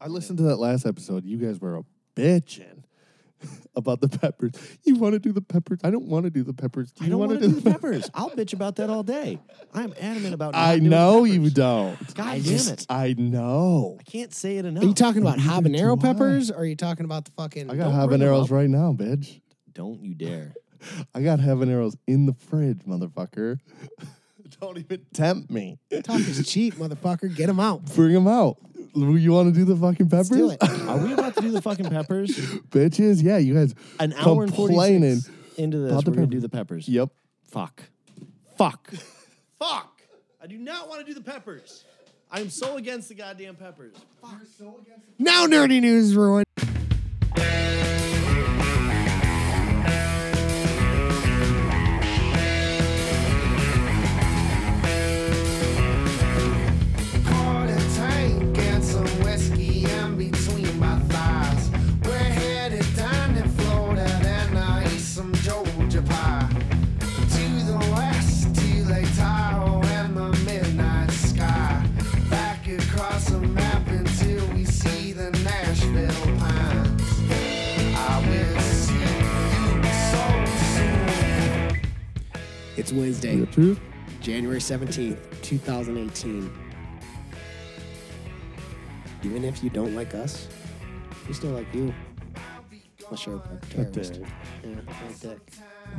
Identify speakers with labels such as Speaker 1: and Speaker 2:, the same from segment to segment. Speaker 1: I listened to that last episode. You guys were a bitching about the peppers. You want to do the peppers? I don't want to do the peppers. Do
Speaker 2: I
Speaker 1: you
Speaker 2: don't
Speaker 1: want to
Speaker 2: do the peppers. I'll bitch about that all day. I'm adamant about. not
Speaker 1: I
Speaker 2: doing
Speaker 1: know
Speaker 2: peppers.
Speaker 1: you don't.
Speaker 2: God
Speaker 3: I
Speaker 2: damn
Speaker 3: just-
Speaker 2: it!
Speaker 1: I know.
Speaker 2: I can't say it enough.
Speaker 3: Are you talking about habanero
Speaker 1: do I.
Speaker 3: peppers? Or are you talking about the fucking?
Speaker 1: I got
Speaker 2: Don't bring 'em
Speaker 1: habaneros
Speaker 2: up.
Speaker 1: right now, bitch.
Speaker 2: Don't you dare!
Speaker 1: I got habaneros in the fridge, motherfucker. don't even tempt me.
Speaker 3: Talk is cheap, motherfucker. Get them out.
Speaker 1: Bring them out. You want to do the fucking peppers?
Speaker 3: Let's do it.
Speaker 2: Are we about to do the fucking peppers?
Speaker 1: Bitches, yeah, you guys.
Speaker 2: An hour and forty
Speaker 1: Complaining.
Speaker 2: minutes into this,
Speaker 1: about the
Speaker 2: we're gonna
Speaker 1: pepper-
Speaker 2: do the peppers.
Speaker 1: Yep.
Speaker 2: Fuck. Fuck. Fuck. I do not want to do the peppers. I am so against the goddamn peppers.
Speaker 3: Now, nerdy news ruined.
Speaker 4: Pour the tank and some whiskey in between my thighs. We're headed down in Florida, then I eat some Georgia pie. To the west, to Lake Tahoe and the midnight sky. Back across the map until we see the Nashville pines. I will see you so soon.
Speaker 3: It's Wednesday,
Speaker 1: The truth?
Speaker 3: January 17th, 2018. Even if you don't like us, we still like you. Unless you're a terrorist. Yeah, you're a dick.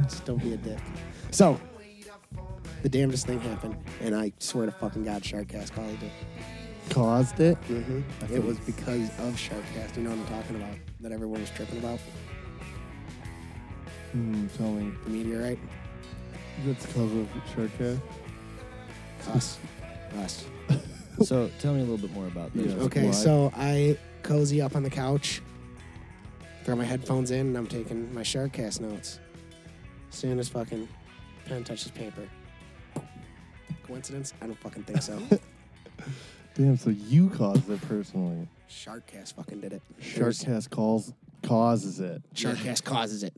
Speaker 3: Just don't be a dick. So, the damnedest thing happened, and I swear to fucking God, Sharkcast caused it.
Speaker 1: Caused it.
Speaker 2: Mm-hmm.
Speaker 3: hmm It was because of Sharkcast, you know what I'm talking about, that everyone was tripping about,
Speaker 1: Hmm, tell me.
Speaker 3: the meteorite.
Speaker 1: That's because of Sharkhead.
Speaker 3: Us. Us.
Speaker 2: So tell me a little bit more about this.
Speaker 1: Yeah.
Speaker 3: Okay,
Speaker 1: Why?
Speaker 3: so I cozy up on the couch, throw my headphones in, and I'm taking my Sharkcast notes. Soon as fucking pen touches paper. Coincidence? I don't fucking think so.
Speaker 1: Damn, so you caused it personally.
Speaker 3: Sharkcast fucking did it. There's-
Speaker 1: Sharkcast calls causes it.
Speaker 3: Sharkcast causes it.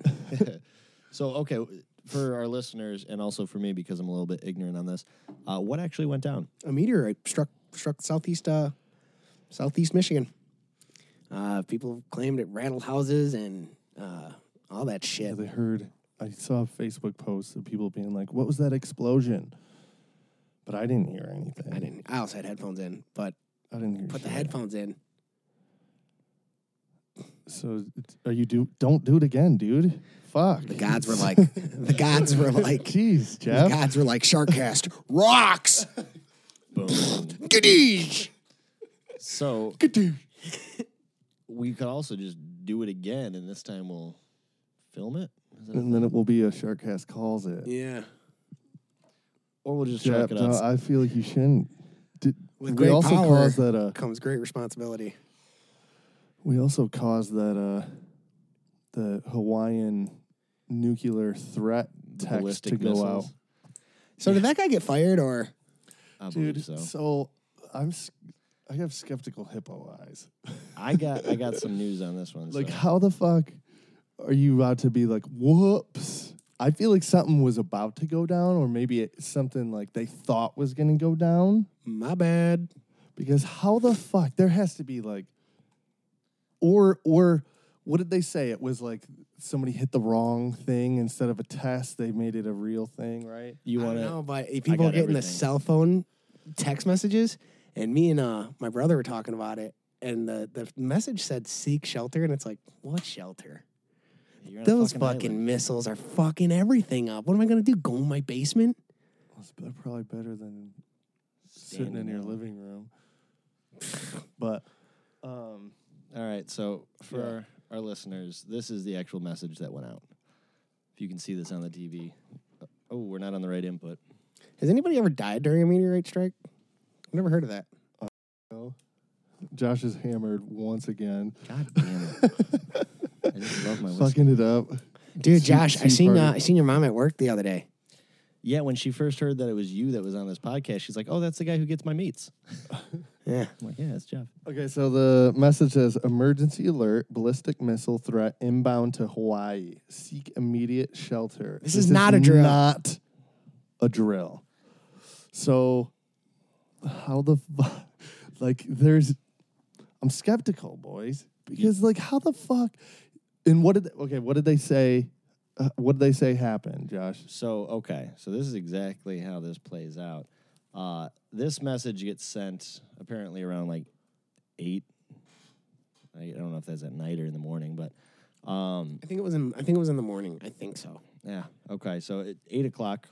Speaker 2: So okay, w- for our listeners and also for me because I'm a little bit ignorant on this, uh, what actually went down?
Speaker 3: A meteorite struck struck southeast uh, southeast Michigan. Uh, people claimed it rattled houses and uh, all that shit.
Speaker 1: As I heard, I saw a Facebook post of people being like, "What was that explosion?" But I didn't hear anything.
Speaker 3: I didn't. I also had headphones in, but
Speaker 1: I didn't hear.
Speaker 3: put the
Speaker 1: shit.
Speaker 3: headphones in.
Speaker 1: So it's- are you do? Don't do it again, dude. Fuck.
Speaker 3: The gods were like, the gods were like, the
Speaker 1: Jeez, Jeff.
Speaker 3: gods were like, Sharkcast rocks.
Speaker 2: Boom.
Speaker 3: Gadish.
Speaker 2: so we could also just do it again, and this time we'll film it, Is that-
Speaker 1: and then it will be a Sharkcast calls it.
Speaker 3: Yeah.
Speaker 2: or we'll just
Speaker 1: Jeff,
Speaker 2: check it out.
Speaker 1: no, I feel like you shouldn't. Did,
Speaker 3: With
Speaker 1: we
Speaker 3: great
Speaker 1: also
Speaker 3: power
Speaker 1: caused that. Uh,
Speaker 3: comes great responsibility.
Speaker 1: we also caused that. Uh, the Hawaiian nuclear threat
Speaker 2: the
Speaker 1: text to
Speaker 2: ballistic
Speaker 1: go out.
Speaker 2: missiles.
Speaker 3: So did that guy get fired or?
Speaker 2: I
Speaker 1: Dude,
Speaker 2: believe so.
Speaker 1: I'm s- I have skeptical hippo eyes.
Speaker 2: I got I got some news on this one.
Speaker 1: Like,
Speaker 2: so.
Speaker 1: how the fuck are you about to be like, whoops? I feel like something was about to go down, or maybe it, something like they thought was going to go down.
Speaker 3: My bad.
Speaker 1: Because how the fuck there has to be like, or or what did they say? It was like somebody hit the wrong thing instead of a test. They made it a real thing, right?
Speaker 2: you
Speaker 3: I
Speaker 2: want
Speaker 3: don't
Speaker 2: to
Speaker 3: know, but if people
Speaker 2: got
Speaker 3: getting the
Speaker 2: everything.
Speaker 3: cell phone text messages, and me and uh my brother were talking about it, and the the message said seek shelter, and it's like what shelter? Those fucking missiles are fucking everything up. What am I gonna do? Go in my basement?
Speaker 1: It's be- probably better than sitting in your living room. But um,
Speaker 2: All right, so for
Speaker 1: Yeah.
Speaker 2: our, our listeners, this is the actual message that went out. If you can see this on the TV. Oh, we're not on the right input.
Speaker 3: Has anybody ever died during a meteorite strike? I've never heard of that.
Speaker 1: Josh is hammered once again.
Speaker 2: God damn it. I just love my whiskey.
Speaker 1: Fucking it up.
Speaker 3: Dude,
Speaker 1: Sea-
Speaker 3: Josh,
Speaker 1: sea
Speaker 3: I seen uh,
Speaker 1: party.
Speaker 3: I seen your mom at work the other day.
Speaker 2: Yeah, when she first heard that it was you that was on this podcast, she's like, "Oh, that's the guy who gets my meats."
Speaker 3: Yeah,
Speaker 2: I'm like, "Yeah, it's Jeff."
Speaker 1: Okay, so the message says emergency alert, ballistic missile threat inbound to Hawaii. Seek immediate shelter.
Speaker 3: This is not a drill.
Speaker 1: Not a drill. So how the fuck like there's I'm skeptical, boys, because like how the fuck? And what did okay? What did they say? Uh, what did they say happened, Josh?
Speaker 2: So, okay. So, this is exactly how this plays out. Uh, this message gets sent apparently around like eight. I I don't know if that's at night or in the morning, but um,
Speaker 5: I think it was in. I think it was in the morning. I think so.
Speaker 2: yeah. Okay. So, at eight o'clock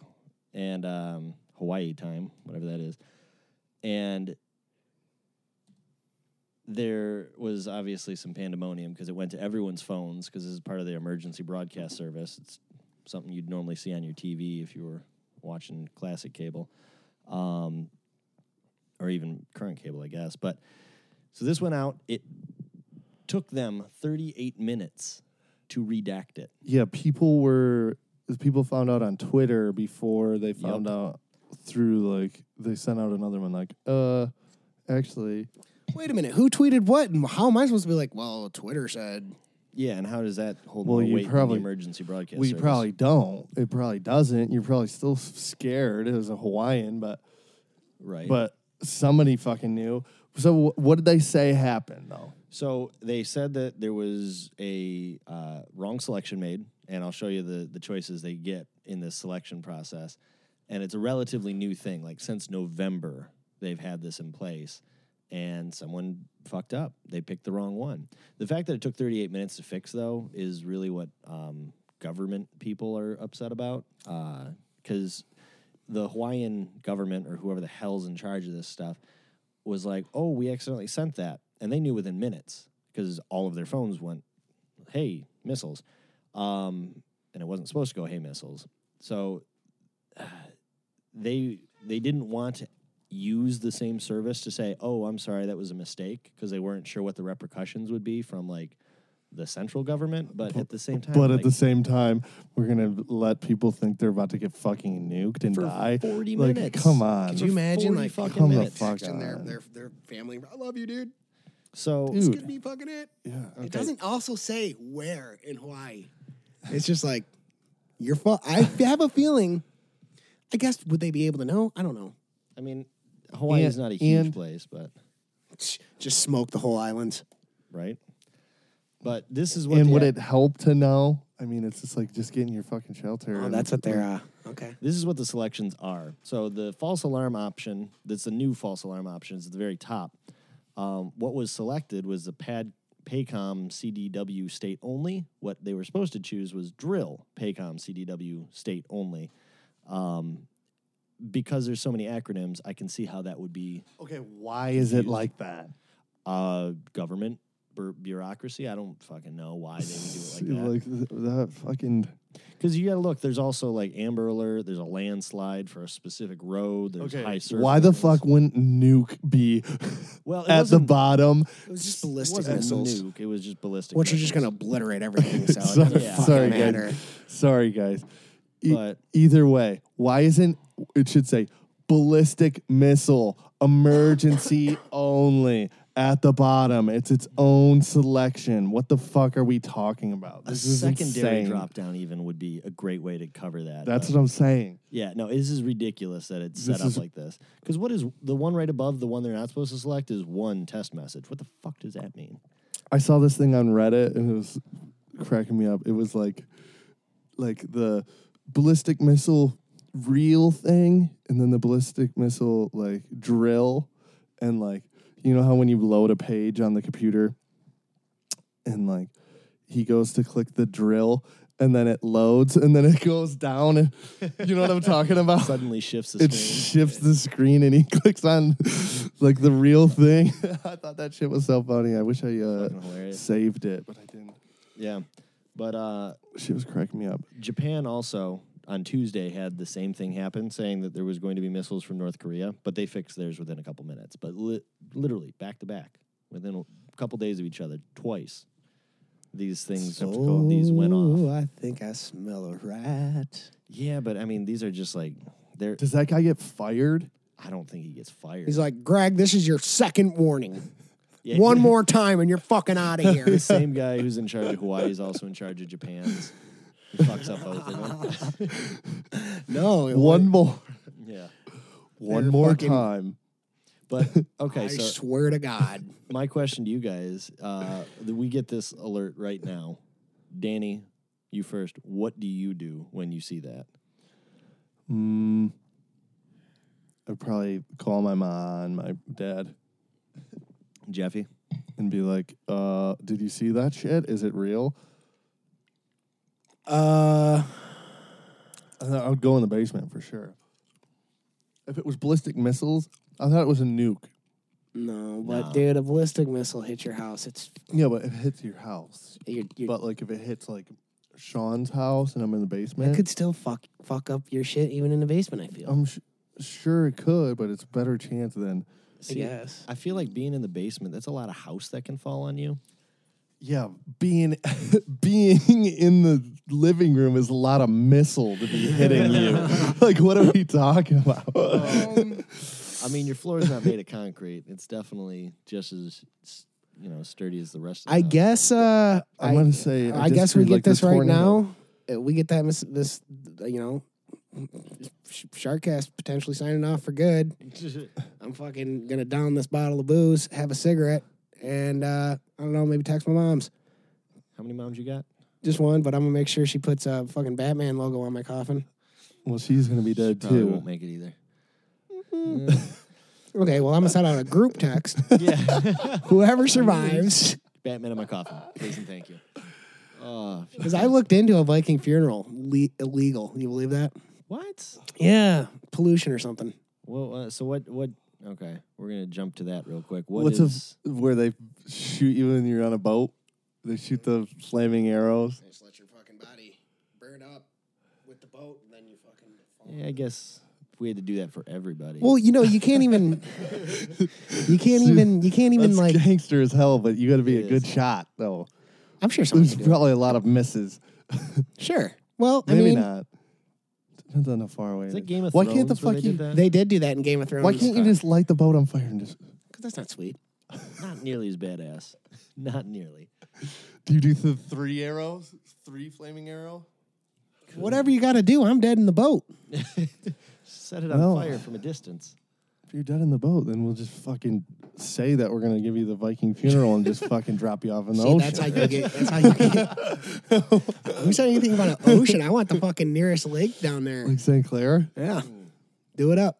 Speaker 2: and um, Hawaii time, whatever that is. And there was obviously some pandemonium because it went to everyone's phones because this is part of the emergency broadcast service. It's something you'd normally see on your TV if you were watching classic cable, um, or even current cable, I guess. But so this went out. It took them 38 minutes to redact it.
Speaker 1: Yeah, people were people found out on Twitter before they found
Speaker 2: Yup.
Speaker 1: out through like they sent out another one like uh actually
Speaker 5: Wait a minute. Who tweeted what? And how am I supposed to be like? Well, Twitter said.
Speaker 2: Yeah, and how does that hold
Speaker 1: Well,
Speaker 2: more
Speaker 1: you
Speaker 2: weight
Speaker 1: probably-
Speaker 2: than the emergency broadcast?
Speaker 1: we
Speaker 2: service?
Speaker 1: probably don't it probably doesn't you're probably still s- scared as a Hawaiian but
Speaker 2: right,
Speaker 1: but somebody fucking knew so wh- what did they say happened though
Speaker 2: So they said that there was a uh, wrong selection made, and I'll show you the the choices they get in this selection process. And it's a relatively new thing. Like since November, they've had this in place, and someone fucked up. They picked the wrong one. The fact that it took 38 minutes to fix, though, is really what um, government people are upset about. Because the Hawaiian government or whoever the hell's in charge of this stuff was like, "Oh, we accidentally sent that," and they knew within minutes because all of their phones went, "Hey, missiles," um, and it wasn't supposed to go, "Hey, missiles." So they they didn't want to use the same service to say, "Oh, I'm sorry, that was a mistake," because they weren't sure what the repercussions would be from like the central government. But at the same time,
Speaker 1: but at
Speaker 2: like,
Speaker 1: the same time we're going to let people think they're about to get fucking nuked and
Speaker 2: For
Speaker 1: die
Speaker 2: 40
Speaker 1: like,
Speaker 2: minutes.
Speaker 1: come on
Speaker 5: Could you imagine
Speaker 2: 40
Speaker 5: like
Speaker 2: fucking
Speaker 1: Come the
Speaker 5: minutes
Speaker 1: fuck
Speaker 5: texting their,
Speaker 1: on.
Speaker 5: their their family? I love you, dude.
Speaker 2: so
Speaker 5: This
Speaker 1: Dude.
Speaker 5: could be fucking it.
Speaker 1: yeah
Speaker 5: It doesn't also say where in Hawaii. It's just like your fault. I have a feeling. I guess would they be able to know? I don't know.
Speaker 2: I mean, Hawaii is
Speaker 1: And-
Speaker 2: not a huge
Speaker 1: and-
Speaker 2: place, but
Speaker 5: Just smoke the whole island.
Speaker 2: right. But this is what
Speaker 1: and
Speaker 2: the-
Speaker 1: would it help to know i mean it's just like just get in your fucking shelter
Speaker 5: Oh,
Speaker 1: and-
Speaker 5: that's what they're uh, okay.
Speaker 2: This is what the selections are. So the false alarm option, that's the new false alarm option, is at the very top. Um, what was selected was the pad Paycom CDW state only. What they were supposed to choose was drill Paycom CDW state only. Um, because there's so many acronyms, I can see how that would be
Speaker 1: Okay, why is it like that?
Speaker 2: uh, government bur- bureaucracy. I don't fucking know why they would do it like that.
Speaker 1: Like th- that fucking
Speaker 2: Because you got to look. There's also like Amber Alert. There's a landslide for a specific road. There's high surf.
Speaker 1: Why the
Speaker 2: winds.
Speaker 1: fuck wouldn't nuke be
Speaker 2: Well, it
Speaker 1: at the
Speaker 2: wasn't- Oh,
Speaker 1: bottom?
Speaker 5: It was just
Speaker 2: It
Speaker 5: ballistic
Speaker 2: wasn't
Speaker 5: missiles,
Speaker 2: a nuke. It was just ballistic.
Speaker 5: which are just gonna
Speaker 2: missiles.
Speaker 5: obliterate everything. So it
Speaker 1: sorry,
Speaker 5: doesn't
Speaker 2: Yeah.
Speaker 5: fucking
Speaker 1: sorry,
Speaker 5: matter.
Speaker 1: guys. Sorry, guys. E-
Speaker 2: But-
Speaker 1: either way, why isn't it should say ballistic missile emergency only at the bottom? It's its own selection. What the fuck are we talking about?
Speaker 2: a
Speaker 1: This is
Speaker 2: secondary
Speaker 1: insane.
Speaker 2: drop down even would be a great way to cover that.
Speaker 1: That's
Speaker 2: but-
Speaker 1: what I'm saying.
Speaker 2: yeah. No, this is ridiculous that it's set
Speaker 1: This
Speaker 2: up
Speaker 1: is-
Speaker 2: like this. Because what is the one right above the one they're not supposed to select is one test message. What the fuck does that mean?
Speaker 1: I saw this thing on Reddit and it was cracking me up. It was like like the ballistic missile real thing and then the ballistic missile like drill and like you know how when you load a page on the computer and like he goes to click the drill and then it loads and then it goes down and you know what I'm talking about?
Speaker 2: Suddenly shifts the
Speaker 1: it
Speaker 2: screen.
Speaker 1: shifts the screen and he clicks on like the real thing. I thought that shit was so funny. I wish I
Speaker 2: Fucking
Speaker 1: uh,
Speaker 2: hilarious.
Speaker 1: saved it, but I didn't.
Speaker 2: Yeah. But uh,
Speaker 1: She was cracking me up.
Speaker 2: Japan also on Tuesday had the same thing happen, saying that there was going to be missiles from North Korea, but they fixed theirs within a couple minutes. But li- literally back to back, within a couple days of each other, twice. These things, these went
Speaker 5: Ooh,
Speaker 2: off.
Speaker 5: I think I smell a rat.
Speaker 2: Yeah, but I mean, these are just like they're.
Speaker 1: Does that guy get fired?
Speaker 2: I don't think he gets fired.
Speaker 5: He's like, Greg, this is your second warning.
Speaker 2: Yeah,
Speaker 5: One more time, and you're fucking out of here.
Speaker 2: the same guy who's in charge of Hawaii is also in charge of Japan's. He fucks up both of them.
Speaker 5: no, it
Speaker 1: One more,
Speaker 2: Yeah.
Speaker 1: one
Speaker 5: They're
Speaker 1: more
Speaker 5: fucking-
Speaker 1: time.
Speaker 2: But okay,
Speaker 3: I
Speaker 2: so
Speaker 3: swear to God.
Speaker 2: my question to you guys: uh, that we get this alert right now. Danny, you first. What do you do when you see that?
Speaker 1: Mm, I'd probably call my mom and my dad
Speaker 2: Jeffy,
Speaker 1: and be like, uh, did you see that shit? Is it real?
Speaker 3: Uh,
Speaker 1: And I would go in the basement for sure. If it was ballistic missiles, I thought it was a nuke.
Speaker 3: no, but
Speaker 2: No.
Speaker 3: dude, a ballistic missile hit your house. It's
Speaker 1: Yeah, but if it hits your house.
Speaker 3: you're, you're,
Speaker 1: But like if it hits like Sean's house and I'm in the basement,
Speaker 3: it could still fuck fuck up your shit even in the basement. I feel.
Speaker 1: I'm sh- sure it could, but it's better chance than
Speaker 3: I
Speaker 2: see,
Speaker 3: guess.
Speaker 2: I feel like being in the basement. That's a lot of house that can fall on you.
Speaker 1: yeah, being being in the living room is a lot of missile to be hitting you. like what are we talking about?
Speaker 3: Oh,
Speaker 2: I mean, your floor is not made of concrete. It's definitely just as s- you know sturdy as the rest. of the
Speaker 3: I
Speaker 2: house.
Speaker 3: guess. Uh,
Speaker 1: I'm
Speaker 3: I,
Speaker 1: gonna say
Speaker 3: I guess
Speaker 1: disagree,
Speaker 3: we get
Speaker 1: like the
Speaker 3: this right
Speaker 1: tornado.
Speaker 3: now. Uh, We get that mis- this you know. Sh- Sharkcast potentially signing off for good. I'm fucking gonna down this bottle of booze, have a cigarette, and uh, I don't know, maybe text my mom's.
Speaker 2: How many moms you got?
Speaker 3: Just one, but I'm gonna make sure she puts a fucking Batman logo on my coffin.
Speaker 1: Well, she's gonna be dead
Speaker 2: Probably
Speaker 1: too.
Speaker 2: won't make it either.
Speaker 3: Okay, well I'm gonna send out a group text.
Speaker 2: Yeah.
Speaker 3: Whoever survives,
Speaker 2: Batman in my coffin, please and thank you. Oh, if you-
Speaker 3: because I looked into a Viking funeral, le- illegal. Can you believe that?
Speaker 2: what?
Speaker 3: Yeah, pollution or something.
Speaker 2: Well, uh, so what? What? Okay, we're gonna jump to that real quick. What
Speaker 1: What's
Speaker 2: is-
Speaker 1: a where they shoot you when you're on a boat? They shoot the flaming arrows.
Speaker 3: Just let your fucking body burn up with the boat, and then you fucking.
Speaker 2: Yeah, I guess if we had to do that for everybody.
Speaker 3: Well, you know, you can't even. You can't even. You can't even
Speaker 1: That's
Speaker 3: like.
Speaker 1: gangster as hell, but you got to be
Speaker 2: It
Speaker 1: a good
Speaker 2: is.
Speaker 1: shot though.
Speaker 3: I'm sure someone
Speaker 1: There's
Speaker 3: could do it.
Speaker 1: probably a lot of misses.
Speaker 3: Sure. Well, I
Speaker 1: Maybe
Speaker 3: mean,
Speaker 1: not. Depends on how far away.
Speaker 2: is
Speaker 1: it
Speaker 2: it
Speaker 1: is.
Speaker 2: Game of
Speaker 1: why
Speaker 2: Thrones?
Speaker 1: can't the
Speaker 2: where they
Speaker 1: fucking
Speaker 2: did that?
Speaker 3: they did do that in Game of Thrones.
Speaker 1: why can't you just light the boat on fire and just
Speaker 3: Because that's not sweet.
Speaker 2: not nearly as badass. Not nearly.
Speaker 1: do you do the three arrows, three flaming arrow?
Speaker 3: Whatever you got to do, I'm dead in the boat.
Speaker 2: Set it on
Speaker 1: Well-
Speaker 2: fire from a distance.
Speaker 1: If you're dead in the boat, then we'll just fucking say that we're gonna give you the Viking funeral and just fucking drop you off in the
Speaker 3: See,
Speaker 1: ocean.
Speaker 3: that's how you get. That's how you get. Who said anything about an ocean? I want the fucking nearest lake down there.
Speaker 1: like St. Clair,
Speaker 3: Yeah. Do it up.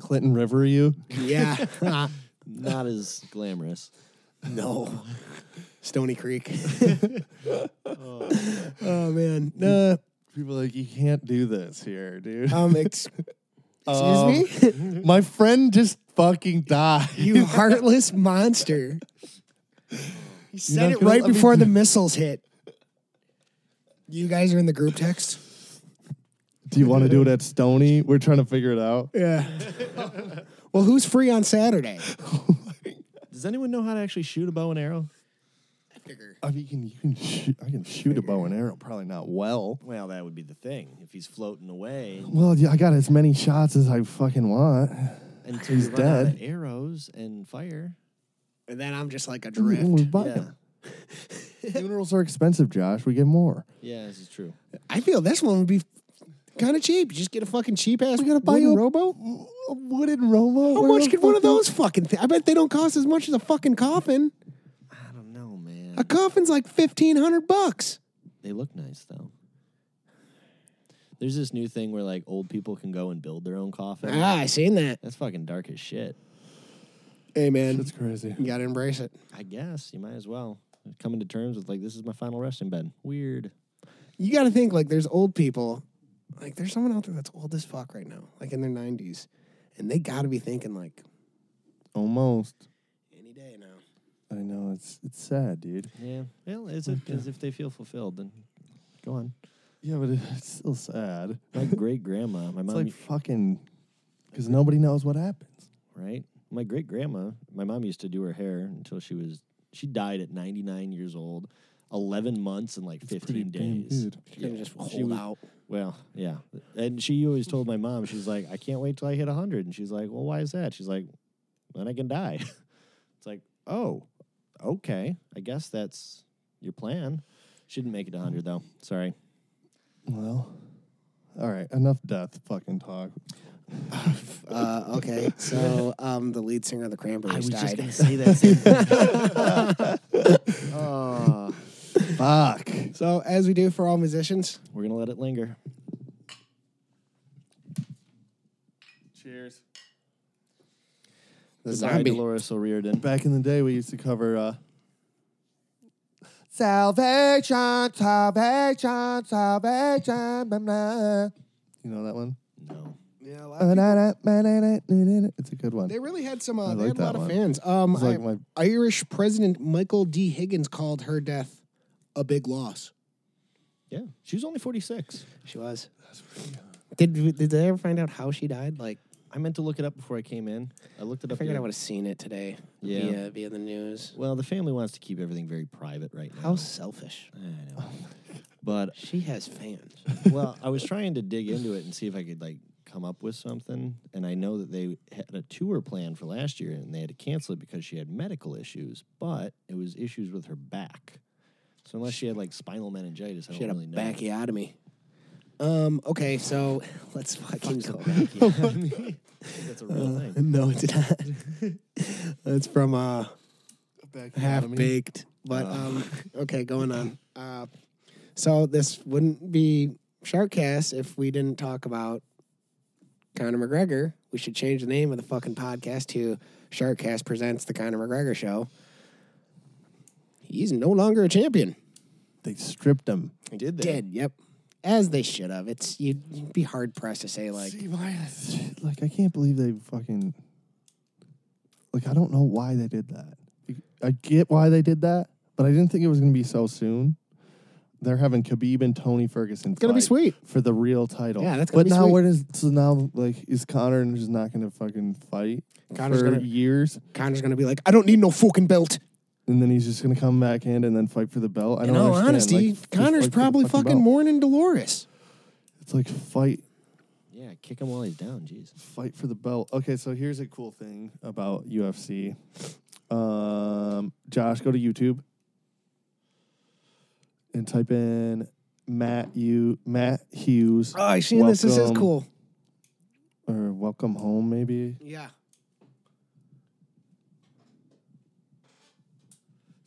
Speaker 1: Clinton River, you.
Speaker 3: Yeah. Ah.
Speaker 2: Not as glamorous.
Speaker 3: no. Stony Creek. oh man. Uh,
Speaker 1: People are like, you can't do this here, dude.
Speaker 3: um. Ex-
Speaker 1: Um,
Speaker 3: Oh, excuse me.
Speaker 1: My friend just fucking died.
Speaker 3: You heartless monster. You said
Speaker 1: not
Speaker 3: it
Speaker 1: gonna
Speaker 3: right
Speaker 1: let me
Speaker 3: before
Speaker 1: do-
Speaker 3: the missiles hit. You guys are in the group text?
Speaker 1: do you want to do it at Stony? We're trying to figure it out.
Speaker 3: Yeah. well, who's free on Saturday?
Speaker 2: Does anyone know how to actually shoot a bow and arrow?
Speaker 1: I mean, you can, you can shoot, I can shoot a bow and arrow, probably not well.
Speaker 2: Well, that would be the thing. If he's floating away
Speaker 1: Well, yeah, I got as many shots as I fucking want.
Speaker 2: until
Speaker 1: He's
Speaker 2: he's run dead. out
Speaker 1: dead.
Speaker 2: of arrows and fire.
Speaker 3: And then I'm just like
Speaker 1: We're
Speaker 3: adrift.
Speaker 1: buying them. Funerals are expensive, Josh. We get more.
Speaker 2: Yeah, this is true.
Speaker 3: I feel this one would be kind of cheap. You just get a fucking cheap ass
Speaker 1: We gotta buy
Speaker 3: wooden
Speaker 1: you a
Speaker 3: robo.
Speaker 1: A wooden robo?
Speaker 3: How
Speaker 1: Where
Speaker 3: much
Speaker 1: the
Speaker 3: could one
Speaker 1: fuck
Speaker 3: of those fucking things? I bet they don't cost as much as a fucking coffin.
Speaker 2: I don't know, man.
Speaker 3: A coffin's like fifteen hundred bucks.
Speaker 2: They look nice though. There's this new thing where like old people can go and build their own coffin.
Speaker 3: Ah, I seen that.
Speaker 2: That's fucking dark as shit.
Speaker 3: Hey
Speaker 1: those-
Speaker 3: man,
Speaker 1: That's crazy.
Speaker 3: you gotta embrace it.
Speaker 2: I guess you might as well coming to terms with like this is my final resting bed. Weird.
Speaker 3: you got to think like there's old people, like there's someone out there that's old as fuck right now, like in their 90s, and they got to be thinking like
Speaker 1: Almost.
Speaker 3: any day now.
Speaker 1: I know it's it's sad, dude.
Speaker 2: Yeah. Well, it's a, as if they feel fulfilled. Then go on.
Speaker 1: Yeah, but it's still sad.
Speaker 2: My great grandma, my
Speaker 1: It's
Speaker 2: mom,
Speaker 1: like fucking because nobody knows what happens.
Speaker 2: right? My great grandma, my mom used to do her hair until she was she died at 99 years old, 11 months and like 15
Speaker 1: damn
Speaker 2: days.
Speaker 1: good.
Speaker 3: You gotta just hold
Speaker 2: She was-
Speaker 3: out.
Speaker 2: Well, yeah. And she always told my mom, she's like, I can't wait till I hit 100. And she's like, Well, why is that? She's like, Then I can die. It's like, Oh, okay. I guess that's your plan. She didn't make it to 100, though. Sorry.
Speaker 1: Well, all right. Enough death fucking talk.
Speaker 3: Uh, okay, so um, the lead singer of the Cranberries died.
Speaker 2: gonna say that. Same thing.
Speaker 1: Fuck.
Speaker 3: So, as we do for all musicians,
Speaker 2: We're gonna let it linger.
Speaker 1: Cheers.
Speaker 3: the
Speaker 2: Goodbye,
Speaker 3: zombie.
Speaker 2: Dolores O'Riordan.
Speaker 1: Back in the day, we used to cover uh, Salvation, Salvation, Salvation. Blah, blah. You know that one?
Speaker 2: No.
Speaker 3: Yeah, a lot of people-
Speaker 1: It's a good one.
Speaker 3: they really had some. Uh,
Speaker 1: I
Speaker 3: they
Speaker 1: like
Speaker 3: had a lot
Speaker 1: that
Speaker 3: of
Speaker 1: one.
Speaker 3: fans. Um,
Speaker 1: It's like
Speaker 3: I-
Speaker 1: my-
Speaker 3: Irish President Michael D. Higgins called her death a big loss.
Speaker 2: Yeah, she was only forty six.
Speaker 3: She was. Did we- did they ever find out how she died? Like,
Speaker 2: I meant to look it up before I came in. I looked it
Speaker 3: I
Speaker 2: up.
Speaker 3: figured
Speaker 2: here.
Speaker 3: I would have seen it today.
Speaker 2: Yeah.
Speaker 3: via, via the news.
Speaker 2: Well, the family wants to keep everything very private right now.
Speaker 3: How selfish. Oh
Speaker 2: I know. But
Speaker 3: She has fans.
Speaker 2: well, I was trying to dig into it and see if I could like come up with something. And I know that they had a tour plan for last year and they had to cancel it because she had medical issues, but it was issues with her back. So unless she had like spinal meningitis, I
Speaker 3: She
Speaker 2: don't
Speaker 3: had a
Speaker 2: really know.
Speaker 3: backiotomy. Um. Okay. So let's fucking go.
Speaker 2: Backiotomy. I think That's a
Speaker 3: Uh,
Speaker 2: real thing.
Speaker 3: No, it's not. That's from uh,
Speaker 1: Back
Speaker 3: half baked.
Speaker 2: Oh.
Speaker 3: But um, okay, going on. Uh, so this wouldn't be Sharkcast if we didn't talk about Conor McGregor. We should change the name of the fucking podcast to Sharkcast presents the Conor McGregor show. He's no longer a champion.
Speaker 1: They stripped him.
Speaker 2: Did they?
Speaker 3: Dead. Yep. As they should have. It's you'd, you'd be hard pressed to say like
Speaker 1: See, why- like, I can't believe they fucking. Like, I don't know why they did that. I get why they did that, but I didn't think it was going to be so soon. They're having Khabib and Tony Ferguson. It's
Speaker 3: gonna be sweet.
Speaker 1: for the real title.
Speaker 3: Yeah, that's
Speaker 1: But
Speaker 3: gonna be
Speaker 1: now,
Speaker 3: sweet.
Speaker 1: where does so now like is Connor just not going to fucking fight
Speaker 3: Conor's
Speaker 1: for
Speaker 3: gonna-
Speaker 1: years,
Speaker 3: Conor's gonna be like, I don't need no fucking belt.
Speaker 1: and then he's just going to come back in and then fight for the belt? I
Speaker 3: In
Speaker 1: don't
Speaker 3: all
Speaker 1: understand.
Speaker 3: honesty,
Speaker 1: Like, just
Speaker 3: Connor's
Speaker 1: fight for the
Speaker 3: probably fucking
Speaker 1: belt.
Speaker 3: mourning Dolores.
Speaker 1: It's like fight
Speaker 2: Yeah, kick him while he's down. Jeez.
Speaker 1: Fight for the belt. Okay, so here's a cool thing about UFC. Um, Josh, go to YouTube and type in Matt you Matt Hughes.
Speaker 3: Oh, I seen this. This is
Speaker 1: welcome-
Speaker 3: cool.
Speaker 1: Or welcome home, maybe.
Speaker 3: Yeah.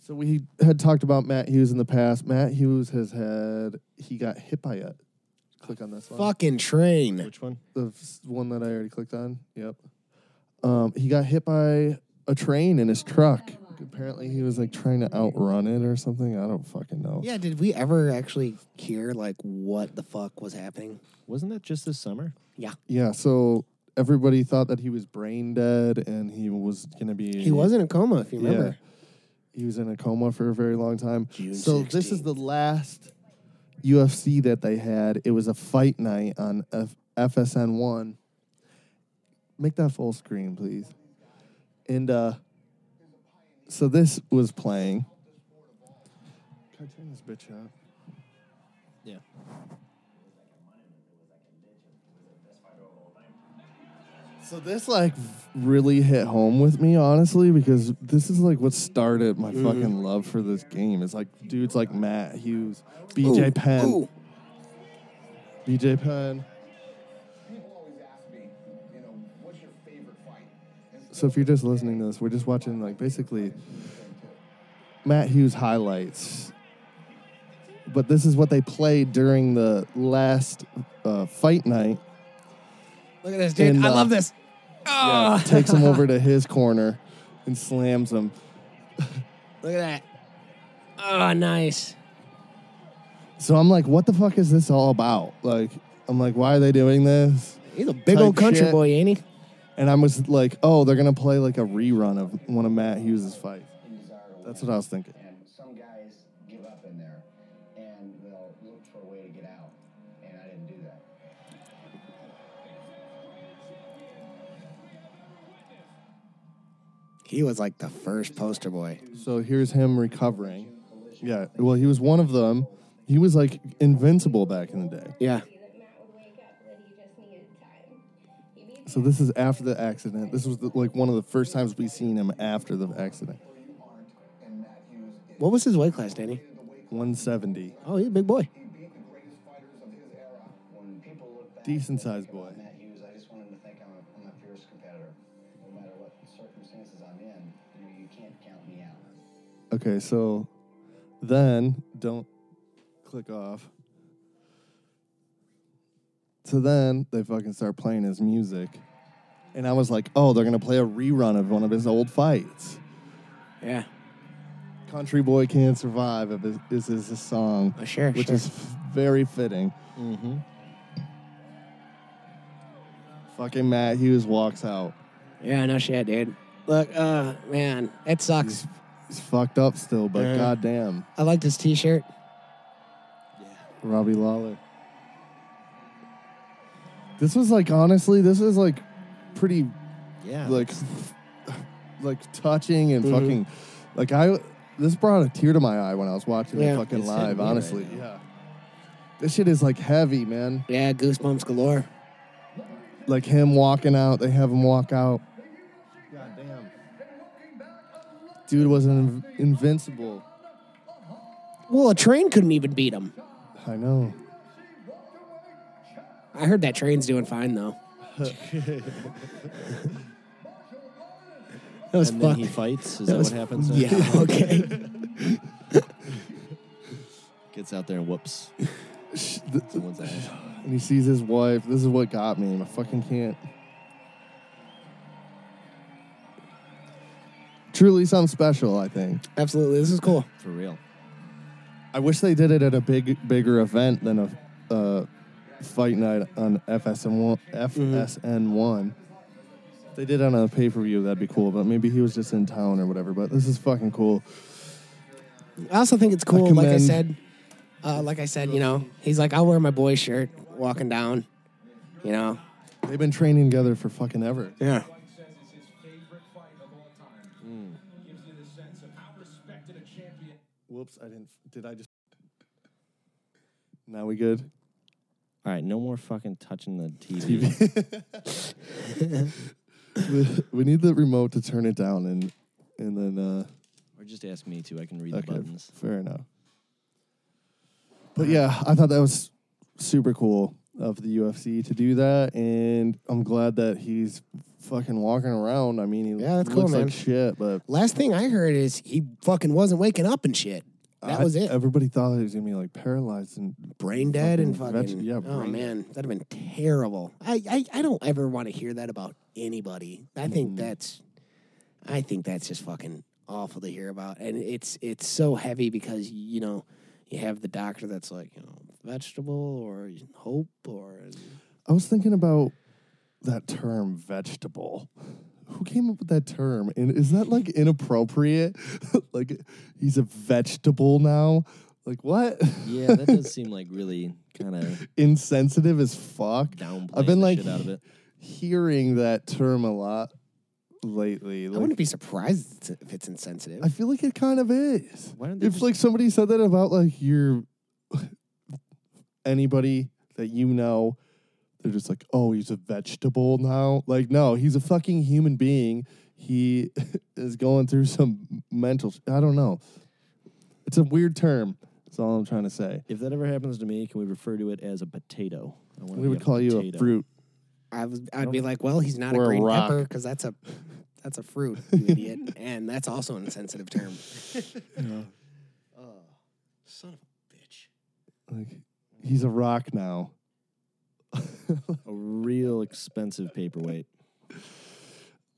Speaker 1: So we had talked about Matt Hughes in the past. Matt Hughes has had he got hit by a. Click on this one.
Speaker 3: Fucking train.
Speaker 2: Which one?
Speaker 1: The f- one that I already clicked on. Yep. Um, he got hit by a train in his truck. Apparently, he was like trying to outrun it or something. I don't fucking know.
Speaker 3: Yeah, did we ever actually hear like what the fuck was happening?
Speaker 2: Wasn't that just this summer?
Speaker 1: Yeah, so everybody thought that he was brain dead and he was going to be.
Speaker 3: He was in a coma, if you
Speaker 1: Yeah.
Speaker 3: remember.
Speaker 1: He was in a coma for a very long time.
Speaker 3: June
Speaker 1: so this is the last UFC that they had. It was a fight night on F- FSN1. Make that full screen, please. And uh, so this was playing. Can I turn this bitch up?
Speaker 2: Yeah.
Speaker 1: So this like really hit home with me, honestly, because this is like what started my
Speaker 3: Mm-hmm.
Speaker 1: fucking love for this game. It's like dudes like Matt Hughes, BJ Penn,
Speaker 3: Ooh.
Speaker 1: BJ Penn.
Speaker 6: People always ask me, you know, what's your favorite fight? And so
Speaker 1: So if you're just listening to this, we're just watching like basically Matt Hughes highlights. But this is what they played during the last uh, fight night.
Speaker 3: Look at this, dude.
Speaker 1: dude. And,
Speaker 3: I
Speaker 1: I uh,
Speaker 3: love
Speaker 1: love
Speaker 3: this.
Speaker 1: Yeah, takes him over to his corner and slams him.
Speaker 3: Look at that. Oh, nice.
Speaker 1: So I'm like, what the fuck is this all about? Like, I'm like, why are they doing this?
Speaker 3: He's a big old
Speaker 1: Type
Speaker 3: country
Speaker 1: shit.
Speaker 3: boy, ain't he?
Speaker 1: And I was like, oh, they're gonna play like a rerun of one of Matt Hughes' fights.
Speaker 6: you desire to
Speaker 1: That's
Speaker 6: win.
Speaker 1: what I was thinking.
Speaker 6: And some guys give up in there and they'll look for a way to get out. And I didn't do that.
Speaker 3: He was like the first poster boy.
Speaker 1: So here's him recovering. Yeah, well, he was one of them. He was like invincible back in the day.
Speaker 3: Yeah.
Speaker 7: that Matt would wake up and he just needed time. He needed
Speaker 1: So this is after the accident. This was the, like one of the first times we seen him after the accident.
Speaker 3: What was his weight class, Danny?
Speaker 1: 170,
Speaker 3: Oh, he's a big boy.
Speaker 6: Beat the greatest fighters of his era. When people look back
Speaker 1: decent sized boy.
Speaker 6: at Hughes, I just want him to think
Speaker 1: Okay, so then don't click off. So then they fucking start playing his music. And I was like, oh, they're going to play a rerun of one of his old fights.
Speaker 3: Yeah.
Speaker 1: Country Boy Can't Survive if it- is is his song.
Speaker 3: Oh, sure,
Speaker 1: Which
Speaker 3: sure.
Speaker 1: is f- very fitting.
Speaker 2: Mm-hmm.
Speaker 1: Fucking Matt Hughes walks out.
Speaker 3: Yeah, no shit, dude. Look, uh, man, it sucks.
Speaker 1: He's fucked up still, but
Speaker 3: Yeah.
Speaker 1: goddamn.
Speaker 3: I like this T-shirt.
Speaker 1: Robbie Lawler. This was like honestly, this is like pretty
Speaker 2: Yeah.
Speaker 1: like like touching and
Speaker 2: Mm-hmm.
Speaker 3: Mhm.
Speaker 1: fucking like I this brought a tear to my eye when I was watching
Speaker 3: Yeah.
Speaker 1: it fucking
Speaker 2: It's hitting
Speaker 1: live,
Speaker 2: me right
Speaker 1: honestly.
Speaker 2: now.
Speaker 1: yeah. This shit is like heavy, man.
Speaker 3: Yeah, goosebumps galore.
Speaker 1: Like him walking out, they have him walk out. God damn. Dude was in, invincible.
Speaker 3: Well, a train couldn't even beat him.
Speaker 1: I know.
Speaker 3: I heard that train's doing fine though. that was
Speaker 2: and then he
Speaker 3: fucking.
Speaker 2: fights. Is that,
Speaker 3: was-
Speaker 2: what happens? next?
Speaker 3: Yeah. Okay.
Speaker 2: Gets out there and whoops. Someone's ass.
Speaker 1: And he sees his wife. This is what got me. I fucking can't. Truly something special, I think.
Speaker 3: Absolutely, this is cool.
Speaker 2: For real.
Speaker 1: I wish they did it at a big, bigger event than a uh, fight night on FSN one. FSN one. If They did it on a pay per view. That'd be cool. But maybe he was just in town or whatever. But this is fucking cool.
Speaker 3: I also think it's cool. like I
Speaker 1: commend-
Speaker 3: said, uh, like I said, you know, he's like, I'll wear my boy shirt walking down. You know.
Speaker 1: They've been training together for fucking ever.
Speaker 3: Yeah.
Speaker 1: Whoops! I didn't. Did I just? Now we good.
Speaker 2: All right, no more fucking touching the TV.
Speaker 1: we we need the remote to turn it down and and then
Speaker 2: or just ask me to. I can read
Speaker 1: uh
Speaker 2: the
Speaker 1: okay
Speaker 2: buttons.
Speaker 1: fair enough but yeah i thought that was super cool of the ufc to do that and i'm glad that he's fucking walking around i mean he
Speaker 3: Yeah, that's
Speaker 1: looks
Speaker 3: cool,
Speaker 1: like
Speaker 3: man.
Speaker 1: shit but
Speaker 3: Last thing I heard is he fucking wasn't waking up and shit. That
Speaker 1: I-
Speaker 3: was it.
Speaker 1: everybody thought he was gonna be like paralyzed and
Speaker 3: brain dead and
Speaker 1: fucking
Speaker 3: fucking.
Speaker 1: veg- yeah,
Speaker 3: oh
Speaker 1: brain-
Speaker 3: man, that'd have been terrible. I, I, I don't ever want to hear that about anybody. I
Speaker 1: Mm-hmm.
Speaker 3: think that's, I think that's just fucking awful to hear about, and it's it's so heavy because you know you have the doctor that's like you know vegetable or hope or
Speaker 1: i was thinking about that term vegetable who came up with that term and is that like inappropriate like he's a vegetable now like what
Speaker 2: Yeah, that does seem like really kind of
Speaker 1: insensitive as fuck.
Speaker 2: downplaying
Speaker 1: I've been
Speaker 2: the
Speaker 1: like
Speaker 2: shit out of it.
Speaker 1: hearing that term a lot lately.
Speaker 3: I
Speaker 1: Like,
Speaker 3: wouldn't be surprised if it's insensitive.
Speaker 1: I feel like it kind of is.
Speaker 2: Why don't they
Speaker 1: If
Speaker 2: just-
Speaker 1: like somebody said that about like your anybody that you know, they're just like, oh, he's a vegetable now. Like, no, he's a fucking human being. He is going through some mental. Sh- I don't know. It's a weird term. That's all I'm trying to say.
Speaker 2: If that ever happens to me, can we refer to it as a potato? I wanna
Speaker 1: We
Speaker 2: be
Speaker 1: would call you a
Speaker 2: potato.
Speaker 1: fruit.
Speaker 3: I was, I'd be like, well, he's not a
Speaker 1: Or a
Speaker 3: green
Speaker 1: rock.
Speaker 3: pepper because that's a, that's a fruit, you idiot, and that's also an insensitive term.
Speaker 1: Like, he's a rock now.
Speaker 2: A real expensive paperweight.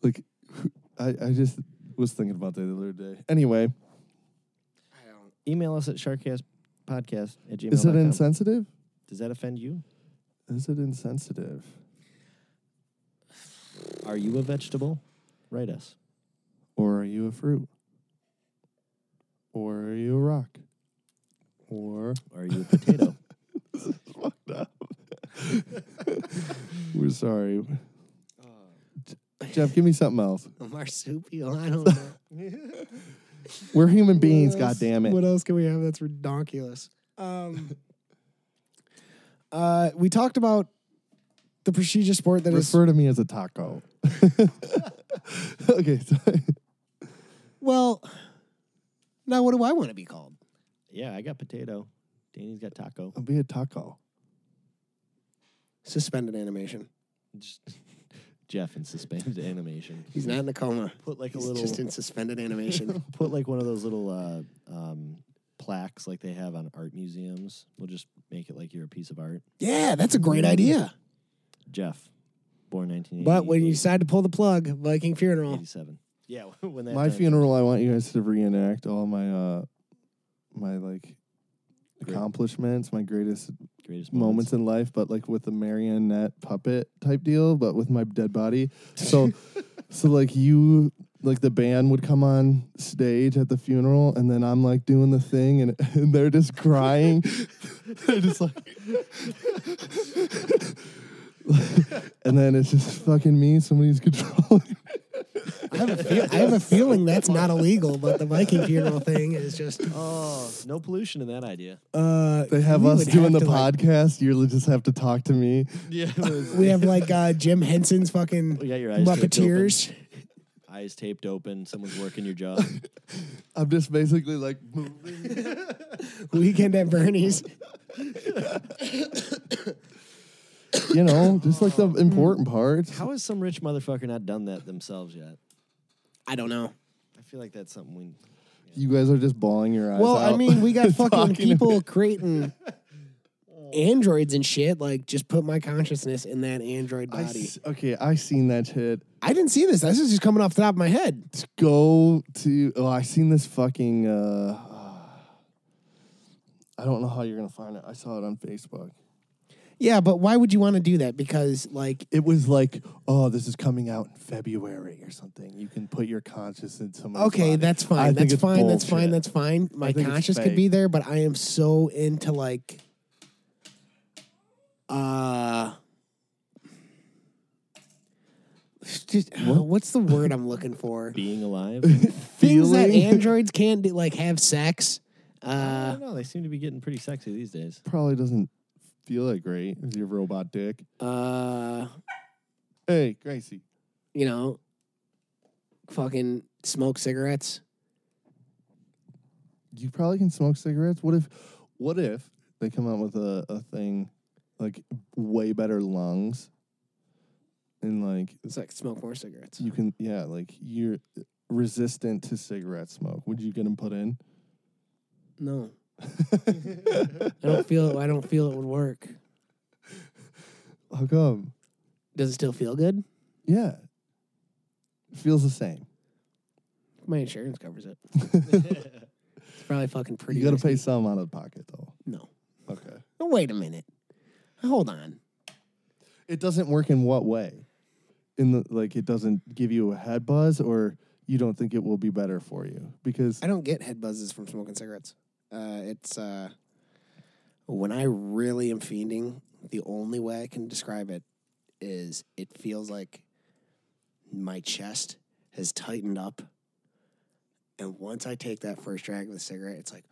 Speaker 1: like who- I, I just was thinking about that the other day. Anyway,
Speaker 3: I don't.
Speaker 2: Email us at sharkcastpodcast at gmail.
Speaker 1: is it insensitive?
Speaker 2: Does that offend you?
Speaker 1: Is it insensitive?
Speaker 2: Are you a vegetable? Write us.
Speaker 1: Or are you a fruit? Or are you a rock? Or
Speaker 2: Are you a potato?
Speaker 1: fucked up. We're sorry. Jeff, give me something else.
Speaker 3: A marsupial. I don't know.
Speaker 1: We're human beings,
Speaker 3: What else-
Speaker 1: goddamn it.
Speaker 3: What else can we have that's redonkulous? Um, uh, we talked about the prestigious sport that is
Speaker 1: Refer to me as a taco. okay, sorry.
Speaker 3: well. Now, what do I want to be called?
Speaker 2: yeah, I got potato. Danny's got taco.
Speaker 1: I'll be a taco.
Speaker 3: Suspended animation.
Speaker 2: Just Jeff in suspended animation.
Speaker 3: He's not in a coma.
Speaker 2: Put like a
Speaker 3: He's
Speaker 2: little
Speaker 3: just in suspended animation.
Speaker 2: put like one of those little uh, um, plaques like they have on art museums. We'll just make it like you're a piece of art.
Speaker 3: yeah, that's a great idea.
Speaker 2: Jeff, born 1987.
Speaker 3: But when you decide to pull the plug, Viking funeral.
Speaker 2: 87. Yeah, when that
Speaker 1: my
Speaker 2: done-
Speaker 1: funeral, I want you guys to reenact all my uh my like accomplishments, my greatest
Speaker 2: greatest
Speaker 1: moments in life, but like with the marionette puppet type deal, but with my dead body. So, so like you, like the band would come on stage at the funeral, and then I'm like doing the thing, and, and they're just crying. they're just like. and then it's just fucking me. Somebody's controlling.
Speaker 3: I have, a feel, I have a feeling that's not illegal, but the Viking funeral thing is just.
Speaker 2: Oh, no pollution in that idea.
Speaker 3: Uh,
Speaker 1: They have
Speaker 3: we
Speaker 1: us
Speaker 3: would
Speaker 1: doing the
Speaker 3: to, like-
Speaker 1: podcast. You just have to talk to me.
Speaker 2: Yeah,
Speaker 3: we have like uh, Jim Henson's fucking
Speaker 2: We got Oh, your eyes taped
Speaker 3: Muppeteers.
Speaker 2: eyes taped open. Someone's working your job.
Speaker 1: I'm just basically like moving.
Speaker 3: Weekend at Bernie's.
Speaker 1: you know, just like the
Speaker 3: Mm.
Speaker 1: important parts.
Speaker 2: How has some rich motherfucker not done that themselves yet?
Speaker 3: I don't know.
Speaker 2: I feel like that's something we.
Speaker 1: You guys are just bawling your eyes
Speaker 3: Well,
Speaker 1: out.
Speaker 3: I mean, we got
Speaker 1: Talking
Speaker 3: fucking
Speaker 1: to
Speaker 3: people creating androids and shit. Like, just put my consciousness in that android
Speaker 1: I
Speaker 3: body.
Speaker 1: s- okay, I seen that shit.
Speaker 3: I, didn't see this. This is just coming off the top of my head.
Speaker 1: Let's go to. Oh, I seen this fucking. Uh, I don't know how you're gonna find it. I saw it on Facebook.
Speaker 3: Yeah, but why would you want to do that? Because, like,
Speaker 1: It was like, oh, this is coming out in February or something. You can put your conscience in someone's
Speaker 3: okay,
Speaker 1: body.
Speaker 3: that's
Speaker 1: I
Speaker 3: fine.
Speaker 1: think
Speaker 3: That's
Speaker 1: it's
Speaker 3: fine. That's fine.
Speaker 1: bullshit.
Speaker 3: That's fine. My
Speaker 1: think it's
Speaker 3: conscience could
Speaker 1: fake.
Speaker 3: be there, but I am so into, like, uh, just, uh, what's the word I'm looking for?
Speaker 2: Being alive?
Speaker 3: things that
Speaker 1: Feeling?
Speaker 3: androids can't do, like have sex.
Speaker 2: I
Speaker 3: Uh,
Speaker 2: don't know. They seem to be getting pretty sexy these days.
Speaker 1: probably doesn't feel that great. Is your robot dick?
Speaker 3: uh,
Speaker 1: Hey, Gracie.
Speaker 3: you know, fucking smoke cigarettes.
Speaker 1: you probably can smoke cigarettes. What if, what if they come out with a, a thing like way better lungs, and like
Speaker 3: It's like smoke more cigarettes.
Speaker 1: you can yeah like you're resistant to cigarette smoke. Would you get them put in?
Speaker 3: No, I don't feel. I don't feel it would work.
Speaker 1: How come?
Speaker 3: Does it still feel good?
Speaker 1: Yeah, feels the same.
Speaker 3: My insurance covers it. it's probably fucking pretty.
Speaker 1: You got to
Speaker 3: risky.
Speaker 1: pay some out of pocket though.
Speaker 3: No.
Speaker 1: Okay,
Speaker 3: Oh, wait a minute. Hold on.
Speaker 1: it doesn't work in what way? In the like, it doesn't give you a head buzz, or you don't think it will be better for you because
Speaker 3: I don't get head buzzes from smoking cigarettes. Uh, it's uh, when I really am fiending. The only way I can describe it is it feels like my chest has tightened up, and once I take that first drag of the cigarette, it's like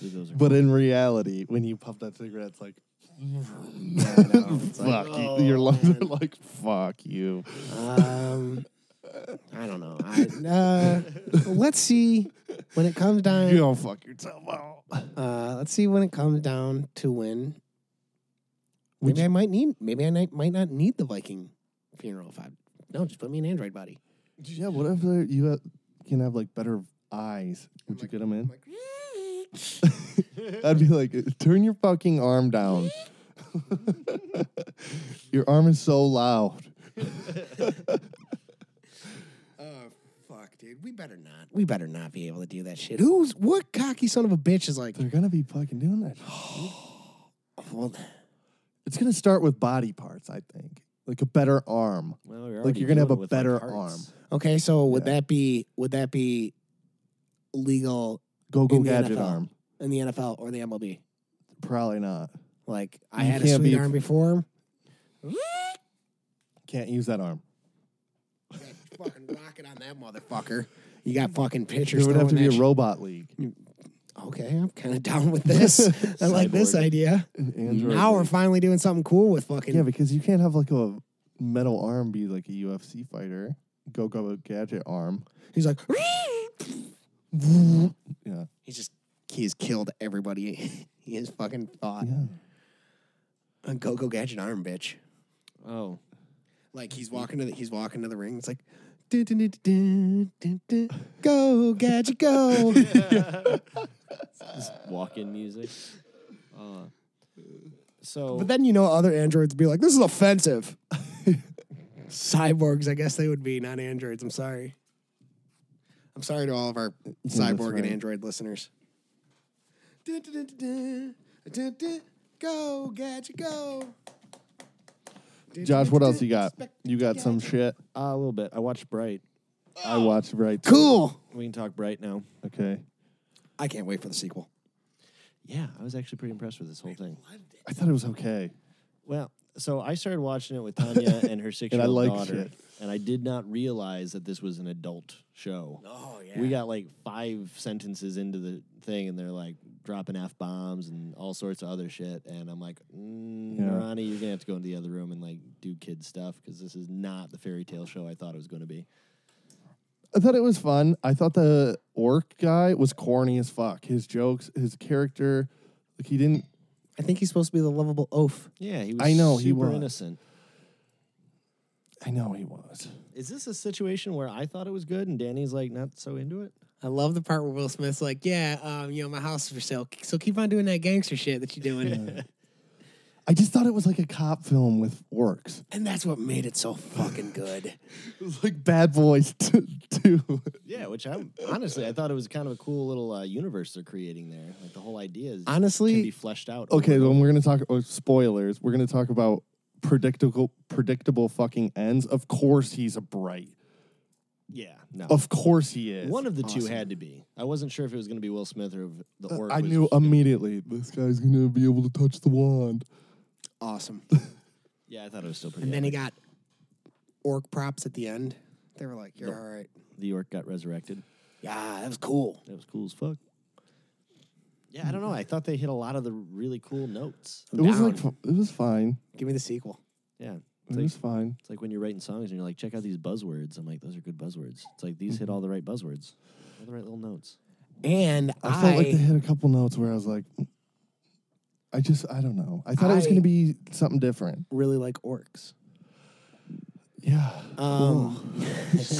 Speaker 2: Dude, those are
Speaker 1: But in reality, when you puff that cigarette, it's like, fuck you.
Speaker 3: Oh,
Speaker 1: Your lungs are like, fuck you.
Speaker 3: um, I don't know. I, uh, let's see when it comes down.
Speaker 1: You don't fuck yourself up.
Speaker 3: Uh, let's see when it comes down to when. Maybe I might need. Maybe I might, might not need the Viking funeral if I. No, just put me in Android body.
Speaker 1: Yeah, what if there- you have, can have like better eyes? Would you get them in? I'd be like, uh, turn your fucking arm down. your arm is so loud. uh,
Speaker 3: Oh fuck, dude. We better not. We better not be able to do that shit. Who's what cocky son of a bitch is like?
Speaker 1: They're gonna be fucking doing that.
Speaker 3: Well,
Speaker 1: It's gonna start with body parts, I think. Like a better arm.
Speaker 2: Well,
Speaker 1: Like
Speaker 2: already
Speaker 1: you're gonna have
Speaker 2: doing
Speaker 1: a
Speaker 2: it with, like,
Speaker 1: better
Speaker 2: hearts.
Speaker 1: arm.
Speaker 3: okay. So would
Speaker 1: Yeah.
Speaker 3: that be would that be legal
Speaker 1: Go go
Speaker 3: In the
Speaker 1: gadget
Speaker 3: NFL.
Speaker 1: arm.
Speaker 3: in the NFL or the MLB?
Speaker 1: Probably not.
Speaker 3: Like I
Speaker 1: You
Speaker 3: had a
Speaker 1: can't
Speaker 3: sweet
Speaker 1: be-
Speaker 3: arm before.
Speaker 1: Can't use that arm.
Speaker 3: fucking rocket on that motherfucker. You got fucking pictures.
Speaker 1: There would have
Speaker 3: throwing
Speaker 1: to be
Speaker 3: that
Speaker 1: a
Speaker 3: shit
Speaker 1: robot league.
Speaker 3: okay, I'm kind of down with this. I like this
Speaker 2: Cyborg.
Speaker 3: idea.
Speaker 1: An Android
Speaker 3: now we're
Speaker 1: league.
Speaker 3: finally doing something cool with fucking.
Speaker 1: yeah, because you can't have like a metal arm be like a UFC fighter. Go go gadget arm.
Speaker 3: he's like,
Speaker 1: Yeah,
Speaker 3: he's just he's killed everybody. he has fucking thought.
Speaker 1: yeah.
Speaker 3: a go go gadget arm, bitch.
Speaker 2: Oh,
Speaker 3: Like he's walking to the he's walking to the ring. It's like dun, dun, dun, dun, dun, dun, dun. go gadget go.
Speaker 2: walk-in music. Uh, so,
Speaker 3: but then you know other androids would be like, this is offensive. Cyborgs, I guess they would be, not androids. I'm sorry. I'm sorry to all of our cyborg
Speaker 1: right.
Speaker 3: and android listeners. Dun, dun, dun, dun, dun, dun, dun. Go gadget go. Dun,
Speaker 1: Josh,
Speaker 3: dun,
Speaker 1: what
Speaker 3: dun,
Speaker 1: else you got?
Speaker 3: expect-
Speaker 1: You got some shit.
Speaker 2: uh, a little bit. I watched Bright.
Speaker 1: I watched right.
Speaker 3: Cool.
Speaker 2: We can talk Bright now.
Speaker 1: Okay.
Speaker 3: I can't wait for the sequel.
Speaker 2: Yeah, I was actually pretty impressed with this whole thing.
Speaker 1: I thought it was okay.
Speaker 2: Well, so I started watching it with Tanya and her
Speaker 1: I
Speaker 2: six-year-old
Speaker 1: like
Speaker 2: daughter,
Speaker 1: shit.
Speaker 2: and I did not realize that this was an adult show.
Speaker 3: Oh yeah.
Speaker 2: We got like five sentences into the thing, and they're like dropping f bombs and all sorts of other shit. And I'm like, mm,
Speaker 1: Yeah.
Speaker 2: Ronnie, you're gonna have to go into the other room and like do kid stuff because this is not the fairy tale show I thought it was gonna be.
Speaker 1: I thought it was fun. I thought the orc guy was corny as fuck. His jokes, his character, like he didn't.
Speaker 3: I think he's supposed to be the lovable oaf.
Speaker 2: Yeah, he was.
Speaker 1: I know,
Speaker 2: super
Speaker 1: he was.
Speaker 2: innocent.
Speaker 1: I know he was.
Speaker 2: Is this a situation where I thought it was good and Danny's like not so into it?
Speaker 3: I love the part where Will Smith's like, "Yeah, um, you know, my house is for sale, so keep on doing that gangster shit that you're doing."
Speaker 1: I just thought it was like a cop film with orcs.
Speaker 3: and that's what made it so fucking good.
Speaker 1: It was like Bad Boys t- too.
Speaker 2: Yeah, which I honestly I thought it was kind of a cool little uh, universe they're creating there. Like the whole idea is can be
Speaker 3: Honestly,
Speaker 2: fleshed out. over
Speaker 1: Okay,
Speaker 2: and
Speaker 1: then
Speaker 2: over.
Speaker 1: we're gonna talk oh, spoilers. We're gonna talk about predictable, predictable fucking ends. Of course, he's a bright.
Speaker 2: yeah, no.
Speaker 1: Of course, he is.
Speaker 2: One of the two
Speaker 3: awesome.
Speaker 2: had to be. I wasn't sure if it was going to be Will Smith or if the
Speaker 1: Uh,
Speaker 2: orc.
Speaker 1: I
Speaker 2: was-
Speaker 1: knew immediately this guy's gonna be able to touch the wand.
Speaker 3: awesome.
Speaker 2: Yeah, I thought it was still pretty.
Speaker 3: And then he
Speaker 2: epic.
Speaker 3: got orc props at the end. They were like, "You're all right."
Speaker 2: the orc got resurrected.
Speaker 3: Yeah, that was cool.
Speaker 2: That was cool as fuck. Yeah, I don't know. I thought they hit a lot of the really cool notes.
Speaker 1: It was
Speaker 3: Down.
Speaker 1: like fu- it was fine.
Speaker 3: Give me the sequel.
Speaker 2: Yeah, it's
Speaker 1: It
Speaker 2: like,
Speaker 1: was fine.
Speaker 2: it's like when you're writing songs and you're like, check out these buzzwords. I'm like, those are good buzzwords. It's like these hit all the right buzzwords, all the right little notes.
Speaker 3: And
Speaker 1: I felt like they
Speaker 3: I-
Speaker 1: hit a couple notes where I was like, I just, I don't know. I thought it was
Speaker 3: I-
Speaker 1: going to be something different.
Speaker 3: really like orcs.
Speaker 1: Yeah.
Speaker 3: Um,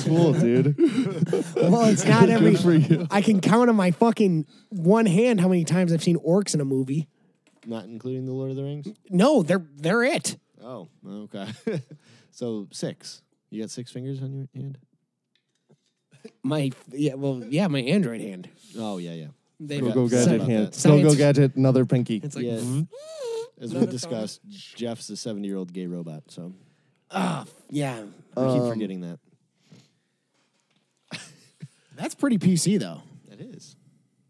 Speaker 1: cool, dude.
Speaker 3: well, it's not every.
Speaker 1: Good for you.
Speaker 3: I can count on my fucking one hand how many times I've seen orcs in a movie.
Speaker 2: Not including the Lord of the Rings.
Speaker 3: No, they're they're it.
Speaker 2: Oh, okay. so six. You got six fingers on your hand?
Speaker 3: My yeah, well, yeah, my Android hand.
Speaker 2: Oh yeah, yeah.
Speaker 3: They
Speaker 1: Go
Speaker 2: Yeah,
Speaker 1: go
Speaker 2: sorry
Speaker 1: gadget
Speaker 2: about
Speaker 1: hand.
Speaker 2: that.
Speaker 1: Go go
Speaker 3: Science-
Speaker 1: gadget. Another pinky.
Speaker 3: It's like,
Speaker 2: Yeah.
Speaker 3: vroom.
Speaker 2: As
Speaker 3: No,
Speaker 2: we
Speaker 3: that's all right.
Speaker 2: discussed, Jeff's a seventy-year-old gay robot. So
Speaker 3: ah, yeah.
Speaker 2: I keep
Speaker 1: Um,
Speaker 2: forgetting that.
Speaker 3: That's pretty PC though.
Speaker 2: That is.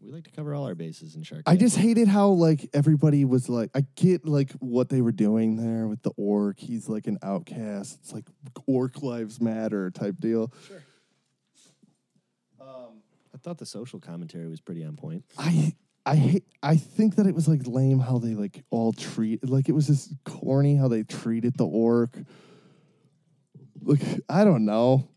Speaker 2: We like to cover all our bases in Shark.
Speaker 1: I
Speaker 2: Tank.
Speaker 1: just hated how like everybody was like. I get like what they were doing there with the orc. He's like an outcast. It's like orc lives matter type deal.
Speaker 2: I thought the social commentary was pretty on point.
Speaker 1: I I hate, I think that it was like lame how they like all treat like it was just corny how they treated the orc. Like I don't know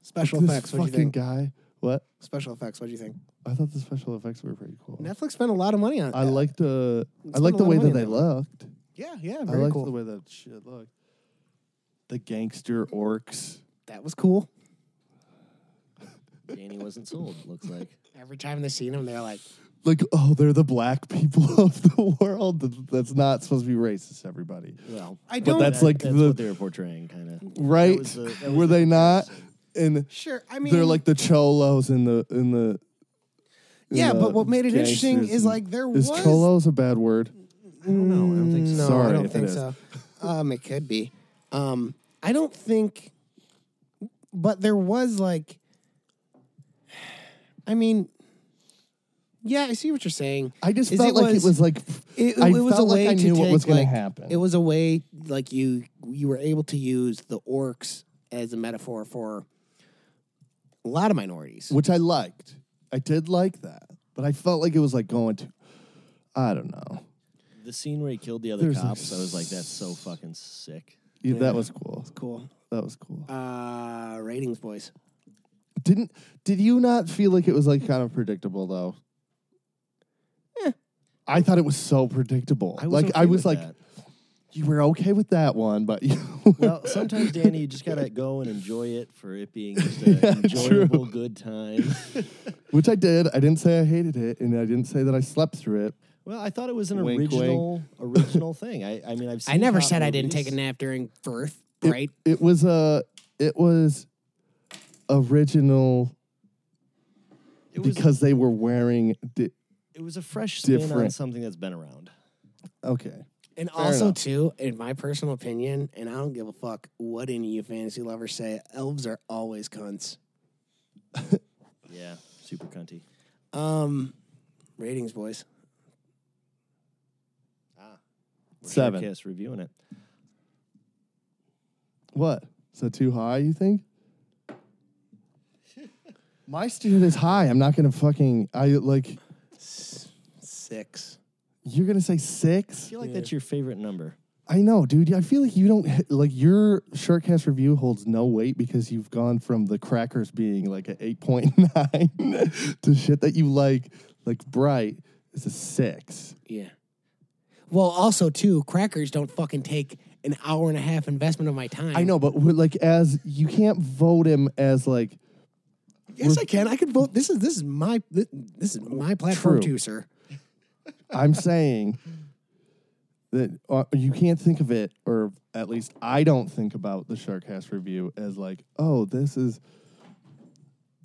Speaker 3: Special
Speaker 1: this
Speaker 3: effects. What do you
Speaker 1: fucking
Speaker 3: think?
Speaker 1: guy. What
Speaker 3: Special effects. What do you think?
Speaker 1: I thought the special effects were pretty cool.
Speaker 3: Netflix spent a lot of money on.
Speaker 1: I
Speaker 3: that.
Speaker 1: liked the I
Speaker 3: spent
Speaker 1: liked
Speaker 3: a
Speaker 1: the
Speaker 3: lot
Speaker 1: way
Speaker 3: of
Speaker 1: that
Speaker 3: money
Speaker 1: they
Speaker 3: on that
Speaker 1: looked.
Speaker 3: Yeah, yeah.
Speaker 1: I
Speaker 3: Very
Speaker 1: liked
Speaker 3: cool.
Speaker 1: the way that shit looked. The gangster orcs.
Speaker 3: that was cool.
Speaker 2: Danny wasn't sold. Looks like.
Speaker 3: Every time they seen him, they're like,
Speaker 1: Like oh, they're the black people of the world. That's not supposed to be racist, everybody.
Speaker 2: Well,
Speaker 3: I don't-
Speaker 1: that's like
Speaker 2: that's
Speaker 1: the-
Speaker 2: what they were portraying, kind of.
Speaker 1: Right?
Speaker 2: was the- that was
Speaker 1: Were
Speaker 2: the
Speaker 1: they not? And
Speaker 3: sure. I mean,
Speaker 1: they're like the cholos in the in the. in
Speaker 3: Yeah,
Speaker 1: the
Speaker 3: but what made it interesting
Speaker 1: gangsters
Speaker 3: is,
Speaker 1: and-
Speaker 3: like, there
Speaker 1: is
Speaker 3: was-
Speaker 1: cholos a bad word.
Speaker 2: I don't know. I don't think so.
Speaker 3: No,
Speaker 1: Sorry
Speaker 3: I don't
Speaker 1: if it
Speaker 3: think
Speaker 1: is.
Speaker 3: so. Um, it could be. Um, I don't think, but there was like, I mean, yeah, I see what you're saying.
Speaker 1: I just
Speaker 3: Is
Speaker 1: felt
Speaker 3: it
Speaker 1: like
Speaker 3: was-
Speaker 1: it was like
Speaker 3: It,
Speaker 1: I
Speaker 3: it was
Speaker 1: felt
Speaker 3: a
Speaker 1: like
Speaker 3: way
Speaker 1: I knew
Speaker 3: to
Speaker 1: what was
Speaker 3: take,
Speaker 1: gonna
Speaker 3: like-
Speaker 1: happen.
Speaker 3: It was a way like you you were able to use the orcs as a metaphor for a lot of minorities.
Speaker 1: which I liked. I did like that, but I felt like it was like going to. I don't know.
Speaker 2: The scene where he killed the other
Speaker 1: There's, like,
Speaker 2: cops, I was like, that's so fucking sick.
Speaker 1: Yeah, That was cool.
Speaker 3: Cool.
Speaker 1: That was cool.
Speaker 3: Uh, ratings, boys.
Speaker 1: Didn't did you not feel like it was like kind of predictable though? I thought it was so predictable.
Speaker 2: Eh. I was
Speaker 1: like
Speaker 2: okay
Speaker 1: I was
Speaker 2: with
Speaker 1: like,
Speaker 2: that.
Speaker 1: you were okay with that one, but you
Speaker 2: well, sometimes Danny, you just gotta go and enjoy it for it being just an enjoyable, good time.
Speaker 1: which I did. I didn't say I hated it, and I didn't say that I slept through it.
Speaker 2: Well, I thought it was an
Speaker 1: Wink, wink.
Speaker 2: original, original thing. I, I mean, I've seen
Speaker 3: I never
Speaker 2: cop
Speaker 3: said I didn't take a
Speaker 2: movies.
Speaker 3: nap during birth,
Speaker 1: It-
Speaker 3: right?
Speaker 1: It was a. It was original
Speaker 2: It was,
Speaker 1: because they were wearing. Di-
Speaker 2: it was a fresh spin on
Speaker 1: different.
Speaker 2: something that's been around.
Speaker 1: okay.
Speaker 3: And
Speaker 1: Fair
Speaker 3: also,
Speaker 1: enough.
Speaker 3: too, in my
Speaker 5: Personal opinion, and I don't give a fuck what any of you fantasy lovers say. Elves are always cunts.
Speaker 2: Yeah, super cunty.
Speaker 5: Um, ratings, boys.
Speaker 2: We're
Speaker 1: Seven.
Speaker 2: Kiss reviewing it.
Speaker 1: What? Is that too high, you think? My standard is high. I'm not gonna fucking I like
Speaker 5: Six.
Speaker 1: you're gonna say
Speaker 2: I
Speaker 1: six?
Speaker 2: feel like that's your favorite number.
Speaker 1: I know, dude. I feel like you don't like your shortcast review holds no weight because you've gone from the crackers being like an eight point nine to shit that you like, like bright is a six.
Speaker 3: Yeah. Well, also too, crackers don't fucking take an hour and a half investment of my time.
Speaker 1: I know, but we're like as you can't vote him as like
Speaker 3: Yes, I can. I could vote. This is this is my this, this is my platform
Speaker 1: True.
Speaker 3: too, sir.
Speaker 1: I'm saying that uh, you can't think of it, or at least I don't think about the Sharkcast review as like, oh, this is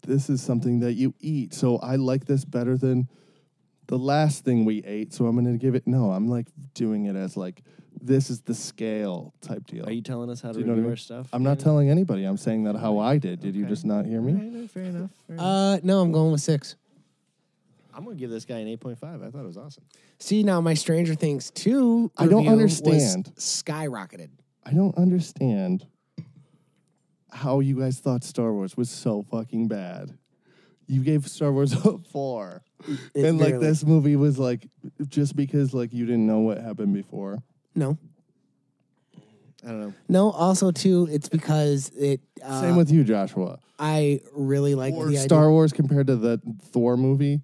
Speaker 1: this is something that you eat. So I like this better than the last thing we ate. So I'm going to give it. No, I'm like doing it as like this is the scale type deal.
Speaker 2: Are you telling us how to
Speaker 1: Do you know
Speaker 2: review
Speaker 1: what I mean?
Speaker 2: our stuff?
Speaker 1: I'm not telling anybody. I'm saying that how I did. Did you just not hear me?
Speaker 2: All right, fair enough. fair enough.
Speaker 3: Uh, no, I'm going with six.
Speaker 2: I'm gonna give this guy an 8.5. I thought it was awesome.
Speaker 3: See, now my Stranger Things two.
Speaker 1: I don't
Speaker 3: review was
Speaker 1: understand.
Speaker 3: skyrocketed.
Speaker 1: I don't understand how you guys thought Star Wars was so fucking bad. You gave Star Wars a four, and like
Speaker 3: barely-
Speaker 1: this movie was like just because like you didn't know what happened before.
Speaker 3: No,
Speaker 2: I don't know.
Speaker 3: no. Also too, it's because it. Uh,
Speaker 1: Same with you, Joshua.
Speaker 3: I really like
Speaker 1: Or
Speaker 3: the
Speaker 1: Star
Speaker 3: idea.
Speaker 1: Wars compared to the Thor movie,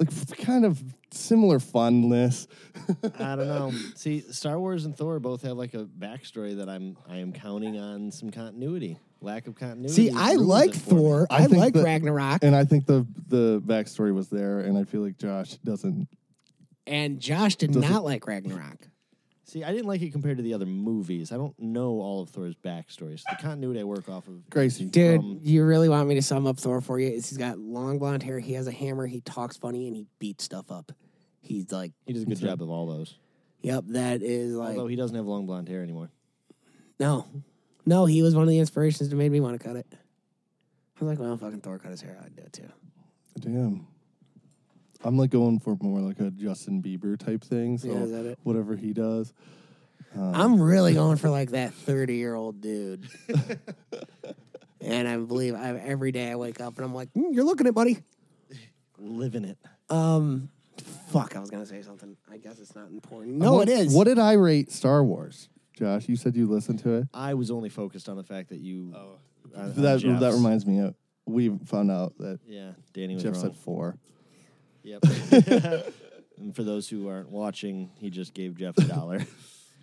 Speaker 1: like f- kind of similar funness.
Speaker 2: I don't know. See, Star Wars and Thor both have like a backstory that I'm I am counting on some continuity. Lack of continuity.
Speaker 3: See, I
Speaker 2: ruins
Speaker 3: like
Speaker 2: it for me.
Speaker 3: Thor.
Speaker 1: I
Speaker 3: I,
Speaker 1: think
Speaker 3: like
Speaker 1: that-
Speaker 3: Ragnarok,
Speaker 1: And I think the the backstory was there, and I feel like Josh doesn't.
Speaker 3: and Josh did not like Ragnarok.
Speaker 2: See, I didn't like it compared to the other movies. I don't know all of Thor's backstory, so the continuity I work off of.
Speaker 1: Gracie,
Speaker 3: Dude,
Speaker 2: Um,
Speaker 3: you really want me to sum up Thor for you? Is he's got long blonde hair, he has a hammer, he talks funny, and he beats stuff up. He's like,
Speaker 2: He does a good job of all those.
Speaker 3: yep, that is like,
Speaker 2: Although he doesn't have long blonde hair anymore.
Speaker 3: no, no, he was one of the inspirations that made me want to cut it. I was like, well, fucking Thor cut his hair, I'd do it too.
Speaker 1: Damn. I'm like going for more like a Justin Bieber type thing. So
Speaker 3: Yeah, is that it?
Speaker 1: whatever he does.
Speaker 3: I'm really going for like that 30 year old dude. and I believe I every day I wake up and I'm like, "Mm, you're looking at buddy.
Speaker 2: Living it.
Speaker 3: Um, fuck, I was gonna say something. I guess it's not important. No,
Speaker 1: Uh, What-
Speaker 3: it is.
Speaker 1: What did I rate Star Wars? Josh, you said you listened to it.
Speaker 2: I was only focused on the fact that you. Oh,
Speaker 1: that that reminds me of we found out that
Speaker 2: Yeah, Danny was
Speaker 1: Jeff
Speaker 2: wrong.
Speaker 1: said four.
Speaker 2: Yep. and for those who aren't watching, he just gave Jeff a dollar.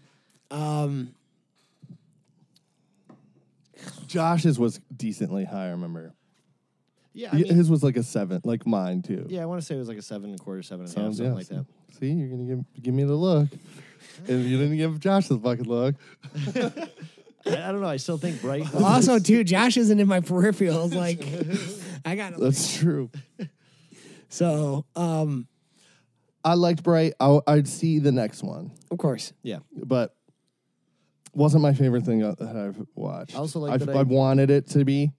Speaker 3: Um,
Speaker 1: Josh's was decently high, I remember.
Speaker 2: yeah,
Speaker 1: Y- His was like a seven, like mine too.
Speaker 2: yeah. I want to say it was like a seven and a quarter, seven and a half,
Speaker 1: Sounds
Speaker 2: something
Speaker 1: yeah,
Speaker 2: like
Speaker 1: see-
Speaker 2: that.
Speaker 1: See, you're gonna give give me the look. and you didn't give Josh the fucking look.
Speaker 2: I, I don't know. I still think Bright.
Speaker 3: also, too, Josh isn't in my peripherals. Like, I got
Speaker 1: That's true.
Speaker 3: so. Um,
Speaker 1: I liked Bright. I, I'd see the next one.
Speaker 3: of course,
Speaker 2: yeah,
Speaker 1: but wasn't my favorite thing that I've watched.
Speaker 2: I also like
Speaker 1: I've-
Speaker 2: that
Speaker 1: I,
Speaker 2: I-
Speaker 1: wanted it to be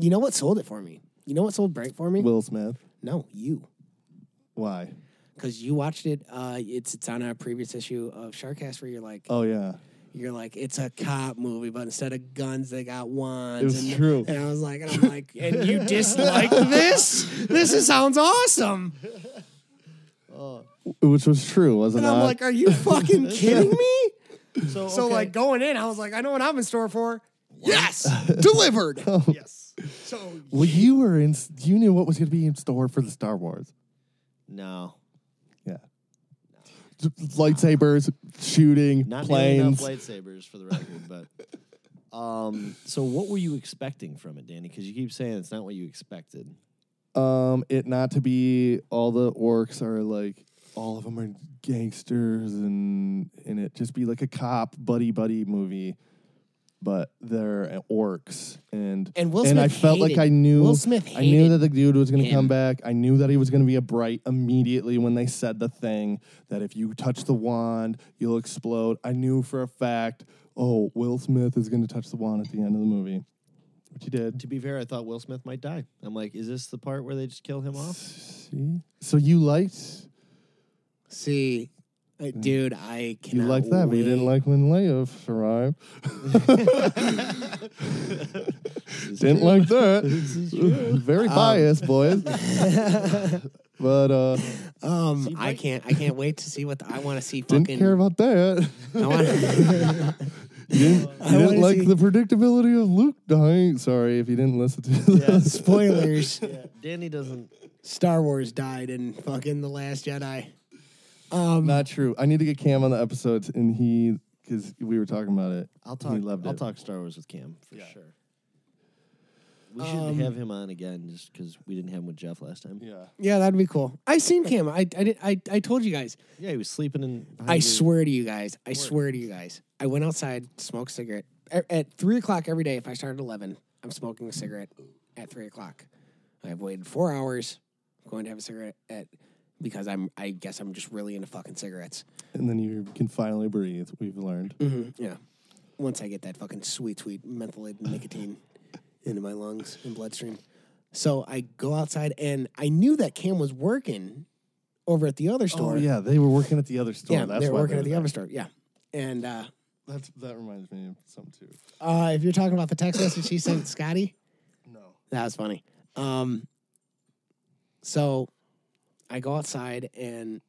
Speaker 3: you know what sold it for me. You know what sold Bright for me?
Speaker 1: Will Smith.
Speaker 3: no, you,
Speaker 1: Why?
Speaker 3: because you watched it. Uh, it's it's on a previous issue of Sharkcast where you're like,
Speaker 1: Oh yeah,
Speaker 3: you're like, it's a cop movie, but instead of guns, they got wands.
Speaker 1: It was
Speaker 3: and,
Speaker 1: true.
Speaker 3: And I was like, and I'm like, and you dislike this? This is, sounds awesome.
Speaker 1: which was true, wasn't
Speaker 3: And I'm
Speaker 1: it?
Speaker 3: like, are you fucking kidding me?
Speaker 2: So,
Speaker 3: So like going in, I was like, I know what I'm in store for. Yes, delivered.
Speaker 1: Oh.
Speaker 2: yes.
Speaker 3: So
Speaker 1: well, you were in. You knew what was going to be in store for the Star Wars.
Speaker 2: No,
Speaker 1: Yeah, lightsabers, shooting,
Speaker 2: Not nearly enough
Speaker 1: planes.
Speaker 2: lightsabers for the record, but. Um, so what were you expecting from it, Danny? Because you keep saying it's not what you expected.
Speaker 1: um, it not to be all the orcs are like all of them are gangsters and and it just be like a cop buddy buddy movie, but they're uh, orcs and
Speaker 3: And Will
Speaker 1: I
Speaker 3: Smith
Speaker 1: felt like
Speaker 3: hated-
Speaker 1: I knew
Speaker 3: Will Smith
Speaker 1: I knew
Speaker 3: hated
Speaker 1: that the dude was going to come
Speaker 3: him.
Speaker 1: back. I knew that he was going to be a bright immediately when they said the thing that if you touch the wand, you'll explode. I knew for a fact. Oh, Will Smith is going to touch the wand at the end of the movie, which he did.
Speaker 2: To be fair, I thought Will Smith might die. I'm like, is this the part where they just kill him off?
Speaker 1: See? So you liked
Speaker 3: See, uh, dude, I
Speaker 1: Mm. you
Speaker 3: cannot.
Speaker 1: liked that, but you didn't like
Speaker 3: wait.
Speaker 1: when Leia arrived. didn't
Speaker 2: true.
Speaker 1: like that.
Speaker 3: Um,
Speaker 1: Very biased, boys. but uh
Speaker 3: Um, I
Speaker 2: right?
Speaker 3: can't. I can't wait to see what the, I want to see.
Speaker 1: didn't
Speaker 3: fucking,
Speaker 1: care about that.
Speaker 3: I wanna,
Speaker 1: You didn't,
Speaker 3: I
Speaker 1: you didn't
Speaker 3: wanna
Speaker 1: like
Speaker 3: see-
Speaker 1: the predictability of Luke dying. Sorry if you didn't listen to this.
Speaker 3: spoilers.
Speaker 2: Danny doesn't.
Speaker 3: Star Wars died in fucking the Last Jedi. Um,
Speaker 1: Not true. I need to get Cam on the episodes and he because we were talking about it.
Speaker 2: I'll
Speaker 1: He
Speaker 2: talk.
Speaker 1: loved
Speaker 2: I'll
Speaker 1: it.
Speaker 2: talk Star Wars with Cam for sure. We should
Speaker 3: Um,
Speaker 2: have him on again just because we didn't have him with Jeff last time.
Speaker 1: Yeah.
Speaker 3: yeah, that'd be cool. I seen Cam. I I did, I, I told you guys.
Speaker 2: Yeah, he was sleeping in.
Speaker 3: I swear to you guys. I swear to you guys. I went outside, smoked a cigarette. At, at three o'clock every day, if I start at eleven, I'm smoking a cigarette at three o'clock. I've waited four hours. I'm going to have a cigarette at because I'm. I guess I'm just really into fucking cigarettes.
Speaker 1: And then you can finally breathe, we've learned.
Speaker 3: Yeah. Once I get that fucking sweet, sweet mentholated nicotine into my lungs and bloodstream. So I go outside and I knew that Cam was working over at the other store.
Speaker 1: Oh yeah, they were working at the other store.
Speaker 3: Yeah,
Speaker 1: that's
Speaker 3: they were
Speaker 1: why
Speaker 3: working
Speaker 1: they
Speaker 3: at the
Speaker 1: there.
Speaker 3: other store. Yeah. And uh,
Speaker 1: That's that reminds me of something too.
Speaker 3: uh, if you're talking about the text message she sent Scotty,
Speaker 1: No.
Speaker 3: That was funny. Um, so I go outside and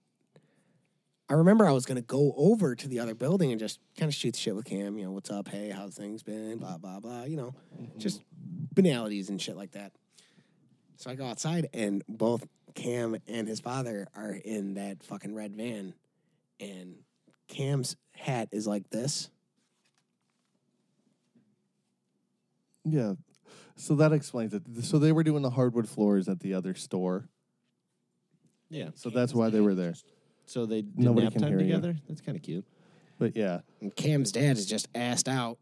Speaker 3: I remember I was gonna go over to the other building and just kind of shoot the shit with Cam. You know, what's up? Hey, how's things been? Blah blah blah. You know, just banalities and shit like that. So I go outside and both Cam and his father are in that fucking red van, and Cam's hat is like this.
Speaker 1: Yeah. So that explains it. So they were doing the hardwood floors at the other store.
Speaker 2: Yeah.
Speaker 1: So that's why they were there.
Speaker 2: So they did
Speaker 1: Nobody
Speaker 2: nap
Speaker 1: can
Speaker 2: time
Speaker 1: hear you.
Speaker 2: together. That's kind of cute.
Speaker 1: But yeah.
Speaker 3: And Cam's dad is just assed out.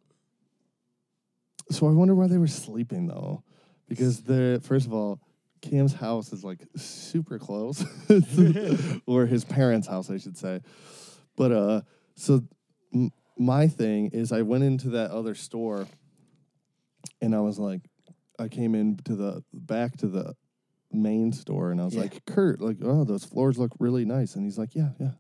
Speaker 1: So I wonder why they were sleeping though. Because they're first of all, Cam's house is like super close. or his parents' house, I should say. But uh so m- my thing is I went into that other store and I was like I came in to the back to the main store and I was
Speaker 3: Yeah.
Speaker 1: like, Kurt, like, oh, those floors look really nice. And he's like, Yeah, yeah.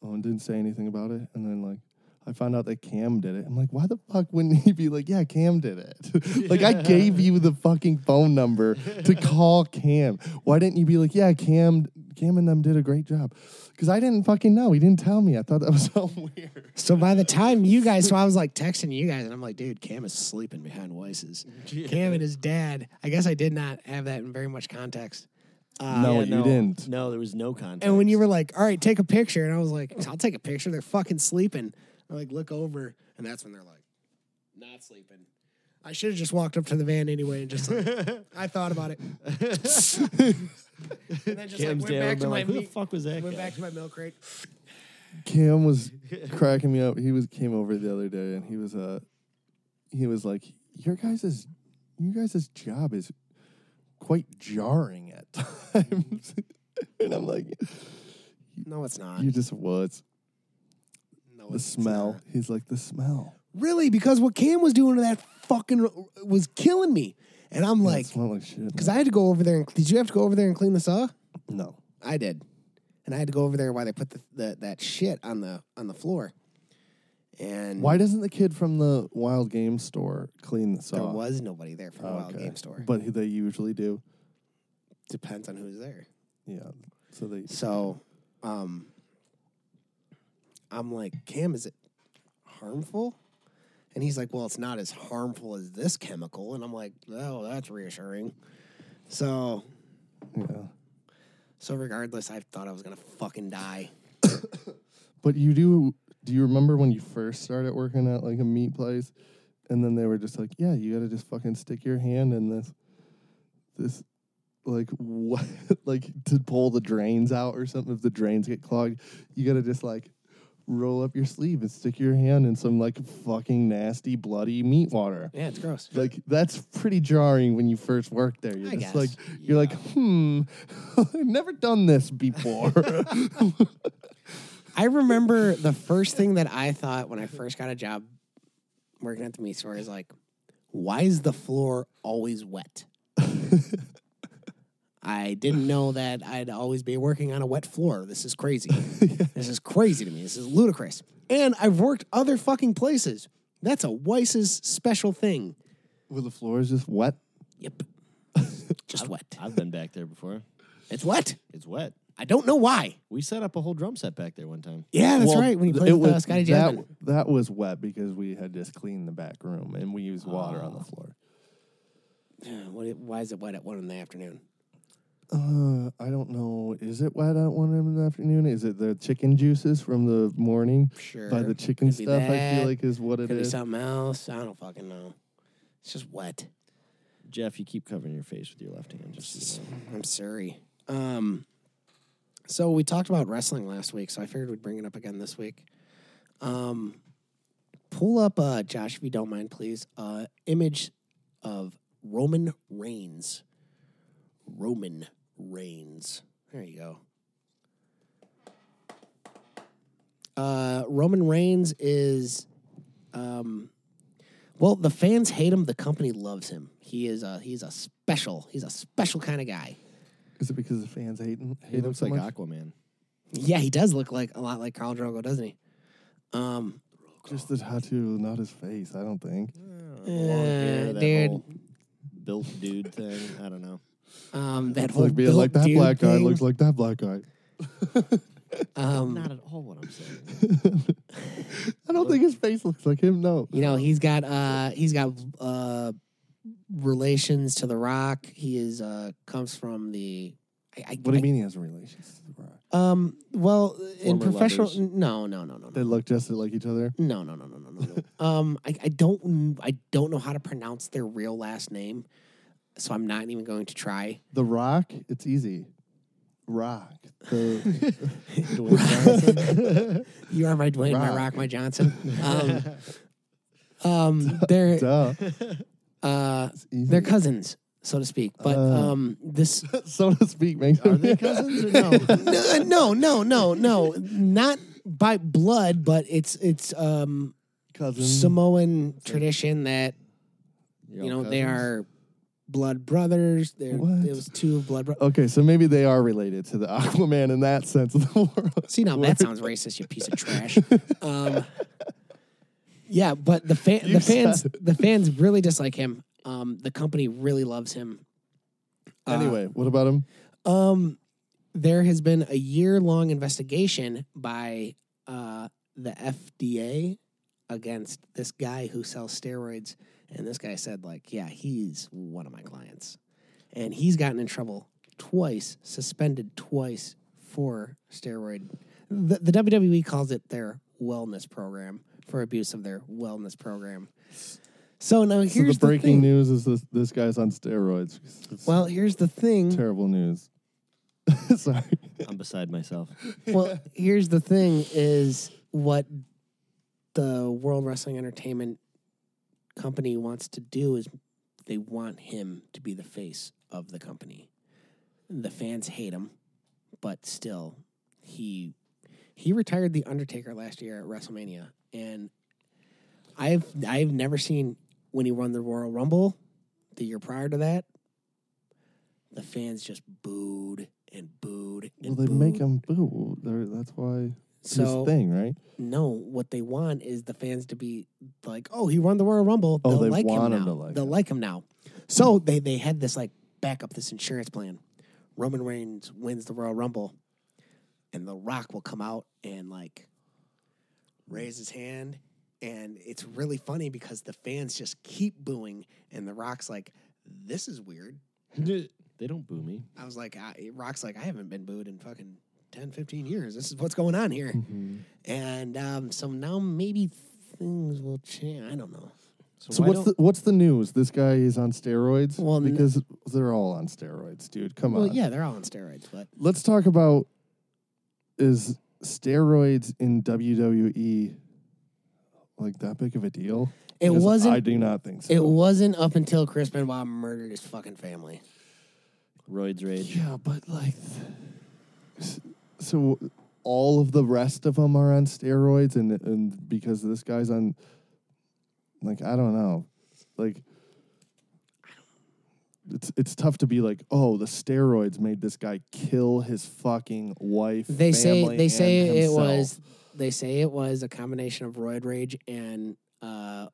Speaker 1: Oh, and didn't say anything about it. And then like I found out that Cam did it. I'm like, why the fuck wouldn't he be like, yeah, Cam did it? like I gave you the fucking phone number to call Cam. Why didn't you be like, yeah, Cam Cam and them did a great job? Because I didn't fucking know. He didn't tell me. I thought that was so weird.
Speaker 3: So by the time you guys, so I was like texting you guys, and I'm like, dude, Cam is sleeping behind Weiss's. Cam and his dad. I guess I did not have that in very much context. Uh,
Speaker 1: No,
Speaker 2: Yeah,
Speaker 1: you didn't.
Speaker 2: No, there was no contact.
Speaker 3: And when you were like, all right, take a picture, and I was like, I'll take a picture. They're fucking sleeping. I like look over, and that's when they're like, not sleeping. I should have just walked up to the van anyway and just. Like, I thought about it. and then just
Speaker 2: Cam's dad
Speaker 3: like went
Speaker 2: would've
Speaker 3: back
Speaker 2: been
Speaker 3: to my
Speaker 2: like, who the
Speaker 3: meat-
Speaker 2: fuck was that?
Speaker 3: went
Speaker 2: guy?
Speaker 3: back to my milk crate.
Speaker 1: Cam was cracking me up. He was came over the other day and he was uh he was like, Your guys' you guys' job is quite jarring at times. and I'm like,
Speaker 3: No, it's not.
Speaker 1: you just was.
Speaker 3: No,
Speaker 1: The
Speaker 3: it's
Speaker 1: smell.
Speaker 3: not.
Speaker 1: He's like the smell.
Speaker 3: Really, because what Cam was doing to that fucking was killing me, and I'm
Speaker 1: Like,
Speaker 3: like,
Speaker 1: it smelled like shit.
Speaker 3: because I had to go over there and did you have to go over there and clean this up?
Speaker 1: no.
Speaker 3: I did, and I had to go over there while they put the, the that shit on the on the floor, and
Speaker 1: Why doesn't the kid from the Wild Game store clean this
Speaker 3: there
Speaker 1: off?
Speaker 3: was nobody there from the
Speaker 1: Oh,
Speaker 3: wild
Speaker 1: okay.
Speaker 3: game store. But
Speaker 1: But he- they usually do.
Speaker 3: depends on who's there.
Speaker 1: Yeah. So they
Speaker 3: So, um, I'm like, Cam, is it harmful? And he's like, Well, it's not as harmful as this chemical, and I'm like, Oh, that's reassuring. So
Speaker 1: yeah.
Speaker 3: So regardless, I thought I was gonna fucking die.
Speaker 1: But you do. Do you remember when you first started working at like a meat place, and then they were just like, "Yeah, you gotta just fucking stick your hand in this, this, like what, like to pull the drains out or something. If the drains get clogged, you gotta just like." Roll up your sleeve and stick your hand in some like fucking nasty bloody meat water.
Speaker 3: Yeah, it's gross.
Speaker 1: Like that's pretty jarring when you first work there. You're
Speaker 3: I
Speaker 1: just
Speaker 3: guess.
Speaker 1: like you're like, hmm, I've never done this before.
Speaker 3: I remember the first thing that I thought when I first got a job working at the meat store is like, why is the floor always wet? I didn't know that I'd always be working on a wet floor. This is crazy. This is crazy to me. This is ludicrous. And I've worked other fucking places. That's a Weiss's special thing.
Speaker 1: Where the floor is just wet.
Speaker 3: Yep. Just wet.
Speaker 2: I've been back there before.
Speaker 3: It's wet.
Speaker 2: It's wet.
Speaker 3: I don't know why.
Speaker 2: We set up a whole drum set back there one time.
Speaker 3: Yeah, that's
Speaker 1: Well,
Speaker 3: right. When you
Speaker 1: th-
Speaker 3: played
Speaker 1: it
Speaker 3: with uh,
Speaker 1: was-
Speaker 3: Scotty
Speaker 1: that,
Speaker 3: Jasmine.
Speaker 1: that was wet because we had just cleaned the back room and we used water on
Speaker 3: Oh.
Speaker 1: the floor.
Speaker 3: Yeah, what, why is it wet at one in the afternoon?
Speaker 1: Uh, I don't know. Is it wet at one in the afternoon? Is it the chicken juices from the morning? By
Speaker 3: Sure.
Speaker 1: the chicken
Speaker 3: Could be
Speaker 1: stuff, I
Speaker 3: that.
Speaker 1: feel like is what it
Speaker 3: Could be
Speaker 1: is.
Speaker 3: something else. I don't fucking know. It's just wet.
Speaker 2: Jeff, you keep covering your face with your left hand. Just so you know.
Speaker 3: I'm sorry. Um, so we talked about wrestling last week, so I figured we'd bring it up again this week. Um, pull up, uh, Josh, if you don't mind, please, uh, image of Roman Reigns. Roman Reigns. There you go. Uh, Roman Reigns is, um, well, the fans hate him. The company loves him. He is a he's a special. He's a special kind of guy.
Speaker 1: Is it because the fans hate him? Hate
Speaker 2: he
Speaker 1: him
Speaker 2: looks
Speaker 1: so
Speaker 2: like
Speaker 1: much?
Speaker 2: Aquaman.
Speaker 3: Yeah, he does look like a lot like Carl Drogo, doesn't he? Um,
Speaker 1: Just the tattoo, not his face. I don't think.
Speaker 2: Long hair,
Speaker 3: Uh,
Speaker 2: that
Speaker 3: dude.
Speaker 2: whole built dude thing. I don't know.
Speaker 3: um, that
Speaker 1: It's
Speaker 3: whole
Speaker 1: like being like
Speaker 3: built
Speaker 1: that
Speaker 3: dude
Speaker 1: black guy
Speaker 3: thing.
Speaker 1: looks like that black guy.
Speaker 3: Um,
Speaker 2: Not at all what I'm saying.
Speaker 1: I don't think his face looks like him. No.
Speaker 3: you know, he's got uh, he's got uh, relations to The Rock. He is uh, comes from the. I, I,
Speaker 1: What do you mean he has relations? to the rock?
Speaker 3: I- um, well, in
Speaker 2: Former
Speaker 3: professional,
Speaker 2: lovers.
Speaker 3: no, no, no, no, no.
Speaker 1: They look just like each other.
Speaker 3: No, no, no, no, no, no. no. um, I, I don't I don't know how to pronounce their real last name, so I'm not even going to try.
Speaker 1: The Rock, it's easy. Rock. The,
Speaker 3: You are my Dwayne, my
Speaker 1: Rock.
Speaker 3: Rock, my Johnson. Um, um, they're
Speaker 1: duh.
Speaker 3: uh,
Speaker 1: It's easy.
Speaker 3: they're cousins, so to speak. But
Speaker 1: Uh.
Speaker 3: um, this
Speaker 1: so to speak, man.
Speaker 2: Are they cousins or no?
Speaker 3: no, uh, no, no, no, no, not by blood, but it's it's um
Speaker 1: cousins?
Speaker 3: Samoan tradition that
Speaker 2: You're
Speaker 3: you
Speaker 2: all
Speaker 3: know they
Speaker 2: cousins?
Speaker 3: are blood brothers. They're
Speaker 1: What?
Speaker 3: it was two blood brothers.
Speaker 1: okay, so maybe they are related to the Aquaman in that sense of the world.
Speaker 3: See now that sounds racist, you piece of trash. Um, yeah, but the fan,
Speaker 1: You
Speaker 3: the fans,
Speaker 1: said
Speaker 3: the fans really dislike him. Um, the company really loves him. Uh,
Speaker 1: anyway, what about him?
Speaker 3: um, there has been a year long investigation by uh, the FDA against this guy who sells steroids, and this guy said like, yeah, he's one of my clients, and he's gotten in trouble twice, suspended twice for steroid. The, the WWE calls it their wellness program for abuse of their wellness program. So now
Speaker 1: So the
Speaker 3: here's the
Speaker 1: breaking
Speaker 3: thing.
Speaker 1: news is this, this guy's on steroids. It's
Speaker 3: Well, here's the thing.
Speaker 1: terrible news. Sorry.
Speaker 2: I'm beside myself.
Speaker 3: Well, here's the thing is what the World Wrestling Entertainment company wants to do is they want him to be the face of the company. The fans hate him, but still he he retired the Undertaker last year at WrestleMania and I've I've never seen when he won the Royal Rumble the year prior to that the fans just booed and booed
Speaker 1: Well,
Speaker 3: and
Speaker 1: they
Speaker 3: booed.
Speaker 1: make him boo. They're, that's why it's his
Speaker 3: So
Speaker 1: thing, right?
Speaker 3: no, what they want is the fans to be like, "Oh, he won the Royal Rumble.
Speaker 1: Oh,
Speaker 3: They'll
Speaker 1: they
Speaker 3: like
Speaker 1: want him
Speaker 3: him, now.
Speaker 1: to like
Speaker 3: They'll
Speaker 1: him.
Speaker 3: like him now." So they they had this like backup, this insurance plan. Roman Reigns wins the Royal Rumble, and The Rock will come out and like raise his hand, and it's really funny because the fans just keep booing, and The Rock's like, "This is weird."
Speaker 2: they don't boo me.
Speaker 3: I was like, I, Rock's like, I haven't been booed in fucking 10, 15 years. This is what's going on here. And um, so now maybe things will change. I don't know.
Speaker 1: So
Speaker 2: why
Speaker 1: what's
Speaker 2: don't-
Speaker 1: the what's the news? This guy is on steroids.
Speaker 3: Well, n-
Speaker 1: because they're all on steroids, dude. Come
Speaker 3: Well,
Speaker 1: on.
Speaker 3: yeah, they're all on steroids, but
Speaker 1: Let's talk about is steroids in WWE like that big of a deal?
Speaker 3: It
Speaker 1: Because
Speaker 3: wasn't-
Speaker 1: I do not think so.
Speaker 3: it wasn't up until Chris Benoit murdered his fucking family.
Speaker 2: Roids rage.
Speaker 1: yeah, but like, s- so all of the rest of them are on steroids, and and because this guy's on, like I don't know, like. It's it's tough to be like, oh, the steroids made this guy kill his fucking wife.
Speaker 3: They say
Speaker 1: family,
Speaker 3: they
Speaker 1: and
Speaker 3: say it
Speaker 1: himself."
Speaker 3: was they say it was a combination of roid rage and uh,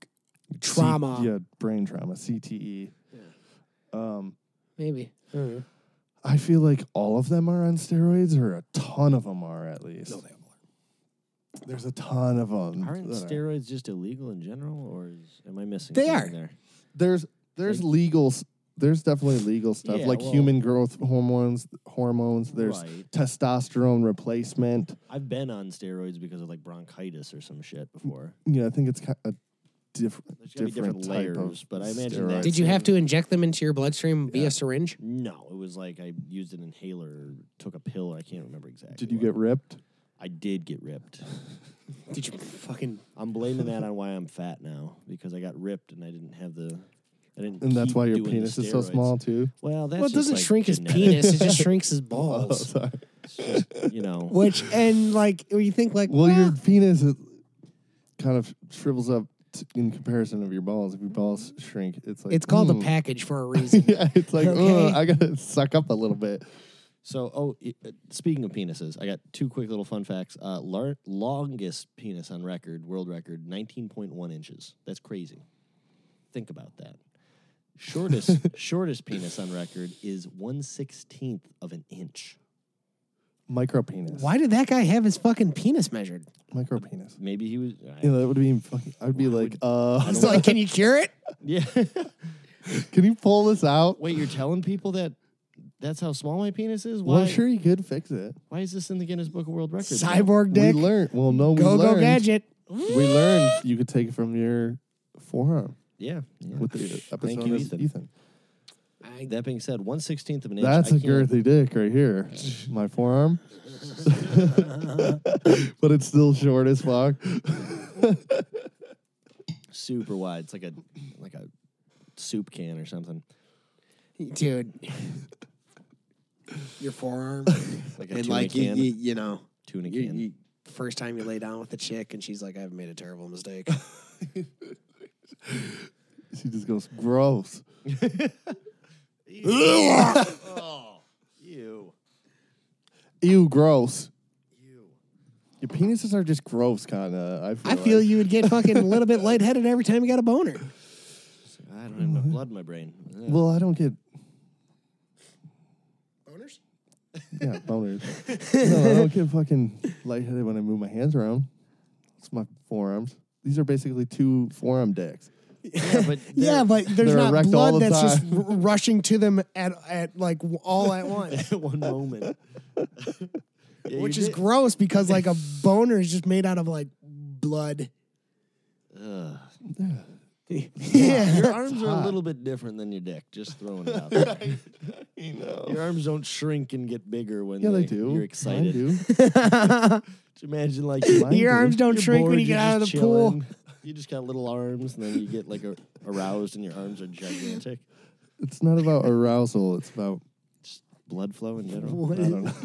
Speaker 1: C-
Speaker 3: trauma.
Speaker 1: yeah, brain trauma, E. CTE. Um,
Speaker 3: Maybe. I don't
Speaker 2: Mm.
Speaker 3: know.
Speaker 1: I feel like all of them are on steroids, or a ton of them are at least.
Speaker 3: No, they all
Speaker 1: There's a ton of them.
Speaker 2: Aren't
Speaker 1: that are-
Speaker 2: steroids just illegal in general, or is, am I missing?
Speaker 3: They
Speaker 2: something
Speaker 3: are.
Speaker 2: there?
Speaker 1: There's there's legal. s- There's definitely legal stuff
Speaker 2: Yeah,
Speaker 1: like
Speaker 2: well-
Speaker 1: human growth hormones. Hormones. There's
Speaker 2: Right.
Speaker 1: testosterone replacement.
Speaker 2: I've been on steroids because of like bronchitis or some shit before.
Speaker 1: You know, I think it's kind of a different
Speaker 2: There's gotta be different
Speaker 1: type of
Speaker 2: layers, but I imagine that-
Speaker 1: steroid.
Speaker 3: Did you have to inject them into your bloodstream via syringe?
Speaker 2: No, it was like I used an inhaler, or took a pill. I can't remember exactly.
Speaker 1: Did you
Speaker 2: what.
Speaker 1: get ripped?
Speaker 2: I did get ripped.
Speaker 3: Did you fucking?
Speaker 2: I'm blaming that on why I'm fat now because I got ripped and I didn't have the. I didn't.
Speaker 1: And that's
Speaker 2: keep
Speaker 1: why your
Speaker 2: doing the
Speaker 1: penis is so
Speaker 2: steroids.
Speaker 1: small too.
Speaker 2: Well, that's
Speaker 3: Well, it
Speaker 2: just,
Speaker 3: doesn't
Speaker 2: like,
Speaker 3: shrink his
Speaker 2: genetic.
Speaker 3: penis; it just shrinks his
Speaker 1: Oh,
Speaker 3: balls.
Speaker 1: sorry.
Speaker 2: It's just, you know,
Speaker 3: Which and like you think like
Speaker 1: Well,
Speaker 3: well,
Speaker 1: your penis is, kind of shrivels up t- in comparison of your balls. If your balls shrink, it's like
Speaker 3: Mm. it's called
Speaker 1: "Mm."
Speaker 3: a package for a reason.
Speaker 1: yeah, it's like
Speaker 3: Okay.
Speaker 1: "Ugh, I gotta suck up a little bit.
Speaker 2: So, oh, i- uh, speaking of penises, I got two quick little fun facts. Uh, lar- longest penis on record, world record, 19.1 inches. That's crazy. Think about that. Shortest shortest penis on record is 1 16th of an inch.
Speaker 1: Micro penis.
Speaker 3: Why did that guy have his fucking penis measured?
Speaker 1: Micro penis.
Speaker 2: Maybe he was. I-
Speaker 1: Yeah, that would be fucking. I'd be like, uh,
Speaker 3: It's like, can you cure it?
Speaker 2: yeah.
Speaker 1: can you pull this out?
Speaker 2: Wait, you're telling people that that's how small my penis is? Why,
Speaker 1: Well, I'm sure you could fix it.
Speaker 2: why is this in the Guinness Book of World Records? now?
Speaker 3: Cyborg dick.
Speaker 1: We learned. Well, no, we
Speaker 3: go
Speaker 1: learned.
Speaker 3: go gadget.
Speaker 1: We learned you could take it from your forearm
Speaker 2: Yeah. yeah.
Speaker 1: with the
Speaker 2: Thank
Speaker 1: episode
Speaker 2: you,
Speaker 1: of
Speaker 2: Ethan.
Speaker 1: Ethan.
Speaker 3: I,
Speaker 2: That being said, 1 16th of an inch.
Speaker 1: That's
Speaker 2: I
Speaker 1: a
Speaker 2: can't-
Speaker 1: girthy dick right here. My forearm. but it's still short as fuck.
Speaker 2: super wide. It's like a like a soup can or something.
Speaker 3: dude, your forearm
Speaker 2: Like a
Speaker 3: and
Speaker 2: tuna
Speaker 3: like you,
Speaker 2: can.
Speaker 3: you, you know,
Speaker 2: tuna
Speaker 3: you,
Speaker 2: can.
Speaker 3: you- first time you lay down with the chick and she's like, "I've made a terrible mistake."
Speaker 1: She just goes, gross.
Speaker 2: Ew.
Speaker 1: Ew, gross. Your penises are just gross, kind of. I feel,
Speaker 3: I feel
Speaker 1: like.
Speaker 3: you would get fucking a little bit lightheaded every time you got a boner.
Speaker 2: I don't have enough blood in my brain. Ugh.
Speaker 1: Well, I don't get
Speaker 3: Boners?
Speaker 1: yeah boners. no, I don't get fucking lightheaded when I move my hands around. It's my forearms. These are basically two forearm dicks.
Speaker 2: yeah, but
Speaker 3: Yeah, but there's
Speaker 1: they're
Speaker 3: not
Speaker 1: erect all
Speaker 3: blood
Speaker 1: the
Speaker 3: that's just r- rushing to them at at like w- all at once.
Speaker 2: at one moment, Yeah,
Speaker 3: which
Speaker 2: you
Speaker 3: is
Speaker 2: did-
Speaker 3: gross because like a boner is just made out of like blood.
Speaker 2: Ugh.
Speaker 3: Yeah.
Speaker 2: Your arms are a little bit different than your dick. Just throwing it out. There. Your arms don't shrink and get bigger when
Speaker 1: Yeah, they,
Speaker 2: they,
Speaker 1: do.
Speaker 2: You're
Speaker 1: I
Speaker 2: excited.
Speaker 1: do.
Speaker 2: Just Imagine like
Speaker 1: Mine
Speaker 3: Your
Speaker 1: do.
Speaker 3: arms don't
Speaker 2: You're
Speaker 3: shrink when
Speaker 2: bored,
Speaker 3: you get
Speaker 2: you're
Speaker 3: out of the
Speaker 2: just
Speaker 3: pool.
Speaker 2: chilling. You just got little arms, and then you get like a, aroused, and your arms are gigantic.
Speaker 1: It's not about arousal. It's about
Speaker 2: Blood flow in general.
Speaker 3: What
Speaker 1: I
Speaker 3: is-
Speaker 1: don't know.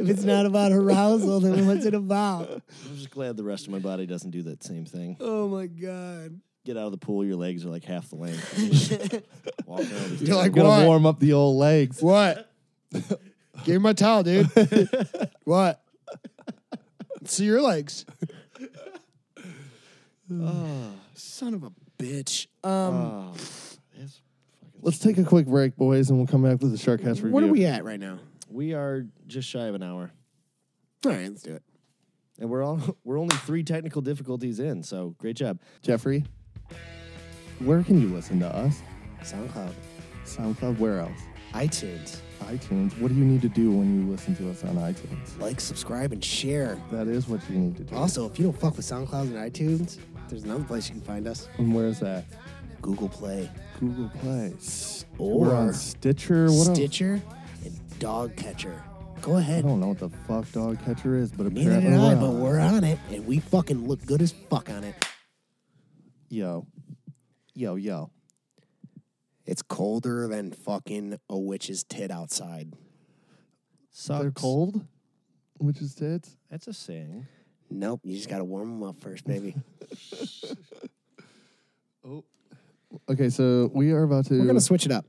Speaker 3: if it's not about arousal, then what's it about?
Speaker 2: I'm just glad the rest of my body doesn't do that same thing.
Speaker 3: Oh my god.
Speaker 2: Get out of the pool, your legs are like half the length. Walk around with
Speaker 3: You're like,
Speaker 1: Gotta
Speaker 3: what?
Speaker 1: warm up the old legs.
Speaker 3: What? Give me my towel, dude. what? See your legs. Son of a bitch. Um,
Speaker 2: oh, that's fucking-
Speaker 1: Let's take a quick break, boys, and we'll come back with the Shark Cast review.
Speaker 3: what are we at right now?
Speaker 2: we are just shy of an hour,
Speaker 3: All right, let's do it.
Speaker 2: and we're all we're only three technical difficulties in. So great job.
Speaker 1: Jeffrey? Where can you listen to us?
Speaker 3: SoundCloud.
Speaker 1: SoundCloud. Where else?
Speaker 3: iTunes.
Speaker 1: iTunes. What do you need to do when you listen to us on iTunes?
Speaker 3: Like, subscribe, and share.
Speaker 1: That is what you need to do.
Speaker 3: Also, if you don't fuck with SoundCloud and iTunes, there's another place you can find us
Speaker 1: And where is that?
Speaker 3: Google Play,
Speaker 1: Google Play. S-
Speaker 3: Or-
Speaker 1: We're on Stitcher. What else?
Speaker 3: Stitcher, and Dogcatcher. Go
Speaker 1: I
Speaker 3: ahead.
Speaker 1: don't know what the fuck dog catcher is, but
Speaker 3: Neither
Speaker 1: apparently
Speaker 3: did I,
Speaker 1: we're
Speaker 3: but
Speaker 1: on.
Speaker 3: we're on it, and we fucking look good as fuck on it.
Speaker 1: yo, yo, yo.
Speaker 3: It's colder than fucking a witch's tit outside.
Speaker 2: Sucks.
Speaker 1: They're cold, which is tits.
Speaker 2: That's a saying.
Speaker 3: Nope, you just gotta warm them up first, baby.
Speaker 1: Okay, so we are about to.
Speaker 3: We're gonna switch it up.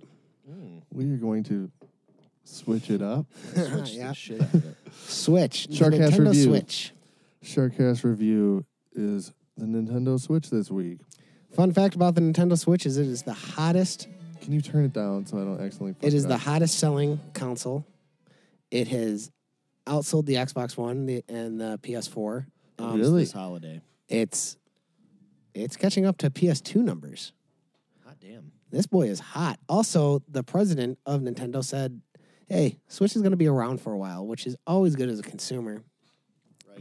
Speaker 1: we are going to switch it up.
Speaker 2: Switch the shit out of it.
Speaker 3: Switch. The
Speaker 1: Shark Ass
Speaker 3: Nintendo
Speaker 1: Review.
Speaker 3: Switch.
Speaker 1: Sharkcast review is the Nintendo Switch this week.
Speaker 3: Fun fact about the Nintendo Switch is it is the hottest.
Speaker 1: Can you turn it down so I don't accidentally? fuck
Speaker 3: It is
Speaker 1: up?
Speaker 3: the hottest selling console. It has outsold the Xbox One the- and the PS4. Um,
Speaker 1: Really?
Speaker 2: This holiday.
Speaker 3: It's it's catching up to PS2 numbers.
Speaker 2: Hot damn.
Speaker 3: This boy is hot. Also, the president of Nintendo said, "Hey, Switch is going to be around for a while, which is always good as a consumer.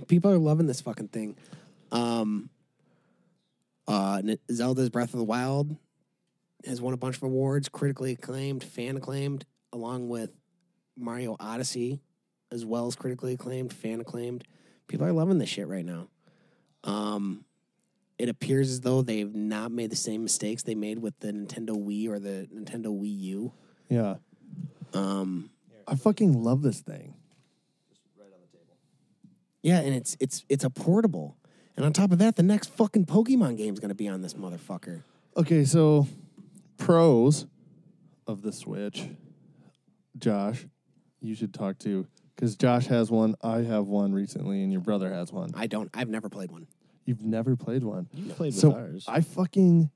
Speaker 3: People are loving this fucking thing." Um, uh, N- Zelda's Breath of the Wild has won a bunch of awards, critically acclaimed, fan acclaimed, along with Mario Odyssey, as well as critically acclaimed, fan acclaimed. People are loving this shit right now. Um, it appears as though they've not made the same mistakes they made with the Nintendo Wii or the Nintendo Wii U.
Speaker 1: Yeah,
Speaker 3: Um,
Speaker 1: I fucking love this thing.
Speaker 3: yeah, and it's it's it's a portable. And on top of that, the next fucking Pokemon game is going to be on this motherfucker.
Speaker 1: Okay, so pros of the Switch, Josh, you should talk to because Josh has one, I have one recently, and your brother has one.
Speaker 3: I don't. I've never played one.
Speaker 1: You've never played one.
Speaker 2: You played with
Speaker 1: so
Speaker 2: ours.
Speaker 1: I fucking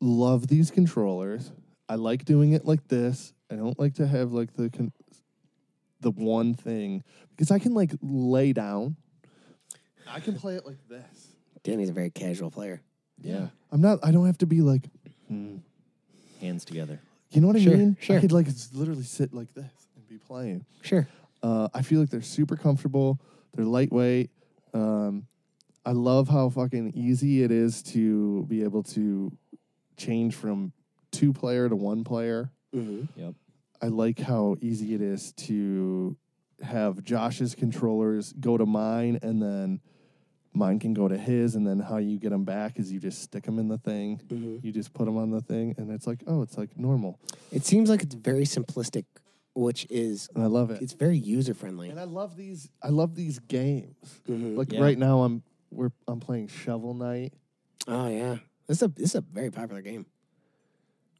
Speaker 1: love these controllers. I like doing it like this. I don't like to have like the con- the one thing because I can like lay down. I can play it like this.
Speaker 3: Danny's a very casual player.
Speaker 2: yeah.
Speaker 1: I'm not. I don't have to be like.
Speaker 2: Hands together.
Speaker 1: You know what I
Speaker 3: Sure,
Speaker 1: mean?
Speaker 3: sure.
Speaker 1: I could like s- literally sit like this and be playing.
Speaker 3: Sure.
Speaker 1: Uh, I feel like they're super comfortable. They're lightweight. Um, I love how fucking easy it is to be able to change from two player to one player.
Speaker 2: Yep.
Speaker 1: I like how easy it is to have Josh's controllers go to mine and then mine can go to his and then how you get them back is you just stick them in the thing. You just put them on the thing and it's like, oh, it's like normal.
Speaker 3: It seems like it's very simplistic, which is
Speaker 1: And I love it.
Speaker 3: it's very user friendly.
Speaker 1: And I love these. I love these games. Like
Speaker 2: Yeah.
Speaker 1: right now, I'm we're I'm playing Shovel Knight.
Speaker 3: Oh yeah, this is a this is a very popular game.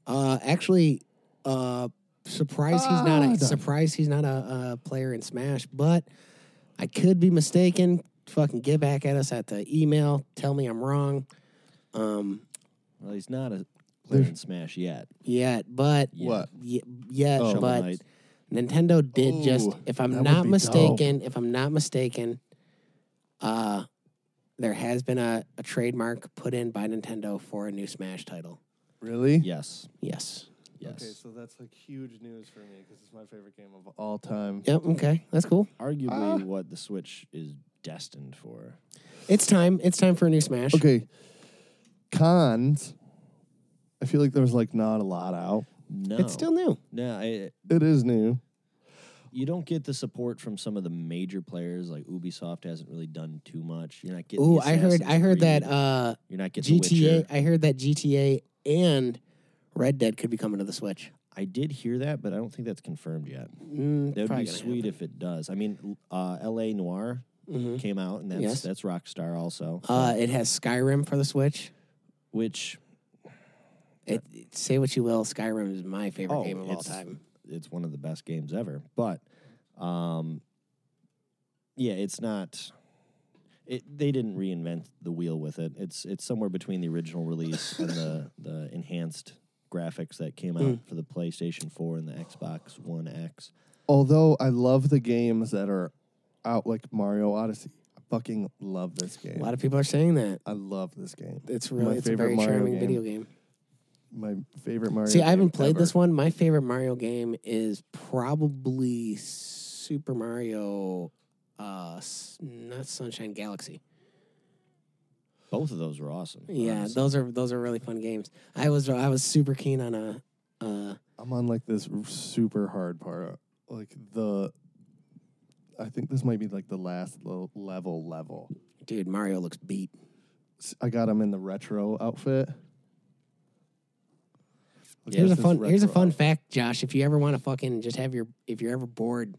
Speaker 3: Uh, actually, uh, surprise he's not
Speaker 1: Ah,
Speaker 3: a
Speaker 1: done.
Speaker 3: surprise he's not a, a player in Smash, but I could be mistaken. Fucking get back at us at the email. Tell me I'm wrong. Um,
Speaker 2: Well, he's not a player in Smash yet.
Speaker 3: yet, but
Speaker 2: Yeah. What?
Speaker 3: Ye- yet,
Speaker 1: Oh.
Speaker 3: but
Speaker 2: Shovel Knight.
Speaker 3: Nintendo did just.
Speaker 1: Ooh,
Speaker 3: If
Speaker 1: that
Speaker 3: I'm
Speaker 1: would
Speaker 3: not
Speaker 1: be
Speaker 3: mistaken, if I'm not mistaken, uh, there has been a, a trademark put in by Nintendo for a new Smash title.
Speaker 1: Really?
Speaker 2: Yes.
Speaker 3: Yes.
Speaker 2: Yes.
Speaker 1: Okay, so that's like huge news for me because it's my favorite game of all time.
Speaker 3: Yep. Okay. That's cool.
Speaker 2: Arguably,
Speaker 1: uh,
Speaker 2: what the Switch is destined for.
Speaker 3: It's time. It's time for a new Smash.
Speaker 1: Okay. Cons. I feel like there's like not a lot out.
Speaker 2: No.
Speaker 3: It's still new.
Speaker 2: No, I,
Speaker 1: It is new.
Speaker 2: you don't get the support from some of the major players. Like Ubisoft hasn't really done too much. You're not getting.
Speaker 3: Ooh,
Speaker 2: the
Speaker 3: I heard. I
Speaker 2: Assassin's
Speaker 3: heard that
Speaker 2: Creed.
Speaker 3: uh,
Speaker 2: You're not getting the
Speaker 3: GTA.
Speaker 2: Witcher.
Speaker 3: I heard that GTA and Red Dead could be coming to the Switch.
Speaker 2: I did hear that, but I don't think that's confirmed yet.
Speaker 3: Mm,
Speaker 2: That would
Speaker 3: probably
Speaker 2: be
Speaker 3: gonna
Speaker 2: sweet if it does. I mean, uh, L.A. Noir
Speaker 3: Mhm.
Speaker 2: came out, and that's
Speaker 3: Yes.
Speaker 2: that's Rockstar also,
Speaker 3: happen. Uh, it has Skyrim for the Switch.
Speaker 2: which
Speaker 3: It, it- say what you will, Skyrim is my favorite
Speaker 2: oh,
Speaker 3: game of all
Speaker 2: it's,
Speaker 3: time.
Speaker 2: it's one of the best games ever. But, um, yeah, it's not. It, they didn't reinvent the wheel with it. It's it's somewhere between the original release and the the enhanced graphics that came out
Speaker 3: Mm.
Speaker 2: for the PlayStation 4 and the Xbox One X.
Speaker 1: Although I love the games that are out, like Mario Odyssey. I fucking love this
Speaker 3: A
Speaker 1: game.
Speaker 3: lot of people are saying that.
Speaker 1: I love this game.
Speaker 3: It's
Speaker 1: My
Speaker 3: really it's a
Speaker 1: favorite
Speaker 3: very
Speaker 1: Mario
Speaker 3: charming
Speaker 1: game.
Speaker 3: video game.
Speaker 1: my favorite Mario.
Speaker 3: See, I haven't
Speaker 1: game
Speaker 3: played
Speaker 1: ever.
Speaker 3: this one. My favorite Mario game is probably Super Mario, uh, s- not Sunshine Galaxy.
Speaker 2: Both of those were awesome.
Speaker 3: Yeah,
Speaker 2: honestly.
Speaker 3: those are those are really fun games. I was I was super keen on a. Uh,
Speaker 1: I'm on like this r- super hard part. uh, Like the, I think this might be like the last lo- level level.
Speaker 3: dude, Mario looks beat.
Speaker 1: S- I got him in the retro outfit. Look,
Speaker 3: here's a
Speaker 1: there's this
Speaker 3: fun here's a
Speaker 1: retro
Speaker 3: fun
Speaker 1: outfit.
Speaker 3: fact, Josh. If you ever want to fucking just have your if you're ever bored,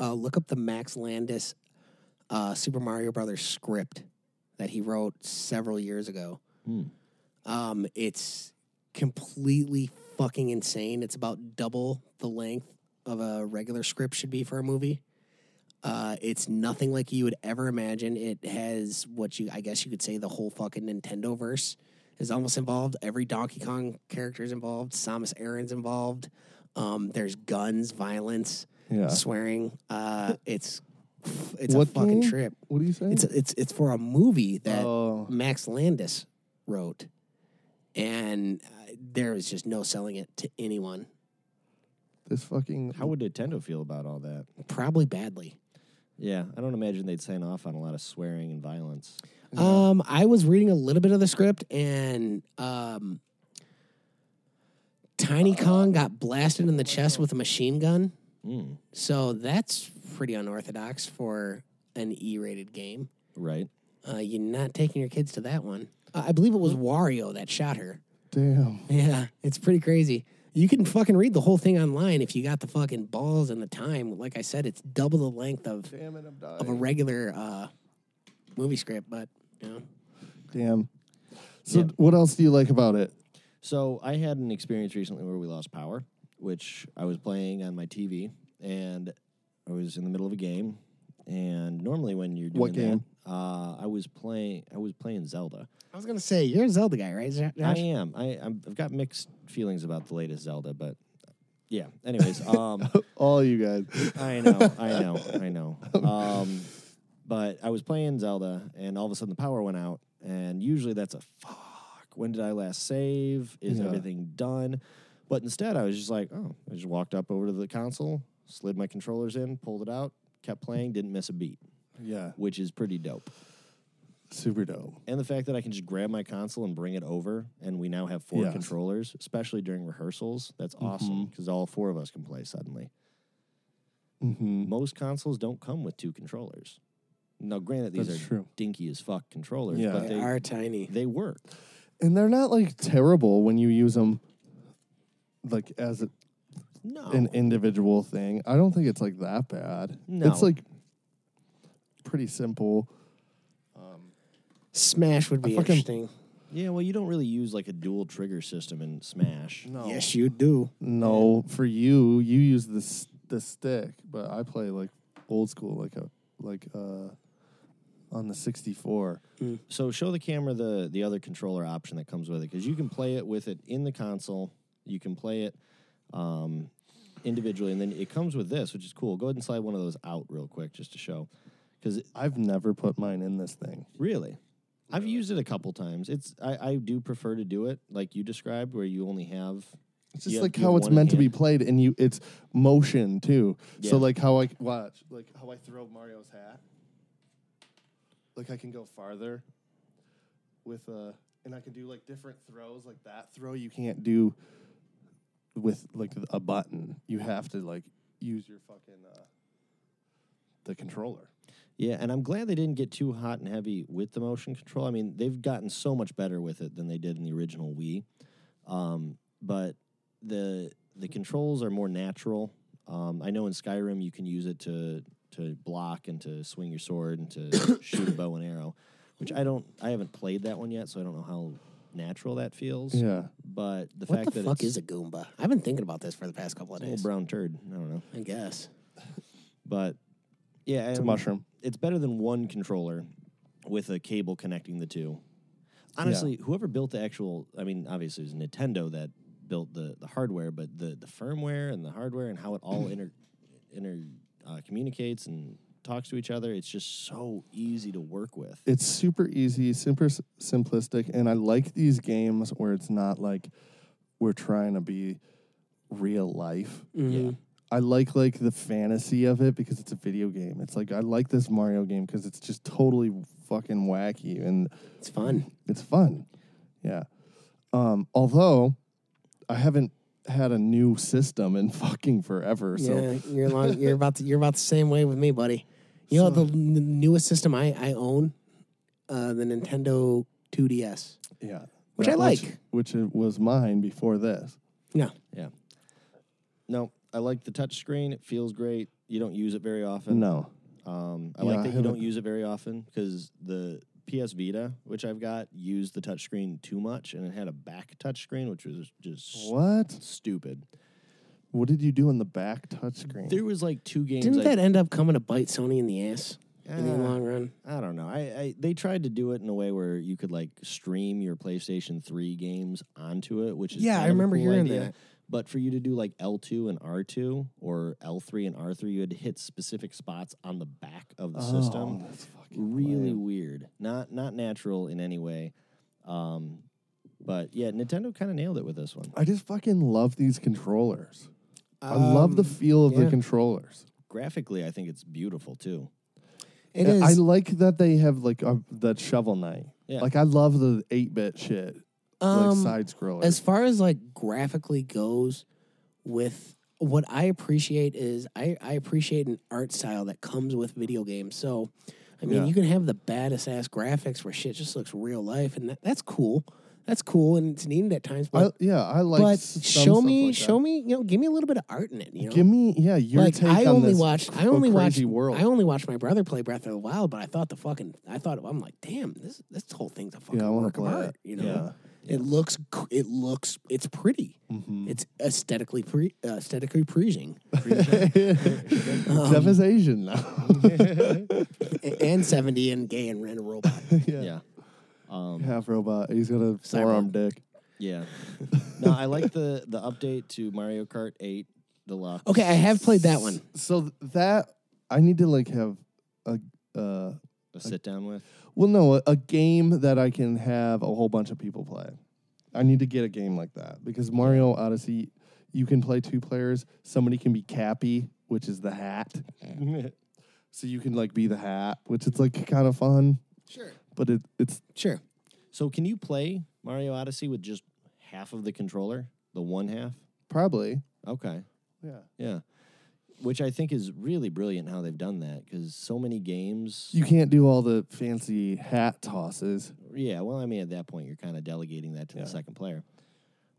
Speaker 3: uh, look up the Max Landis uh, Super Mario Brothers script that he wrote several years ago.
Speaker 2: Hmm.
Speaker 3: Um, it's completely fucking insane. It's about double the length of a regular script should be for a movie. Uh, it's nothing like you would ever imagine. It has what you, I guess you could say, the whole fucking Nintendo verse is almost involved. Every Donkey Kong character is involved. Samus Aran's involved. Um, there's guns, violence,
Speaker 1: Yeah.
Speaker 3: swearing. Uh, it's it's
Speaker 1: What
Speaker 3: a fucking
Speaker 1: game?
Speaker 3: trip.
Speaker 1: What do you say?
Speaker 3: It's it's it's for a movie that
Speaker 1: oh,
Speaker 3: Max Landis wrote, and uh, there is just no selling it to anyone.
Speaker 1: this fucking.
Speaker 2: How would Nintendo feel about all that?
Speaker 3: Probably badly.
Speaker 2: Yeah, I don't imagine they'd sign off on a lot of swearing and violence.
Speaker 3: Um, I was reading a little bit of the script, and um, Tiny Kong got blasted in the chest with a machine gun.
Speaker 2: Mm,
Speaker 3: So that's pretty unorthodox for an E-rated game.
Speaker 2: right?
Speaker 3: Uh, you're not taking your kids to that one. Uh, I believe it was Wario that shot her.
Speaker 1: damn.
Speaker 3: Yeah, it's pretty crazy. You can fucking read the whole thing online if you got the fucking balls and the time. Like I said, it's double the length of,
Speaker 1: Damn it, I'm dying.
Speaker 3: of a regular uh, movie script, but you know.
Speaker 1: Damn. So,
Speaker 2: Yeah.
Speaker 1: d- what else do you like about it?
Speaker 2: So I had an experience recently where we lost power, which I was playing on my TV, and I was in the middle of a game. And normally, when you're doing
Speaker 1: What game?
Speaker 2: that, uh, I was playing. I was playing Zelda.
Speaker 3: I was gonna say you're a Zelda guy, right? Josh?
Speaker 2: I am. I, I'm, I've got mixed feelings about the latest Zelda, but yeah. Anyways, um,
Speaker 1: All you guys.
Speaker 2: I know, I know, I know. Um, but I was playing Zelda, and all of a sudden the power went out, and usually that's a fuck. When did I last save? Is
Speaker 1: Yeah.
Speaker 2: everything done? But instead, I was just like, oh, I just walked up over to the console, slid my controllers in, pulled it out, kept playing, didn't miss a beat,
Speaker 1: Yeah.
Speaker 2: which is pretty dope.
Speaker 1: Super dope.
Speaker 2: And the fact that I can just grab my console and bring it over, and we now have four
Speaker 1: Yes.
Speaker 2: controllers, especially during rehearsals. That's awesome because all four of us can play suddenly.
Speaker 1: Mm-hmm.
Speaker 2: most consoles don't come with two controllers. Now, granted, these
Speaker 1: That's
Speaker 2: are
Speaker 1: true.
Speaker 2: dinky as fuck controllers,
Speaker 1: Yeah.
Speaker 2: but
Speaker 3: They
Speaker 2: they
Speaker 3: are tiny.
Speaker 2: they work.
Speaker 1: And they're not like terrible when you use them like as a,
Speaker 2: No,
Speaker 1: an individual thing. I don't think it's like that bad.
Speaker 2: No.
Speaker 1: It's like pretty simple.
Speaker 3: Smash would be
Speaker 1: fucking-
Speaker 3: interesting.
Speaker 2: yeah. Well, you don't really use like a dual trigger system in Smash.
Speaker 1: No.
Speaker 3: Yes, you do.
Speaker 1: No, for you, you use the s- the stick, but I play like old school like a like uh on the 64.
Speaker 2: So show the camera the the other controller option that comes with it because you can play it with it in the console. You can play it um, individually, and then it comes with this, which is cool. Go ahead and slide one of those out real quick just to show, because
Speaker 1: I've never put mine in this thing.
Speaker 2: Really? I've used it a couple times. It's I, I do prefer to do it like you described, where you only have.
Speaker 1: It's just like how it's meant to be played, and you it's motion too.
Speaker 2: Yeah.
Speaker 1: So like how I watch, like how I throw Mario's hat. Like I can go farther with uh and I can do like different throws. Like that throw you can't do with like a button. You have to like use your fucking uh, the controller.
Speaker 2: Yeah, and I'm glad they didn't get too hot and heavy with the motion control. I mean, they've gotten so much better with it than they did in the original Wii. Um, but the the controls are more natural. Um, I know in Skyrim you can use it to to block and to swing your sword and to shoot a bow and arrow, which I don't. I haven't played that one yet, so I don't know how natural that feels.
Speaker 1: Yeah.
Speaker 2: But the
Speaker 3: What
Speaker 2: fact
Speaker 3: the
Speaker 2: that
Speaker 3: fuck
Speaker 2: it's
Speaker 3: is a Goomba? I've been thinking about this for the past couple of
Speaker 2: a little
Speaker 3: days.
Speaker 2: brown turd, I don't know,
Speaker 3: I guess.
Speaker 2: but yeah,
Speaker 1: It's a
Speaker 2: and
Speaker 1: mushroom.
Speaker 2: It's better than one controller with a cable connecting the two. Honestly, whoever built the actual, I mean, obviously it was Nintendo that built the the hardware, but the the firmware and the hardware and how it all inter inter uh, communicates and talks to each other. It's just so easy to work with.
Speaker 1: it's super easy, super s- simplistic, and I like these games where it's not like we're trying to be real life.
Speaker 3: Mm-hmm.
Speaker 2: Yeah.
Speaker 1: I like like the fantasy of it because it's a video game. It's like I like this Mario game because it's just totally fucking wacky and
Speaker 3: It's fun.
Speaker 1: it's fun. Yeah. Um, although I haven't had a new system in fucking forever. So
Speaker 3: yeah, you're long, you're about to, you're about the same way with me, buddy. You know the n- the newest system I I own, uh, the Nintendo 2DS.
Speaker 1: yeah.
Speaker 3: Which
Speaker 1: That-
Speaker 3: I like.
Speaker 1: Which, which was mine before this.
Speaker 3: No,
Speaker 2: Yeah. No, I like the touch screen. It feels great. You don't use it very often.
Speaker 1: No.
Speaker 2: Um, I
Speaker 1: Yeah, I
Speaker 2: like that you don't
Speaker 1: haven't-
Speaker 2: use it very often because the PS Vita, which I've got, used the touch screen too much, and it had a back touch screen, which was just
Speaker 1: What?
Speaker 2: stupid.
Speaker 1: What did you do on the back touchscreen?
Speaker 2: There was like two games.
Speaker 3: didn't
Speaker 2: I-
Speaker 3: that end up coming to bite Sony in the ass in the
Speaker 2: Ah.
Speaker 3: long run?
Speaker 2: I don't know. I, I they tried to do it in a way where you could like stream your PlayStation Three games onto it, which is
Speaker 3: Yeah,
Speaker 2: kind
Speaker 3: I
Speaker 2: of a
Speaker 3: remember
Speaker 2: cool
Speaker 3: hearing
Speaker 2: idea.
Speaker 3: that.
Speaker 2: But for you to do like L two and R two or L three and R three, you had to hit specific spots on the back of the
Speaker 1: Oh,
Speaker 2: system.
Speaker 1: that's fucking
Speaker 2: Really
Speaker 1: lame.
Speaker 2: weird. Not not natural in any way. Um, but yeah, Nintendo kind of nailed it with this one.
Speaker 1: I just fucking love these controllers. I love the feel of the
Speaker 3: Um, yeah.
Speaker 1: controllers.
Speaker 2: Graphically, I think it's beautiful too.
Speaker 3: It
Speaker 1: Yeah,
Speaker 3: is.
Speaker 1: I like that they have like uh, that shovel knight.
Speaker 2: Yeah.
Speaker 1: Like I love the eight bit shit, like
Speaker 3: Um,
Speaker 1: side scroller.
Speaker 3: as far as like graphically goes with what i appreciate is i, I appreciate an art style that comes with video games so i mean
Speaker 1: Yeah.
Speaker 3: you can have the baddest ass graphics where shit just looks real life and that, that's cool that's cool and it's needed at times
Speaker 1: I,
Speaker 3: but,
Speaker 1: yeah, I like.
Speaker 3: but
Speaker 1: s- some
Speaker 3: show
Speaker 1: stuff
Speaker 3: me
Speaker 1: like that.
Speaker 3: show me you know give me a little bit of art in it you know
Speaker 1: Give me yeah your
Speaker 3: like
Speaker 1: take
Speaker 3: I
Speaker 1: on
Speaker 3: only
Speaker 1: this
Speaker 3: watched, I
Speaker 1: cr-
Speaker 3: only watched,
Speaker 1: crazy world.
Speaker 3: I only watched my brother play Breath of the Wild, but I thought the fucking, I thought I'm like, damn, this this whole thing's a fucking
Speaker 1: I wanna
Speaker 3: work of
Speaker 1: play
Speaker 3: art,
Speaker 1: it.
Speaker 3: you know. It looks, c- it looks, it's pretty.
Speaker 1: Mm-hmm.
Speaker 3: It's aesthetically pre, uh, aesthetically pleasing, Um,
Speaker 1: Jeff is Asian now.
Speaker 3: A- and seventy and gay and ran a robot.
Speaker 1: yeah.
Speaker 2: yeah. Um,
Speaker 1: half robot. He's got a forearm dick.
Speaker 2: Yeah. no, I like the the update to Mario Kart 8 Deluxe.
Speaker 3: Okay, I have played that one.
Speaker 1: So th- that I need to like have a uh,
Speaker 2: A sit down with.
Speaker 1: well no a, a game that I can have a whole bunch of people play. I need to get a game like that because Mario Odyssey, you can play two players. Somebody can be Cappy, which is the hat. so you can like be the hat, which is like kind of fun.
Speaker 3: Sure,
Speaker 1: But it, it's
Speaker 3: sure.
Speaker 2: So can you play Mario Odyssey with just half of the controller? The one half?
Speaker 1: probably
Speaker 2: Okay.
Speaker 1: yeah.
Speaker 2: Yeah. Which I think is really brilliant how they've done that because so many games.
Speaker 1: You can't do all the fancy hat tosses.
Speaker 2: yeah, well, I mean, at that point, you're kind of delegating that to the second player.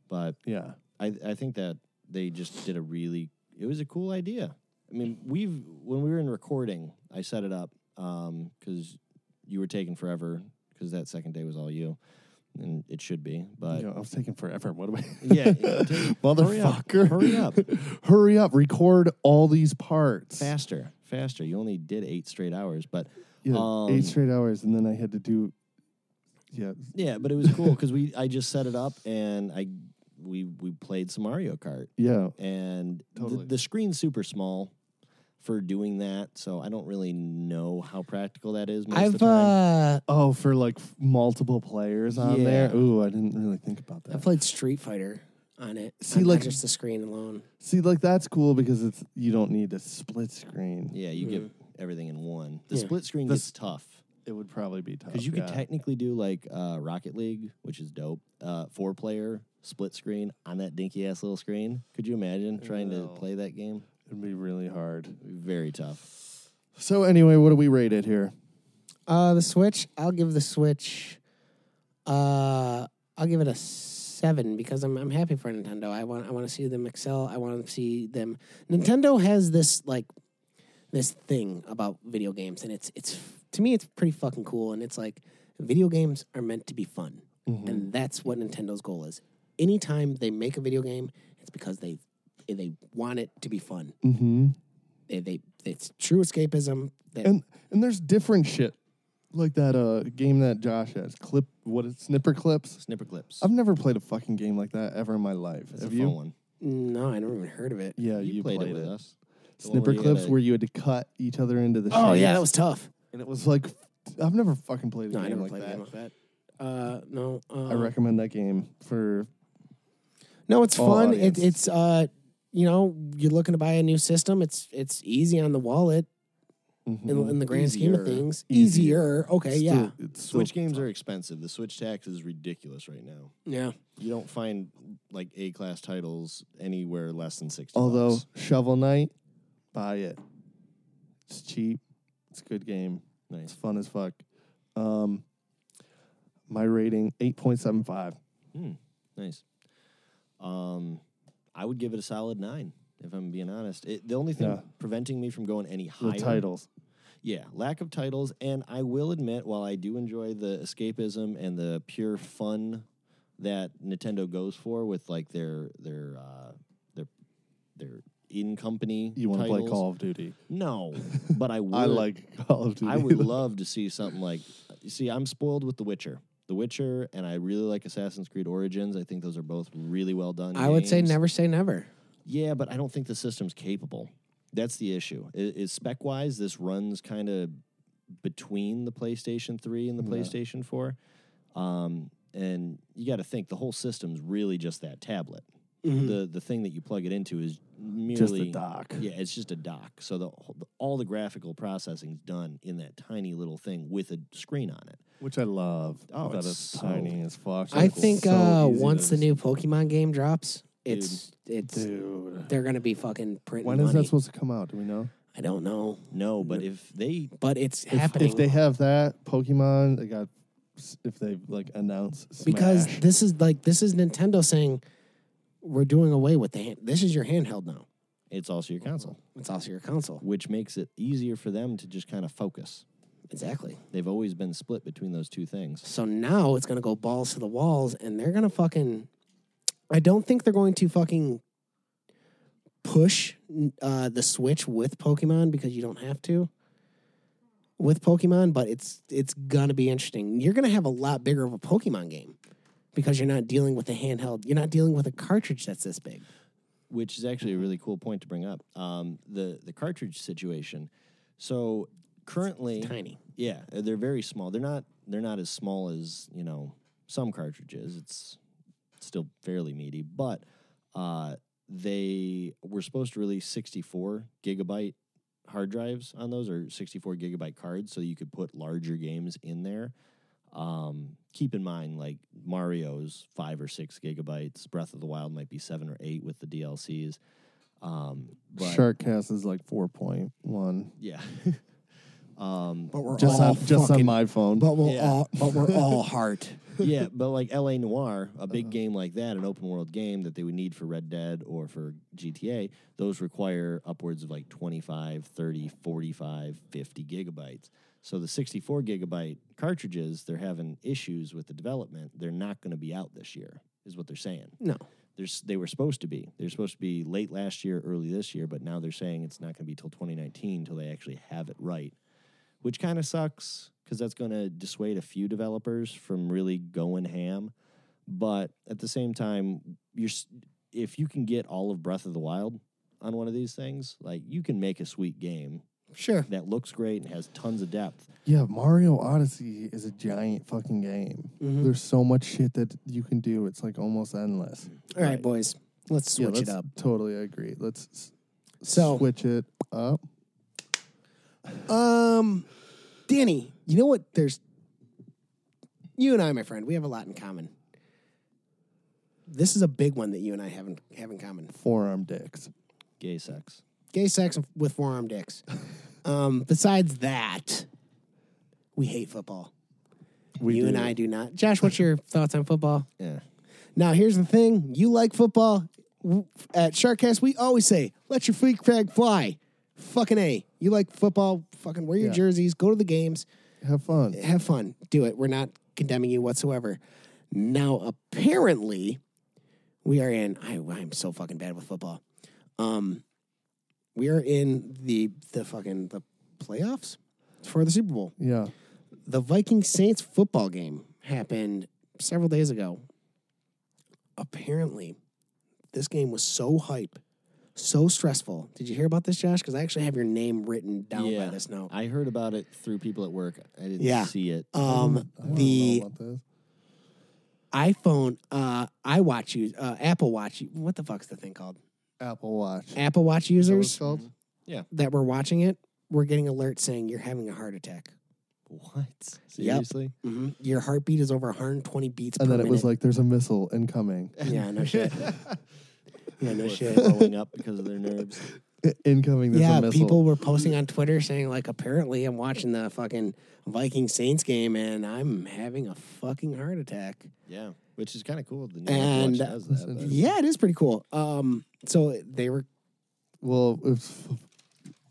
Speaker 2: But
Speaker 1: Yeah.
Speaker 2: I, I think that they just did a really it was a cool idea. I mean, we've when we were in recording, I set it up because you were taking forever because that second day was all you, and it should be. But
Speaker 1: You know, I was taking forever. What do I?
Speaker 2: yeah, it-
Speaker 1: Motherfucker.
Speaker 2: hurry up, hurry up.
Speaker 1: Hurry up, record all these parts.
Speaker 2: faster, faster. You only did eight straight hours, but
Speaker 1: Yeah,
Speaker 2: um,
Speaker 1: eight straight hours, and then I had to do. Yeah,
Speaker 2: yeah, but it was cool because we I just set it up and I we we played some Mario Kart.
Speaker 1: yeah.
Speaker 2: and th-
Speaker 1: Totally.
Speaker 2: the screen's super small for doing that. So I don't really know how practical that is. Most of
Speaker 3: I've
Speaker 2: the time.
Speaker 3: uh,
Speaker 1: Oh, for like f- multiple players on there.
Speaker 2: Yeah.
Speaker 1: Ooh, I didn't really think about
Speaker 3: I
Speaker 1: that.
Speaker 3: uh, played Street Fighter on it.
Speaker 1: See,
Speaker 3: on not
Speaker 1: like-
Speaker 3: just the screen alone.
Speaker 1: See, like that's cool because it's you don't need a split screen.
Speaker 2: yeah, you give everything in one. Hmm. The
Speaker 3: Yeah.
Speaker 2: split screen
Speaker 1: The
Speaker 2: gets tough Oh,
Speaker 1: It would probably be tough.
Speaker 2: because you could
Speaker 1: yeah.
Speaker 2: technically do like uh, Rocket League, which is dope. Uh, four player split screen on that dinky ass little screen. Could you imagine trying
Speaker 1: No.
Speaker 2: to play that game?
Speaker 1: It'd be really hard.
Speaker 2: Very tough.
Speaker 1: So anyway, what do we rate it here?
Speaker 3: Uh, the Switch. I'll give the Switch. Uh, I'll give it a seven because I'm I'm happy for Nintendo. I want I want to see them excel. I want to see them. Nintendo has this like this thing about video games, and it's it's to me it's pretty fucking cool. And it's like video games are meant to be fun, and that's what Nintendo's goal is. Anytime they make a video game, it's because they they want it to be fun.
Speaker 1: Mm-hmm.
Speaker 3: They they it's true escapism. That,
Speaker 1: And and there's different shit like that uh game that Josh has clip. What is snipper clips?
Speaker 2: Snipper clips.
Speaker 1: I've never played a fucking game like that ever in my life.
Speaker 2: That's
Speaker 1: Have
Speaker 2: a
Speaker 1: you?
Speaker 2: fun one.
Speaker 3: no, I never even heard of it.
Speaker 1: Yeah,
Speaker 2: you, played, it with us. The one where
Speaker 1: snipper
Speaker 2: you
Speaker 1: clips
Speaker 2: gotta-
Speaker 1: where you had to cut each other into the
Speaker 3: Oh
Speaker 1: shapes.
Speaker 3: yeah, that was tough.
Speaker 1: and it was like I've never fucking played a
Speaker 3: No,
Speaker 1: game
Speaker 3: I never
Speaker 1: like
Speaker 3: played a
Speaker 1: that.
Speaker 3: game like that. Uh, no, uh,
Speaker 1: I recommend that game for
Speaker 3: No, it's
Speaker 1: all
Speaker 3: fun. It,
Speaker 1: audiences.
Speaker 3: it's uh, you know, you're looking to buy a new system. It's it's easy on the wallet in, in the grand scheme of
Speaker 2: Easier.
Speaker 3: things. Easier.
Speaker 1: Easier.
Speaker 3: Okay, yeah,
Speaker 1: Still- mm-hmm. it's
Speaker 2: Switch
Speaker 1: still-
Speaker 2: games are expensive. The Switch tax is ridiculous right now.
Speaker 3: yeah.
Speaker 2: You don't find like A class titles anywhere less than sixty.
Speaker 1: Although
Speaker 2: bucks.
Speaker 1: Shovel Knight, buy it. It's cheap. It's a good game. It's
Speaker 2: nice,
Speaker 1: fun as fuck. Um, my rating eight point seven five.
Speaker 2: nice. Um, I would give it a solid nine if I'm being honest. It, the only thing
Speaker 1: Yeah.
Speaker 2: preventing me from going any
Speaker 1: The
Speaker 2: higher
Speaker 1: titles.
Speaker 2: Yeah, lack of titles, and I will admit, while I do enjoy the escapism and the pure fun that Nintendo goes for with like their their uh, their their in company,
Speaker 1: You want to play
Speaker 2: titles,
Speaker 1: Call of Duty?
Speaker 2: No, but I would.
Speaker 1: I like Call of Duty.
Speaker 2: I would love to see something like. You see, I'm spoiled with The Witcher, The Witcher, and I really like Assassin's Creed Origins. I think those are both really well done.
Speaker 3: I would say
Speaker 2: games.
Speaker 3: never say never.
Speaker 2: Yeah, but I don't think the system's capable. That's the issue. Is, is spec wise, this runs kind of between the PlayStation 3 and the PlayStation 4. Um, and you got to think the whole system's really just that tablet.
Speaker 3: Hmm. Mm-hmm.
Speaker 2: The the thing that you plug it into is merely
Speaker 1: just a doc.
Speaker 2: Yeah, it's just a dock. So the, whole- the all the graphical processing's done in that tiny little thing with a screen on it.
Speaker 1: which I love.
Speaker 2: Oh,
Speaker 1: that
Speaker 2: it's
Speaker 1: is
Speaker 2: so-
Speaker 1: tiny as fuck.
Speaker 3: I
Speaker 1: It's
Speaker 3: think
Speaker 1: so
Speaker 3: uh,
Speaker 1: easy to
Speaker 3: once the
Speaker 1: just-
Speaker 3: new Pokemon game drops, it's it's
Speaker 1: dude.
Speaker 3: they're gonna be fucking printing
Speaker 1: When is
Speaker 3: money.
Speaker 1: that supposed to come out? Do we know?
Speaker 3: I don't know,
Speaker 2: No, but if they
Speaker 3: but it's
Speaker 1: If,
Speaker 3: happening
Speaker 1: if they have that Pokemon, they got. If they like announce
Speaker 3: because
Speaker 1: Smash.
Speaker 3: this is like this is Nintendo saying we're doing away with the hand. This is your handheld now.
Speaker 2: it's also your console,
Speaker 3: It's also your console.
Speaker 2: which makes it easier for them to just kind of focus.
Speaker 3: Exactly.
Speaker 2: They've always been split between those two things.
Speaker 3: So now it's gonna go balls to the walls, and they're gonna fucking. I don't think they're going to fucking push uh, the Switch with Pokemon because you don't have to with Pokemon, but it's it's gonna be interesting. You're gonna have a lot bigger of a Pokemon game because you're not dealing with a handheld. You're not dealing with a cartridge that's this big.
Speaker 2: which is actually a really cool point to bring up. Um, the the cartridge situation. So currently,
Speaker 3: Tiny.
Speaker 2: yeah, uh, they're very small. They're not they're not as small as you know some cartridges. It's still fairly meaty, but uh, they were supposed to release 64 gigabyte hard drives on those or 64 gigabyte cards, so you could put larger games in there. Um, keep in mind, like Mario's five or six gigabytes. Breath of the Wild might be seven or eight with the DLCs. Um, but
Speaker 1: Sharkcast is like four point one.
Speaker 2: yeah, um,
Speaker 3: But we're
Speaker 1: Just on just on my phone.
Speaker 3: But we're
Speaker 2: Yeah.
Speaker 3: all but we're all heart.
Speaker 2: yeah, but like L.A. Noir, a big game like that, an open world game that they would need for Red Dead or for GTA, those require upwards of like 25, 30, 45, 50 gigabytes. So the 64 gigabyte cartridges, they're having issues with the development. They're not going to be out this year, is what they're saying.
Speaker 3: No.
Speaker 2: There's, they were supposed to be. They're supposed to be late last year, early this year, but now they're saying it's not going to be till 2019 till they actually have it right which kind of sucks because that's going to dissuade a few developers from really going ham. But at the same time, you're s- if you can get all of Breath of the Wild on one of these things, like you can make a sweet game
Speaker 3: Sure.
Speaker 2: that looks great and has tons of depth.
Speaker 1: yeah, Mario Odyssey is a giant fucking game. There's so much shit that you can do. It's like almost endless.
Speaker 3: All right, boys. Let's
Speaker 1: Yeah,
Speaker 3: switch it
Speaker 1: let's-
Speaker 3: up.
Speaker 1: Totally agree. Let's s-
Speaker 3: So-
Speaker 1: switch it up.
Speaker 3: Um, Danny, you know what? There's you and I, my friend. We have a lot in common. This is a big one that you and I haven't have in common:
Speaker 1: Forearm dicks.
Speaker 2: Gay sex.
Speaker 3: gay sex with forearm dicks. Um, besides that, we hate football.
Speaker 1: We
Speaker 3: you
Speaker 1: do.
Speaker 3: and I do not. Josh, what's your thoughts on football?
Speaker 2: Yeah.
Speaker 3: Now, here's the thing: you like football. W- At Sharkcast, we always say, "Let your freak flag fly." Fucking a. You like football? Fucking wear your
Speaker 1: Yeah.
Speaker 3: jerseys. Go to the games.
Speaker 1: have fun.
Speaker 3: have fun. Do it. We're not condemning you whatsoever. Now, apparently, we are in. I, I'm so fucking bad with football. Um, we are in the the fucking the playoffs for the Super Bowl.
Speaker 1: Yeah.
Speaker 3: The Viking Saints football game happened several days ago. Apparently, this game was so hype, so stressful. Did you hear about this, Josh? Because I actually have your name written down by this note.
Speaker 2: I heard about it through people at work. I didn't
Speaker 3: Yeah.
Speaker 2: see it.
Speaker 3: Um,
Speaker 1: I don't
Speaker 3: the
Speaker 1: know about this.
Speaker 3: iPhone, uh, iWatch, use, uh, Apple Watch. What the fuck's the thing called?
Speaker 1: Apple Watch.
Speaker 3: Apple Watch
Speaker 1: Is that what it's
Speaker 3: users
Speaker 1: called?
Speaker 3: that were watching it were getting alerts saying you're having a heart attack.
Speaker 2: What?
Speaker 3: Yep.
Speaker 2: Seriously?
Speaker 3: Your heartbeat is over 120 beats
Speaker 1: Mm-hmm. And
Speaker 3: per
Speaker 1: then it
Speaker 3: minute.
Speaker 1: was like, there's a missile incoming.
Speaker 3: yeah, no shit. yeah, no
Speaker 2: People are
Speaker 3: shit.
Speaker 2: Blowing up because of their nerves.
Speaker 1: incoming, there's
Speaker 3: Yeah,
Speaker 1: a missile.
Speaker 3: people were posting on Twitter saying like, apparently I'm watching the fucking Viking Saints game and I'm having a fucking heart attack.
Speaker 2: Yeah, which is kind of cool. The new
Speaker 3: And-
Speaker 2: Apple Watch does that. but-
Speaker 3: Yeah, it is pretty cool. Um, so they were
Speaker 1: Well, it's,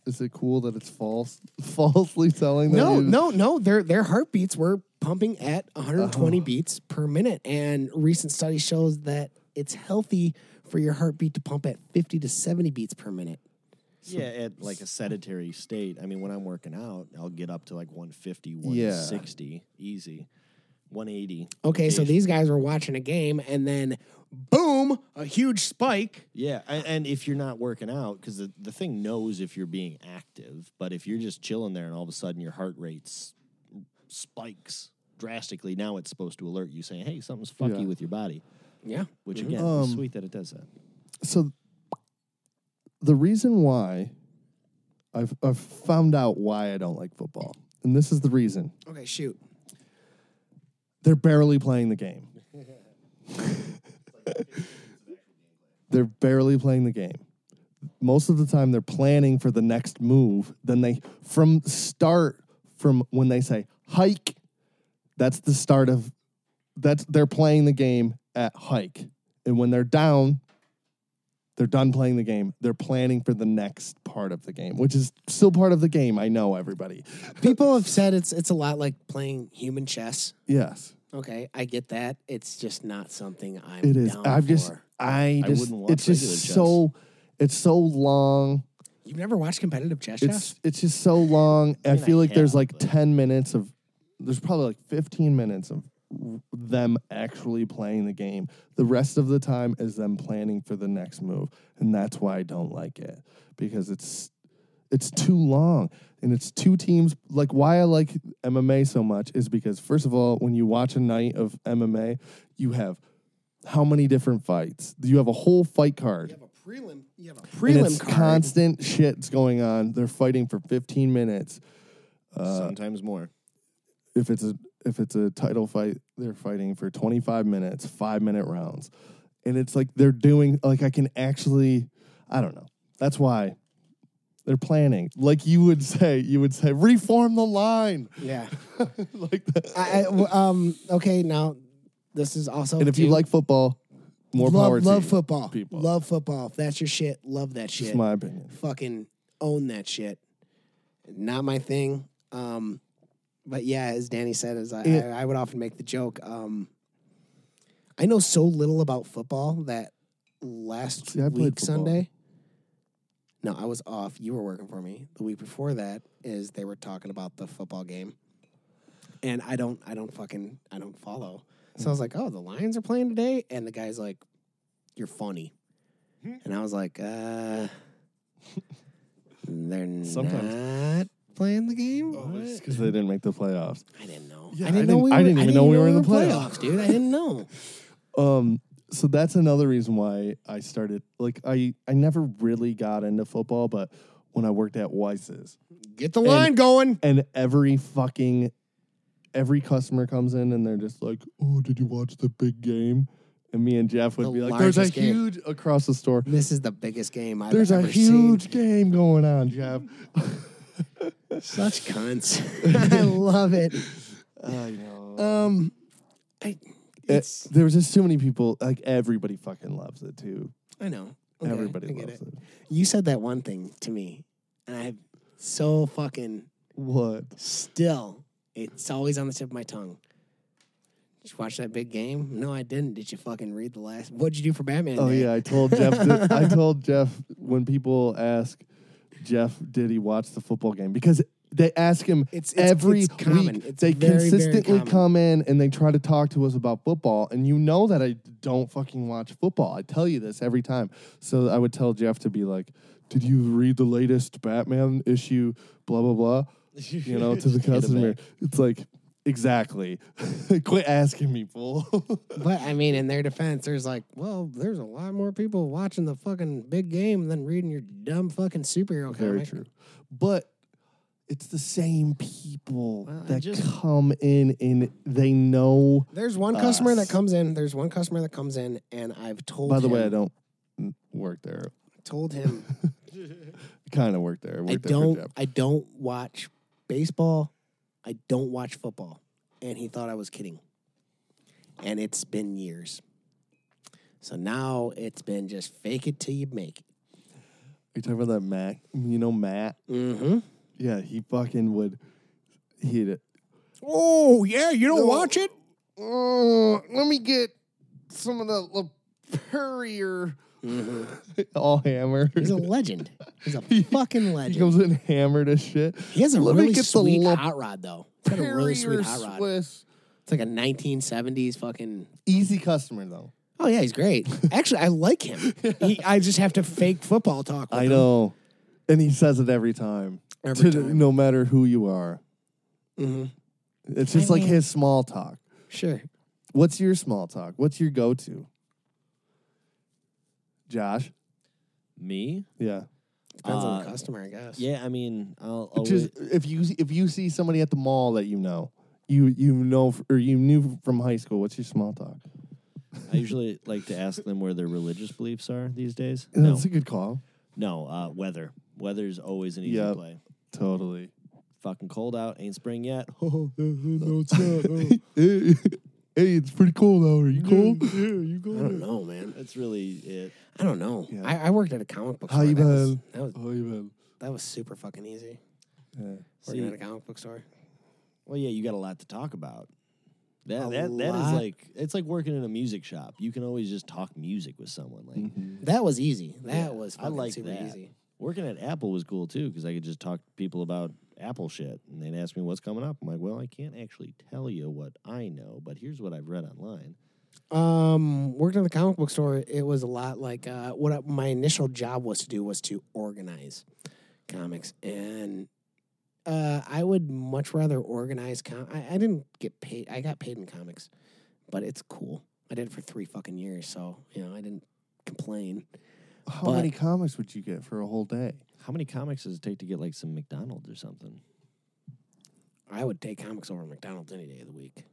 Speaker 1: is it cool that it's false? Falsely telling that
Speaker 3: no,
Speaker 1: you-
Speaker 3: no, no. Their their heartbeats were pumping at 120 beats per minute, and recent study shows that it's healthy for your heartbeat to pump at 50 to 70 beats per minute.
Speaker 2: Yeah, at like a sedentary state. I mean, when I'm working out, I'll get up to like 150,
Speaker 1: Yeah.
Speaker 2: 160, easy, 180.
Speaker 3: Okay, so
Speaker 2: occasionally.
Speaker 3: these guys were watching a game, and then boom, a huge spike.
Speaker 2: Yeah, and, and if you're not working out, because the, the thing knows if you're being active, but if you're just chilling there and all of a sudden your heart rate s- spikes drastically, now it's supposed to alert you saying, hey, something's fucky
Speaker 1: Yeah.
Speaker 2: with your body,
Speaker 3: Yeah,
Speaker 2: which again, is
Speaker 1: Um,
Speaker 2: sweet that it does that.
Speaker 1: So the reason why I've, I've found out why I don't like football, and this is the reason
Speaker 3: Okay, shoot.
Speaker 1: they're barely playing the game. they're barely playing the game. Most of the time, they're planning for the next move. Then they, from start, from when they say hike, that's the start of, that's they're playing the game at hike. And when they're down, they're done playing the game. They're planning for the next part of the game, which is still part of the game. I know everybody.
Speaker 3: People have said it's it's a lot like playing human chess.
Speaker 1: Yes.
Speaker 3: Okay, I get that. It's just not something I'm.
Speaker 1: It is.
Speaker 3: down
Speaker 1: I've just.
Speaker 3: for.
Speaker 1: I
Speaker 2: I
Speaker 1: just.
Speaker 2: wouldn't watch
Speaker 1: it's just
Speaker 2: regular chess.
Speaker 1: so. It's so long.
Speaker 3: You've never watched competitive chess, Josh?
Speaker 1: It's it's just so long. I,
Speaker 2: mean,
Speaker 1: feel
Speaker 2: I
Speaker 1: like there's
Speaker 2: have,
Speaker 1: like
Speaker 2: but-
Speaker 1: ten minutes of. There's probably like fifteen minutes of them actually playing the game. The rest of the time is them planning for the next move, and that's why I don't like it because it's it's too long and it's two teams like why i like mma so much is because first of all when you watch a night of mma you have how many different fights you have a whole fight card
Speaker 3: a prelim. You have a
Speaker 1: and it's constant shit's going on they're fighting for 15 minutes
Speaker 3: uh,
Speaker 2: Sometimes more.
Speaker 1: if it's a if it's a title fight they're fighting for 25 minutes 5 minute rounds and it's like they're doing like i can actually i don't know that's why they're planning like you would say you would say reform the line
Speaker 3: Yeah.
Speaker 1: like that
Speaker 3: I, I- w- um. Okay. Now, this is also.
Speaker 1: and if you
Speaker 3: too-
Speaker 1: like football more
Speaker 3: love,
Speaker 1: power to
Speaker 3: love
Speaker 1: you.
Speaker 3: football,
Speaker 1: people.
Speaker 3: love football. If that's your shit, love that shit.
Speaker 1: that's my opinion
Speaker 3: Fucking own that shit. Not my thing. Um, but yeah, as Danny said, as I,
Speaker 1: It-
Speaker 3: I, I would often make the joke. Um, I know so little about football that last
Speaker 1: See, I played
Speaker 3: week
Speaker 1: football.
Speaker 3: Sunday. No, I was off. You were working for me. The week before that is they were talking about the football game, and I don't, I don't fucking, I don't follow. So I was like, oh, the Lions are playing today, and the guy's like, you're funny,
Speaker 1: Hmm?
Speaker 3: and I was like, uh, they're
Speaker 2: Sometimes.
Speaker 3: not playing the game. What?
Speaker 1: because they didn't make the playoffs
Speaker 3: I didn't know.
Speaker 1: Oh, Yeah,
Speaker 3: I didn't
Speaker 1: I
Speaker 3: know.
Speaker 1: didn't-
Speaker 3: we
Speaker 1: I
Speaker 3: were,
Speaker 1: didn't even know we were in the playoffs.
Speaker 3: playoffs, dude. I didn't know.
Speaker 1: Um, so that's another reason why I started. Like, I I never really got into football, but when I worked at Weiss's,
Speaker 3: Get the line going.
Speaker 1: and every fucking every customer comes in and they're just like, "Oh, did you watch the big game?" And me and Jeff would
Speaker 3: The
Speaker 1: be like, "There's a
Speaker 3: largest game.
Speaker 1: huge across the store.
Speaker 3: This is the biggest game I've
Speaker 1: There's a
Speaker 3: ever
Speaker 1: huge game going on, Jeff."
Speaker 3: seen. Such cunts. I love it.
Speaker 1: I know.
Speaker 3: Um, I.
Speaker 1: eh,
Speaker 3: It's,
Speaker 1: Uh, there was just too many people. Like everybody fucking loves it too.
Speaker 3: I know. Okay,
Speaker 1: everybody
Speaker 3: I get
Speaker 1: loves it.
Speaker 3: You said that one thing to me, and I'm so fucking
Speaker 1: What?
Speaker 3: still. It's always on the tip of my tongue. Did you watch that big game? No, I didn't. Did you fucking read the last? What'd you do for Batman?
Speaker 1: Oh
Speaker 3: Day?
Speaker 1: yeah, I told Jeff. that- I told Jeff when people ask Jeff, did he watch the football game? Because They ask him
Speaker 3: It's- it's-
Speaker 1: every
Speaker 3: it's common.
Speaker 1: week.
Speaker 3: It's
Speaker 1: they
Speaker 3: very, very
Speaker 1: consistently
Speaker 3: common.
Speaker 1: come in and they try to talk to us about football. And you know that I don't fucking watch football. I tell you this every time. So I would tell Jeff to be like, "Did you read the latest Batman issue?" Blah blah blah. You know, to the customer. It's like exactly. Quit asking me, fool.
Speaker 3: But I mean, in their defense, there's like, well, there's a lot more people watching the fucking big game than reading your dumb fucking superhero
Speaker 1: Very
Speaker 3: comic.
Speaker 1: true. But it's the same people
Speaker 3: Well, I
Speaker 1: that
Speaker 3: just-
Speaker 1: come in and they know.
Speaker 3: There's one customer
Speaker 1: Us.
Speaker 3: that comes in. There's one customer that comes in, and I've told.
Speaker 1: Uh, By the way, I
Speaker 3: him-
Speaker 1: don't n- work there.
Speaker 3: told him
Speaker 1: Kind of work there.
Speaker 3: I
Speaker 1: worked there for
Speaker 3: don't.
Speaker 1: Jeff.
Speaker 3: I don't watch baseball. I don't watch football. And he thought I was kidding. And it's been years. So now it's been just fake it till you make it.
Speaker 1: You talking about that Mac? You know Matt?
Speaker 3: Mm-hmm.
Speaker 1: Yeah, he fucking would. He'd.
Speaker 3: Oh yeah, you don't watch it.
Speaker 1: Oh, let me get some of that Perrier. All hammered.
Speaker 3: Mm-hmm. He's a legend. He's a fucking
Speaker 1: He
Speaker 3: legend.
Speaker 1: comes in hammered as shit.
Speaker 3: He has a
Speaker 1: Let me
Speaker 3: really
Speaker 1: get the
Speaker 3: sweet
Speaker 1: La
Speaker 3: hot rod though. He's got a really sweet
Speaker 1: Perrier
Speaker 3: hot rod.
Speaker 1: Swiss.
Speaker 3: It's like a 1970s fucking.
Speaker 1: Easy customer though.
Speaker 3: Oh yeah, he's great. Actually, I like him. He, I just have to fake football talk. With
Speaker 1: I
Speaker 3: him.
Speaker 1: know. And he says it every time.
Speaker 3: Every
Speaker 1: To-
Speaker 3: time.
Speaker 1: No matter who you are.
Speaker 3: Mhm.
Speaker 1: It's just
Speaker 3: I
Speaker 1: like
Speaker 3: mean-
Speaker 1: his small talk.
Speaker 3: Sure.
Speaker 1: What's your small talk? What's your go to? Josh?
Speaker 2: Me?
Speaker 1: Yeah.
Speaker 3: Depends on the
Speaker 2: Uh,
Speaker 3: customer, I guess.
Speaker 2: Yeah, I mean, I'll always.
Speaker 1: Just if you if you see somebody at the mall that you know, you you know f- or you knew from high school, what's your small talk?
Speaker 2: I usually like to ask them where their religious beliefs are these days. No,
Speaker 1: That's a good call.
Speaker 2: no, uh, weather. Weather's always an easy
Speaker 1: Yeah.
Speaker 2: play.
Speaker 1: Totally.
Speaker 2: Fucking cold out, ain't spring yet.
Speaker 3: no, it's not.
Speaker 1: hey, hey, it's pretty cold out. Are you cold?
Speaker 3: I don't know, man.
Speaker 2: That's really it.
Speaker 3: I don't know.
Speaker 1: Yeah.
Speaker 3: I, I worked at a comic book
Speaker 1: How
Speaker 3: store.
Speaker 1: you
Speaker 3: that, was,
Speaker 1: been?
Speaker 3: that was
Speaker 1: Oh, you man.
Speaker 3: that was super fucking easy.
Speaker 1: Yeah.
Speaker 3: Working
Speaker 2: See-
Speaker 3: at a comic book store.
Speaker 2: Well, yeah, you got a lot to talk about.
Speaker 3: A
Speaker 2: That, that, that is
Speaker 3: lot.
Speaker 2: like it's like working in a music shop. You can always just talk music with someone. Like
Speaker 1: Mm.
Speaker 3: That was easy. That
Speaker 2: Yeah,
Speaker 3: was
Speaker 2: I
Speaker 3: fucking
Speaker 2: like
Speaker 3: super
Speaker 2: that.
Speaker 3: easy.
Speaker 2: working at Apple was cool too because I could just talk to people about Apple shit, and they'd ask me what's coming up. I'm like, well, I can't actually tell you what I know, but here's what I've read online.
Speaker 3: Um, worked at the comic book store. It was a lot like uh, what I, my initial job was to do was to organize comics, and uh, I would much rather organize. Com- I, I didn't get paid. I got paid in comics, but it's cool. I did it for three fucking years, so you know I didn't complain.
Speaker 1: How
Speaker 3: But-
Speaker 1: many comics would you get for a whole day?
Speaker 2: How many comics does it take to get like some McDonald's or something?
Speaker 3: I would take comics over McDonald's any day of the week.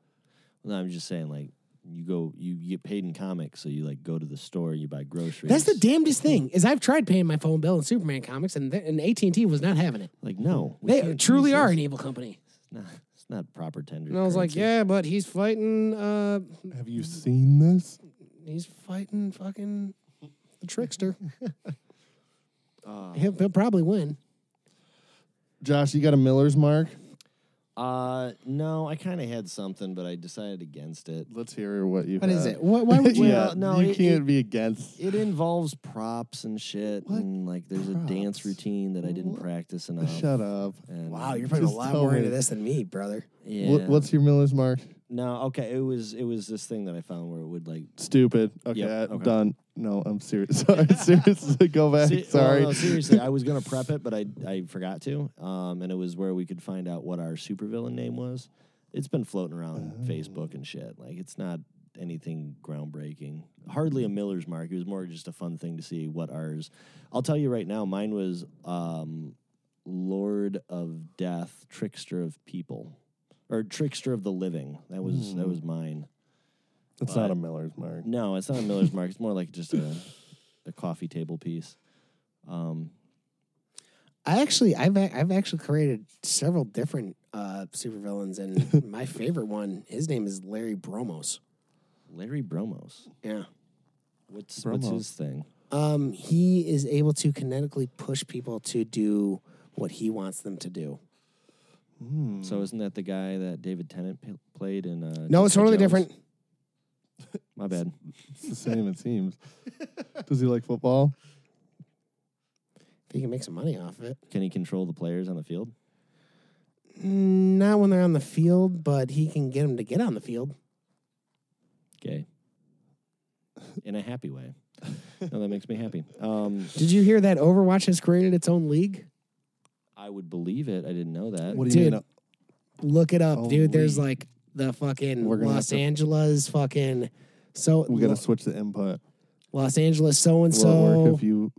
Speaker 2: No, I'm just saying like you go you get paid in comics, so you like go to the store, you buy groceries.
Speaker 3: That's the damnedest thing is I've tried paying my phone bill in Superman comics, and th- and AT and T was not having it.
Speaker 2: like no, we
Speaker 3: They
Speaker 2: can't
Speaker 3: truly
Speaker 2: use
Speaker 3: are
Speaker 2: this.
Speaker 3: an evil company.
Speaker 2: It's not, it's not proper tender.
Speaker 3: And I was like,
Speaker 2: currency.
Speaker 3: yeah, but he's fighting. Uh,
Speaker 1: Have you seen this?
Speaker 3: he's fighting fucking the trickster.
Speaker 2: Uh,
Speaker 3: he'll, he'll probably win.
Speaker 1: Josh, you got a Miller's mark?
Speaker 2: Uh, no, I kind of had something, but I decided against it.
Speaker 1: Let's hear what you
Speaker 3: What is
Speaker 1: had.
Speaker 3: it? Why, why would you?
Speaker 1: yeah,
Speaker 2: Well, no,
Speaker 1: you
Speaker 2: it-
Speaker 1: can't be against.
Speaker 2: It involves props and shit,
Speaker 1: What
Speaker 2: and like there's a dance
Speaker 1: props?
Speaker 2: routine that I didn't
Speaker 1: What?
Speaker 2: practice enough.
Speaker 1: Shut up.
Speaker 2: And,
Speaker 1: putting a Just lot tell more me. into
Speaker 3: this than me, brother.
Speaker 2: Yeah.
Speaker 1: What, what's your Miller's mark?
Speaker 2: no? Okay, it was it was this thing that I found where it would like.
Speaker 1: Stupid. Okay,
Speaker 2: Yep,
Speaker 1: I-
Speaker 2: okay.
Speaker 1: done. No, I'm serious. Sorry, seriously, go back.
Speaker 2: Se-
Speaker 1: Sorry.
Speaker 2: well, no, seriously, I was gonna prep it, but I I forgot to. Um, and it was where we could find out what our supervillain name was. It's been floating around Facebook and shit. Like it's not anything groundbreaking. Hardly a Miller's mark. It was more just a fun thing to see what ours. I'll tell you right now, mine was um, Lord of Death, Trickster of People, or Trickster of the Living. That was that was mine.
Speaker 1: That's not a Miller's mark.
Speaker 2: No, it's not a Miller's mark. It's more like just a a coffee table piece. Um,
Speaker 3: I actually, I've ac- I've actually created several different uh, supervillains, and my favorite one, his name is Larry Bromos.
Speaker 2: Larry Bromos.
Speaker 3: Yeah.
Speaker 2: What's what's
Speaker 1: Bromos.
Speaker 2: his thing?
Speaker 3: Um, he is able to kinetically push people to do what he wants them to do.
Speaker 1: mm-hmm.
Speaker 2: So isn't that the guy that David Tennant p- played in? Uh,
Speaker 3: No, it's
Speaker 2: Jessica Jones?
Speaker 3: totally different.
Speaker 2: My bad.
Speaker 1: It's the same, it seems. Does he like football?
Speaker 3: If you can make some money off of it.
Speaker 2: Can he control the players on the field?
Speaker 3: Mm, Not when they're on the field, but he can get them to get on the field.
Speaker 2: Gay. In a happy way. no, that makes me happy. Um,
Speaker 3: Did you hear that Overwatch has created its own league?
Speaker 2: I would believe it. I didn't know that.
Speaker 1: What do you
Speaker 3: Dude.
Speaker 1: mean? uh,
Speaker 3: Look it up, dude. There's
Speaker 1: Holy.
Speaker 3: like the fucking
Speaker 1: We're gonna have
Speaker 3: Los
Speaker 1: to-
Speaker 3: Angeles fucking so
Speaker 1: We gotta switch the input.
Speaker 3: Los Angeles so and
Speaker 1: Will it work
Speaker 3: so.
Speaker 1: if you?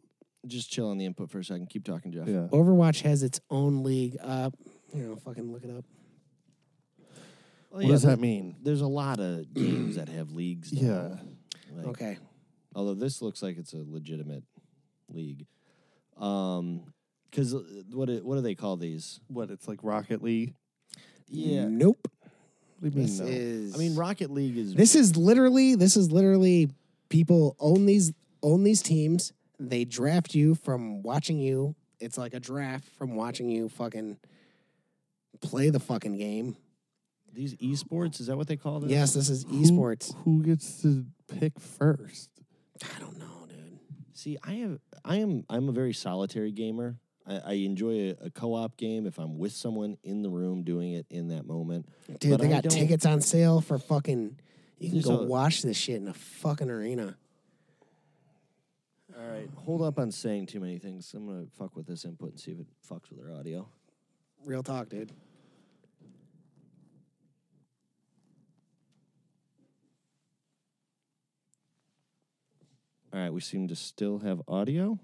Speaker 2: Just chill on the input for a second. Keep talking, Jeff.
Speaker 1: Yeah.
Speaker 3: Overwatch has its own league. Uh, you know, fucking look it up.
Speaker 2: Well,
Speaker 1: What
Speaker 2: yeah,
Speaker 1: does
Speaker 2: there-
Speaker 1: that mean?
Speaker 2: There's a lot of games that have leagues. now.
Speaker 1: Yeah.
Speaker 2: Like,
Speaker 3: Okay,
Speaker 2: Although this looks like it's a legitimate league. Um, because what do- what do they call these?
Speaker 1: What? It's like Rocket League.
Speaker 3: Nope.
Speaker 1: What do you mean?
Speaker 3: This
Speaker 1: No?
Speaker 3: is.
Speaker 2: I mean, Rocket League is
Speaker 3: This is literally this is literally people own these own these teams. They draft you from watching you. It's like a draft from watching you fucking play the fucking game.
Speaker 2: these esports. Is that what they call this?
Speaker 3: Yes, this is
Speaker 1: Who-
Speaker 3: esports.
Speaker 1: Who, gets to pick first?
Speaker 3: I don't know, dude.
Speaker 2: See, I have I am I'm a very solitary gamer. I, I enjoy a, a co-op game if I'm with someone in the room doing it in that moment.
Speaker 3: Dude,
Speaker 2: But
Speaker 3: they
Speaker 2: I
Speaker 3: got
Speaker 2: don't-
Speaker 3: tickets on sale for fucking you can
Speaker 2: There's
Speaker 3: go
Speaker 2: a-
Speaker 3: watch this shit in a fucking arena.
Speaker 2: All right, hold up on saying too many things. I'm gonna fuck with this input and see if it fucks with our audio.
Speaker 3: Real talk, dude.
Speaker 2: All right, we seem to still have audio.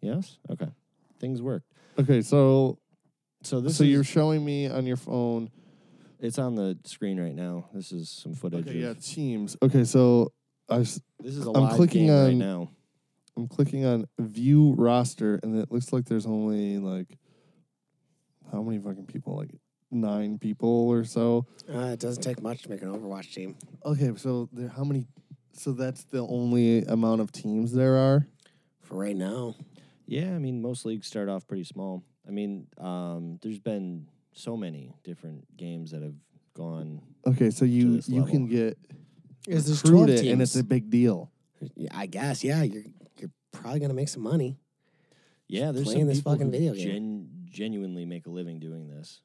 Speaker 2: Yes. Okay. Things worked.
Speaker 1: Okay, so
Speaker 2: So this
Speaker 1: so
Speaker 2: is,
Speaker 1: you're showing me on your phone.
Speaker 2: it's on the screen right now. This is some footage.
Speaker 1: Okay, yeah,
Speaker 2: of,
Speaker 1: teams. Okay, so I s-
Speaker 2: This is a
Speaker 1: I'm
Speaker 2: live
Speaker 1: clicking
Speaker 2: game right
Speaker 1: on-
Speaker 2: now.
Speaker 1: I'm clicking on view roster, and it looks like there's only like how many fucking people? Like nine people or so.
Speaker 3: Uh, it doesn't take much to make an Overwatch team.
Speaker 1: Okay, so there how many? So that's the only amount of teams there are.
Speaker 3: For right now.
Speaker 2: Yeah, I mean, most leagues start off pretty small. I mean, um, there's been so many different games that have gone.
Speaker 1: Okay, so you
Speaker 2: this
Speaker 1: you can
Speaker 2: level.
Speaker 1: get
Speaker 3: Is there's 12
Speaker 1: recruited,
Speaker 3: teams.
Speaker 1: and it's a big deal.
Speaker 3: Yeah, I guess, yeah. You're you're probably gonna make some money.
Speaker 2: Yeah, there's
Speaker 3: playing
Speaker 2: some
Speaker 3: this
Speaker 2: people
Speaker 3: fucking
Speaker 2: who
Speaker 3: video game.
Speaker 2: gen- genuinely make a living doing this,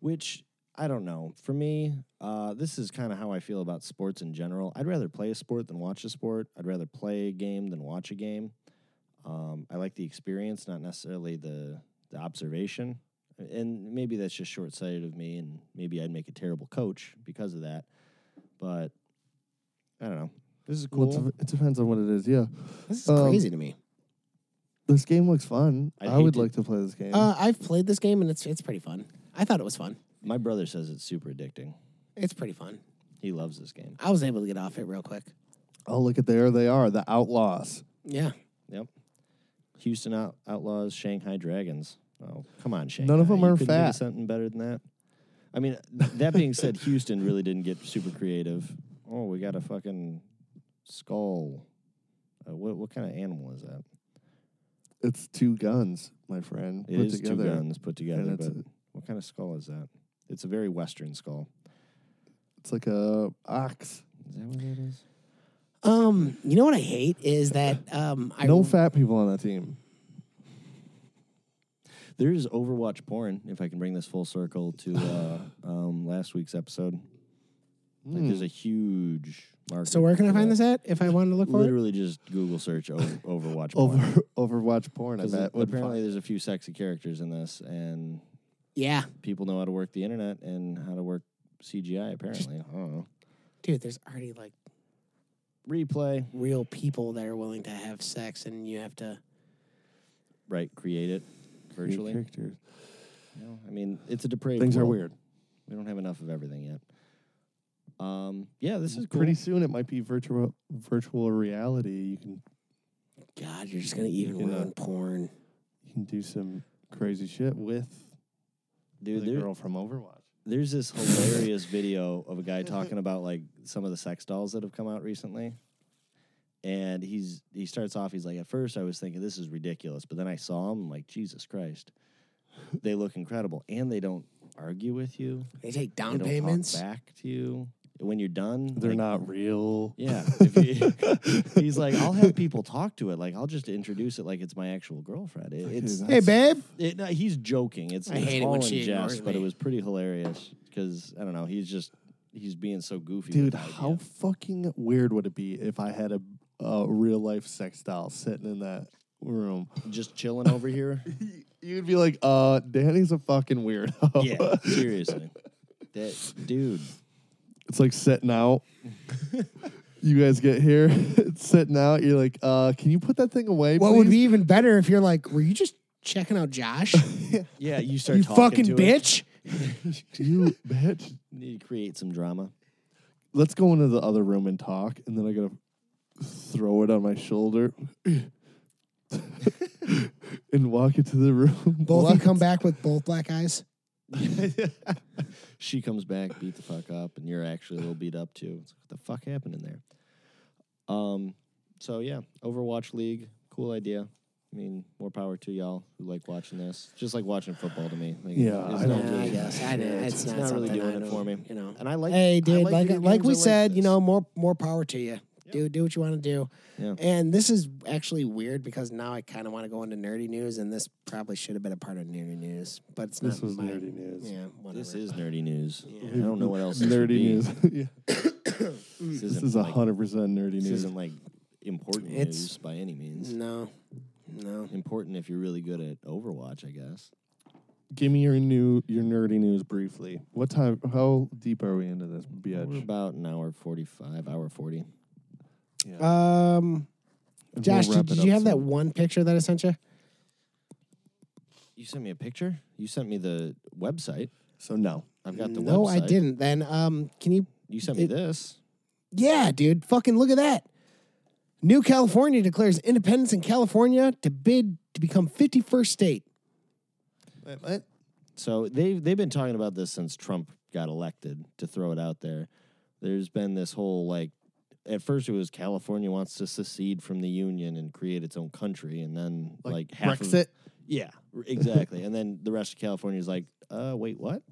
Speaker 2: which I don't know. For me, uh, this is kind of how I feel about sports in general. I'd rather play a sport than watch a sport. I'd rather play a game than watch a game. Um, I like the experience, not necessarily the the observation. And maybe that's just short sighted of me, and maybe I'd make a terrible coach because of that. But I don't know. This is
Speaker 1: Well,
Speaker 2: cool.
Speaker 1: it dep- it depends on what it is. Yeah,
Speaker 3: This is
Speaker 1: Um,
Speaker 3: crazy to me.
Speaker 1: this game looks fun.
Speaker 2: I'd
Speaker 1: I,
Speaker 2: hate
Speaker 1: would
Speaker 2: to-
Speaker 1: like to play this game.
Speaker 3: Uh, I've played this game and it's it's pretty fun. I thought it was fun.
Speaker 2: My brother says it's super addicting.
Speaker 3: It's pretty fun.
Speaker 2: He loves this game.
Speaker 3: I was able to get off it real quick.
Speaker 1: oh, look at there they are, the Outlaws.
Speaker 3: Yeah.
Speaker 2: Yep. Houston Out- Outlaws, Shanghai Dragons. Oh, come on, Shanghai.
Speaker 1: None of them
Speaker 2: You
Speaker 1: are
Speaker 2: couldn't think
Speaker 1: fat.
Speaker 2: of Something better than that. I mean, that being said, Houston really didn't get super creative. Oh, we got a fucking skull. Uh, what what kind of animal is that?
Speaker 1: It's two guns, my friend.
Speaker 2: It
Speaker 1: put
Speaker 2: is
Speaker 1: together.
Speaker 2: two guns put together,
Speaker 1: it's
Speaker 2: but
Speaker 1: a-
Speaker 2: what kind of skull is that? It's a very Western skull.
Speaker 1: It's like a ox.
Speaker 2: Is that what that is?
Speaker 3: Um, you know what I hate is that um I
Speaker 1: no fat people on that team.
Speaker 2: There is Overwatch porn. If I can bring this full circle to uh, um, last week's episode, like
Speaker 1: Hmm.
Speaker 2: there's a huge market.
Speaker 3: So where can I
Speaker 2: for
Speaker 3: find
Speaker 2: that.
Speaker 3: this at if I wanted to look for it?
Speaker 2: Literally just Google search o- Overwatch porn.
Speaker 1: Over Overwatch porn. I
Speaker 2: 'Cause
Speaker 1: bet. would
Speaker 2: apparently
Speaker 1: fi-
Speaker 2: there's a few sexy characters in this, and
Speaker 3: Yeah.
Speaker 2: people know how to work the internet and how to work CGI. Apparently, I don't know.
Speaker 3: Dude, there's already like
Speaker 2: Replay,
Speaker 3: real people that are willing to have sex and you have to
Speaker 2: right? Create it
Speaker 1: Great
Speaker 2: virtually.
Speaker 1: characters.
Speaker 2: You know, I mean, it's a depraved.
Speaker 1: Things are
Speaker 2: world.
Speaker 1: weird.
Speaker 2: We don't have enough of everything yet. Um, yeah, this is cool.
Speaker 1: Pretty soon it might be virtual virtual reality. You can
Speaker 3: God, you're just gonna even
Speaker 1: You know.
Speaker 3: ruin porn.
Speaker 1: you can do some crazy shit with
Speaker 2: dude.
Speaker 1: the
Speaker 2: there-
Speaker 1: girl from Overwatch.
Speaker 2: there's this hilarious video of a guy talking about like some of the sex dolls that have come out recently. And he's he starts off, he's like, At first I was thinking this is ridiculous, but then I saw him, like, Jesus Christ. They look incredible. And they don't argue with you.
Speaker 3: They take
Speaker 2: They
Speaker 3: down
Speaker 2: don't talk
Speaker 3: payments.
Speaker 2: back to you. when you're done,
Speaker 1: They're
Speaker 2: like,
Speaker 1: not real.
Speaker 2: Yeah. If you, he's like, I'll have people talk to it. Like, I'll just introduce it like it's my actual girlfriend. It, it's
Speaker 1: Hey,
Speaker 5: babe.
Speaker 2: it, no, he's joking. It's,
Speaker 3: I
Speaker 2: it's
Speaker 3: hate it
Speaker 2: all
Speaker 3: when
Speaker 2: in
Speaker 3: she ignores
Speaker 2: jest, but
Speaker 3: me.
Speaker 2: it was pretty hilarious because I don't know. He's just he's being so goofy,
Speaker 1: Dude,
Speaker 2: with the
Speaker 1: how
Speaker 2: idea.
Speaker 1: fucking weird would it be if I had a, a real life sex doll sitting in that room?
Speaker 2: just chilling over here?
Speaker 1: You'd be like, uh, Danny's a fucking weirdo.
Speaker 2: yeah, seriously, that dude.
Speaker 1: It's like sitting out. you guys get here, it's sitting out. You're like, uh, can you put that thing away?
Speaker 3: What would
Speaker 1: please?
Speaker 3: be even better if you're like, were you just checking out Josh?
Speaker 2: Yeah, you start
Speaker 3: you
Speaker 2: talking
Speaker 3: fucking
Speaker 2: to
Speaker 3: bitch.
Speaker 1: you bitch?
Speaker 2: It. You create some drama.
Speaker 1: Let's go into the other room and talk, and then I gotta throw it on my shoulder and walk into the room.
Speaker 3: Both you come back with both black eyes.
Speaker 2: She comes back, beat the fuck up, and you're actually a little beat up too. It's like, what the fuck happened in there? Um. So yeah, Overwatch League, cool idea. I mean, more power to y'all who like watching this. Just like watching football to me. Like,
Speaker 1: Yeah, I don't
Speaker 2: really-
Speaker 1: do
Speaker 3: guess I didn't.
Speaker 2: It's, not, really
Speaker 3: something
Speaker 2: doing
Speaker 3: I
Speaker 2: it for
Speaker 3: know,
Speaker 2: me.
Speaker 3: You know.
Speaker 2: And I like.
Speaker 3: Hey,
Speaker 2: I
Speaker 3: dude, like
Speaker 2: video
Speaker 3: like,
Speaker 2: games,
Speaker 3: we
Speaker 2: I
Speaker 3: said, you
Speaker 2: this.
Speaker 3: know, more more power to you. Do do what you want to do.
Speaker 2: Yeah.
Speaker 3: And this is actually weird because now I kind of want to go into nerdy news, and this probably should have been a part of nerdy news, but it's not.
Speaker 1: This was
Speaker 3: my-
Speaker 1: nerdy news.
Speaker 3: Yeah, whatever.
Speaker 2: This is nerdy news. I don't know what else. this
Speaker 1: nerdy
Speaker 2: would be.
Speaker 1: news. yeah.
Speaker 2: This,
Speaker 1: This
Speaker 2: isn't
Speaker 1: is
Speaker 2: like,
Speaker 1: hundred percent nerdy
Speaker 2: This
Speaker 1: news.
Speaker 2: isn't like important
Speaker 3: It's- Mm.
Speaker 2: news by any means.
Speaker 3: no, no.
Speaker 2: Important if you're really good at Overwatch, I guess.
Speaker 1: Give me your new your nerdy news briefly. What time? How deep are we into this
Speaker 2: We're
Speaker 1: bitch?
Speaker 2: about an hour forty-five, hour forty.
Speaker 3: Um,
Speaker 1: And
Speaker 3: Josh,
Speaker 1: we'll wrap
Speaker 3: did, did
Speaker 1: it
Speaker 3: you
Speaker 1: up
Speaker 3: have that
Speaker 1: soon.
Speaker 3: one picture that I sent you?
Speaker 2: You sent me a picture. You sent me the website.
Speaker 1: So no.
Speaker 2: I've got the
Speaker 3: no,
Speaker 2: website.
Speaker 3: I didn't. Then, um, can you?
Speaker 2: You sent me
Speaker 3: It-
Speaker 2: this.
Speaker 3: Yeah, dude, fucking look at that. New California declares independence in California to bid to become 51st state.
Speaker 2: So they've they've been talking about this since Trump got elected. To throw it out there, there's been this whole like. At first, it was California wants to secede from the union and create its own country, and then like, half of-
Speaker 1: Brexit.
Speaker 2: yeah, r- exactly. and then the rest of California is like, uh, wait, what?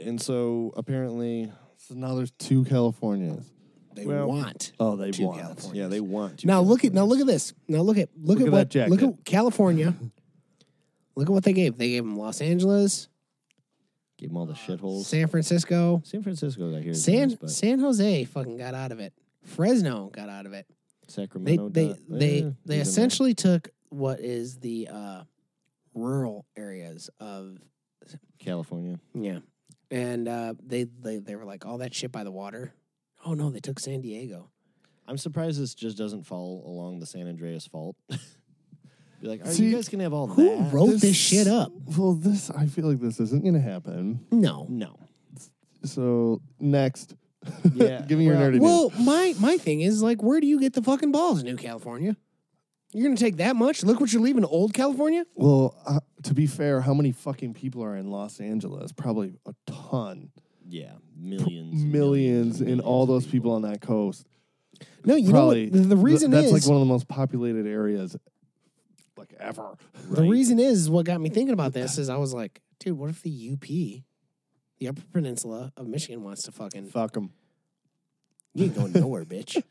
Speaker 2: And so apparently,
Speaker 1: So now there's two Californias.
Speaker 3: They
Speaker 2: Well-
Speaker 3: want.
Speaker 1: Oh, they
Speaker 3: Two
Speaker 1: want.
Speaker 3: Californias.
Speaker 2: yeah, they want to.
Speaker 3: now look at now look at this. Now look at
Speaker 1: Look
Speaker 3: look, at
Speaker 1: at
Speaker 3: what
Speaker 1: that
Speaker 3: look
Speaker 1: jacket.
Speaker 3: at California. look at what they gave. They gave them Los Angeles,
Speaker 2: give them all the shitholes.
Speaker 3: San Francisco,
Speaker 2: San Francisco, I hear, is nice,
Speaker 3: San
Speaker 2: but
Speaker 3: San Jose fucking got out of it. Fresno got out of it. They
Speaker 2: Sacramento.
Speaker 3: they
Speaker 2: dot- eh,
Speaker 3: they,
Speaker 2: he's in
Speaker 3: they
Speaker 2: there.
Speaker 3: essentially took what is the uh, rural areas of
Speaker 2: California.
Speaker 3: Yeah. And uh, they, they they were like, all that shit by the water. Oh no, they took San Diego.
Speaker 2: I'm surprised this just doesn't fall along the San Andreas fault. Be like, are
Speaker 1: See,
Speaker 2: you guys gonna have all
Speaker 3: Who
Speaker 1: Ah,
Speaker 2: that?
Speaker 3: wrote this, shit up?
Speaker 1: Well, this I feel like this isn't gonna happen.
Speaker 3: No.
Speaker 2: No.
Speaker 1: So next,
Speaker 2: Yeah.
Speaker 1: give me your
Speaker 2: well,
Speaker 1: nerdy
Speaker 3: Well, my my thing is like, where do you get the fucking balls, New California? You're gonna take that much? Look what you're leaving, old California.
Speaker 1: news. Well, uh, to be fair, how many fucking people are in Los Angeles? Probably a ton,
Speaker 2: Yeah. Millions. and
Speaker 1: millions,
Speaker 2: and
Speaker 1: and all
Speaker 2: millions
Speaker 1: those
Speaker 2: of
Speaker 1: people on that coast.
Speaker 3: No, you
Speaker 1: Probably
Speaker 3: know what? The, the
Speaker 1: Th-
Speaker 3: reason
Speaker 1: that's
Speaker 3: is
Speaker 1: like one of the most populated areas, like ever.
Speaker 3: the
Speaker 2: Right.
Speaker 3: reason is what got me thinking about this is I was like, dude, what if the UP, the Upper Peninsula of Michigan, wants to fucking
Speaker 1: Fuck them.
Speaker 3: you ain't going nowhere, bitch.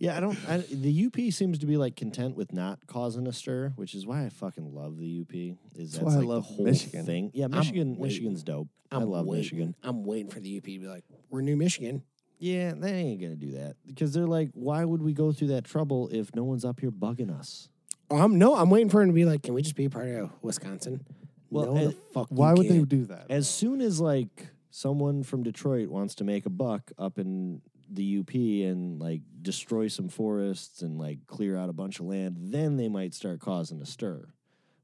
Speaker 2: Yeah, I don't. I, the UP seems to be like content with not causing a stir, which is why I fucking love the UP. Is that's
Speaker 1: why I
Speaker 2: like
Speaker 1: love
Speaker 2: the whole
Speaker 1: Michigan.
Speaker 2: thing? Yeah, Michigan.
Speaker 3: waiting.
Speaker 2: Michigan's dope. i
Speaker 3: I'm
Speaker 2: love
Speaker 3: waiting.
Speaker 2: Michigan.
Speaker 3: I'm waiting for the UP to be like, we're New Michigan.
Speaker 2: Yeah, they ain't gonna do that because they're like, why would we go through that trouble if no one's up here bugging us?
Speaker 3: Um, no, I'm waiting for him to be like, can we just be a part of Wisconsin?
Speaker 2: Well,
Speaker 3: no,
Speaker 2: and-
Speaker 3: the fuck.
Speaker 1: Why
Speaker 3: you
Speaker 1: would they
Speaker 3: can't.
Speaker 1: do that?
Speaker 2: As soon as like someone from Detroit wants to make a buck up in the UP and like destroy some forests and like clear out a bunch of land, then they might start causing a stir.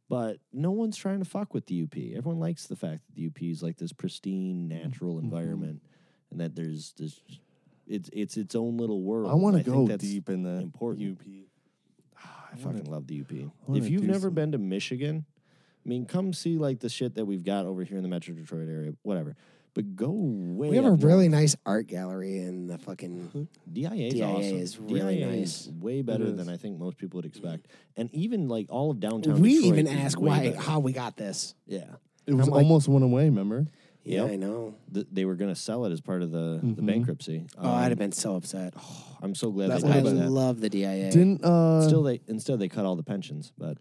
Speaker 2: But no one's trying to fuck with the UP. Everyone likes the fact that the UP is like this pristine natural
Speaker 1: Mm-hmm.
Speaker 2: environment and that there's this it's it's its own little world.
Speaker 1: I want to
Speaker 2: And think
Speaker 1: go
Speaker 2: that's-
Speaker 1: deep in the
Speaker 2: important.
Speaker 1: UP.
Speaker 2: Ah, I fucking love the UP.
Speaker 1: wanna
Speaker 2: If you've
Speaker 1: do
Speaker 2: never
Speaker 1: some-
Speaker 2: been to Michigan, I mean, come see like the shit that we've got over here in the Metro Detroit area, whatever. But go way.
Speaker 3: We have a
Speaker 2: up north.
Speaker 3: really nice art gallery in the fucking.
Speaker 2: DIA is
Speaker 3: DIA
Speaker 2: awesome.
Speaker 3: is really
Speaker 2: DIA
Speaker 3: nice.
Speaker 2: is way better
Speaker 1: is.
Speaker 2: than I think most people would expect, and even like all of downtown.
Speaker 3: we
Speaker 2: Detroit
Speaker 3: even
Speaker 2: is
Speaker 3: ask
Speaker 2: way
Speaker 3: why
Speaker 2: better.
Speaker 3: how we got this.
Speaker 2: Yeah,
Speaker 1: It was
Speaker 3: I'm like-
Speaker 1: almost one away, remember?
Speaker 3: Yeah,
Speaker 2: Yep.
Speaker 3: I know.
Speaker 2: Th- they were going to sell it as part of the, the bankruptcy.
Speaker 3: Oh, I'd
Speaker 2: Um,
Speaker 3: have been so upset.
Speaker 2: I'm so glad
Speaker 1: That
Speaker 2: they
Speaker 1: would've
Speaker 3: I
Speaker 2: did
Speaker 1: been-
Speaker 2: that.
Speaker 3: love the DIA.
Speaker 1: Didn't uh,
Speaker 2: Still, they instead they cut all the pensions, but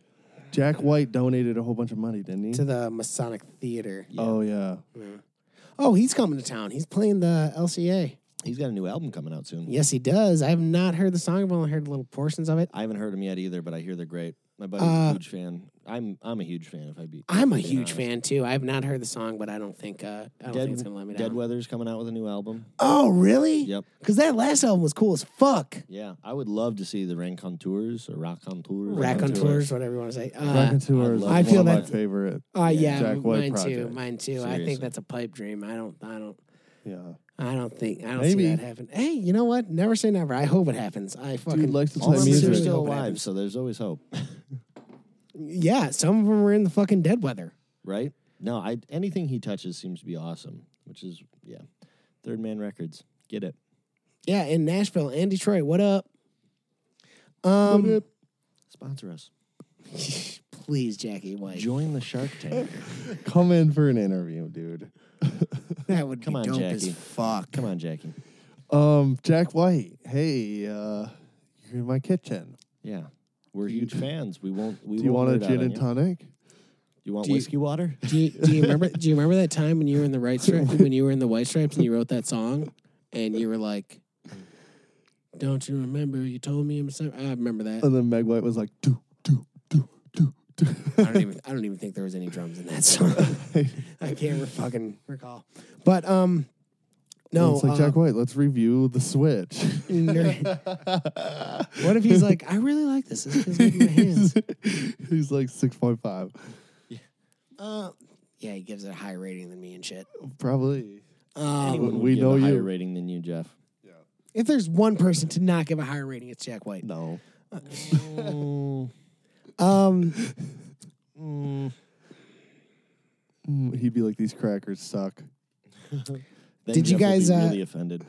Speaker 1: Jack White donated a whole bunch of money, didn't he?
Speaker 3: to the Masonic Theater.
Speaker 1: Oh yeah.
Speaker 3: Oh, he's coming to town. He's playing the LCA.
Speaker 2: he's got a new album coming out soon.
Speaker 3: Yes, he does. I have not heard the song. I've only heard little portions of it.
Speaker 2: I haven't heard them yet either, but I hear they're great. My buddy's a
Speaker 3: Uh,
Speaker 2: huge fan. I'm I'm a huge fan. If I be,
Speaker 3: I'm a
Speaker 2: being
Speaker 3: huge
Speaker 2: honest.
Speaker 3: fan too. I have not heard the song, but I don't think uh, I don't think it's gonna let me
Speaker 2: Dead
Speaker 3: down.
Speaker 2: Weather's coming out with a new album.
Speaker 3: Oh, really?
Speaker 2: Yep.
Speaker 3: Because that last album was cool as fuck.
Speaker 2: Yeah, I would love to see the Rancontours or Raconteurs.
Speaker 3: Raconteurs, whatever you want to say. Uh,
Speaker 1: Raconteur is
Speaker 2: I
Speaker 1: one
Speaker 3: feel
Speaker 1: of my
Speaker 3: that-
Speaker 1: favorite.
Speaker 3: uh, yeah,
Speaker 1: Jack White
Speaker 3: mine too.
Speaker 1: project.
Speaker 3: Mine too. I
Speaker 2: Seriously.
Speaker 3: think that's a pipe dream. I don't. I don't.
Speaker 1: Yeah.
Speaker 3: I don't think. I don't
Speaker 1: Maybe.
Speaker 3: see that happen. Hey, you know what? Never say never. I hope it happens. I fucking
Speaker 1: likes to
Speaker 2: All
Speaker 1: play
Speaker 2: of
Speaker 1: Play music.
Speaker 2: them are
Speaker 1: music.
Speaker 3: Seriously
Speaker 2: still
Speaker 3: hope it
Speaker 2: alive,
Speaker 3: happens.
Speaker 2: so there's always hope,
Speaker 3: Yeah, some of them were in the fucking dead weather.
Speaker 2: right? No, I anything he touches seems to be awesome, which is yeah. Third Man Records, get it.
Speaker 3: Yeah, in Nashville and Detroit. What up? Um,
Speaker 2: Sponsor us.
Speaker 3: please, Jackie White.
Speaker 2: Join the Shark Tank.
Speaker 1: Come in for an interview, dude.
Speaker 3: that would
Speaker 2: Come
Speaker 3: be
Speaker 2: on,
Speaker 3: dope
Speaker 2: Jackie.
Speaker 3: as fuck.
Speaker 2: Come on, Jackie.
Speaker 1: Um, Jack White. Hey, uh, you're in my kitchen.
Speaker 2: Yeah, we're huge fans. We won't. We
Speaker 1: Do you
Speaker 2: won't
Speaker 1: want a
Speaker 2: nerd out
Speaker 1: gin
Speaker 2: on
Speaker 1: and
Speaker 2: you.
Speaker 1: tonic?
Speaker 2: You want
Speaker 3: Do you-
Speaker 2: whiskey water?
Speaker 3: Do you, do you remember? Do you remember that time when you were in the right stri- when you were in the white stripes and you wrote that song, and you were like, "Don't you remember? You told me I'm sorry." I remember
Speaker 2: Oh,
Speaker 3: that.
Speaker 1: And then Meg White was like, do, do, do, do, do.
Speaker 3: I don't even. I don't even think there was any drums in that song. I can't re- fucking recall. But um, no.
Speaker 1: it's like
Speaker 3: uh,
Speaker 1: Jack White. Let's review the Switch.
Speaker 3: nerd. what if he's like, "I really like this. This feels good in my hands."
Speaker 1: he's, he's like six point five,
Speaker 3: Uh, yeah, he gives it a higher rating than me and shit.
Speaker 1: probably.
Speaker 3: Um,
Speaker 2: Anyone would
Speaker 1: we
Speaker 2: give
Speaker 1: know
Speaker 2: a higher
Speaker 1: you.
Speaker 2: rating than you, Jeff.
Speaker 3: if there's one person to not give a higher rating, it's Jack White.
Speaker 2: No.
Speaker 3: Um,
Speaker 1: Mm, He'd be like, these crackers suck.
Speaker 2: Then
Speaker 3: Did you
Speaker 2: Jeff will
Speaker 3: guys,
Speaker 2: be
Speaker 3: uh,
Speaker 2: really offended?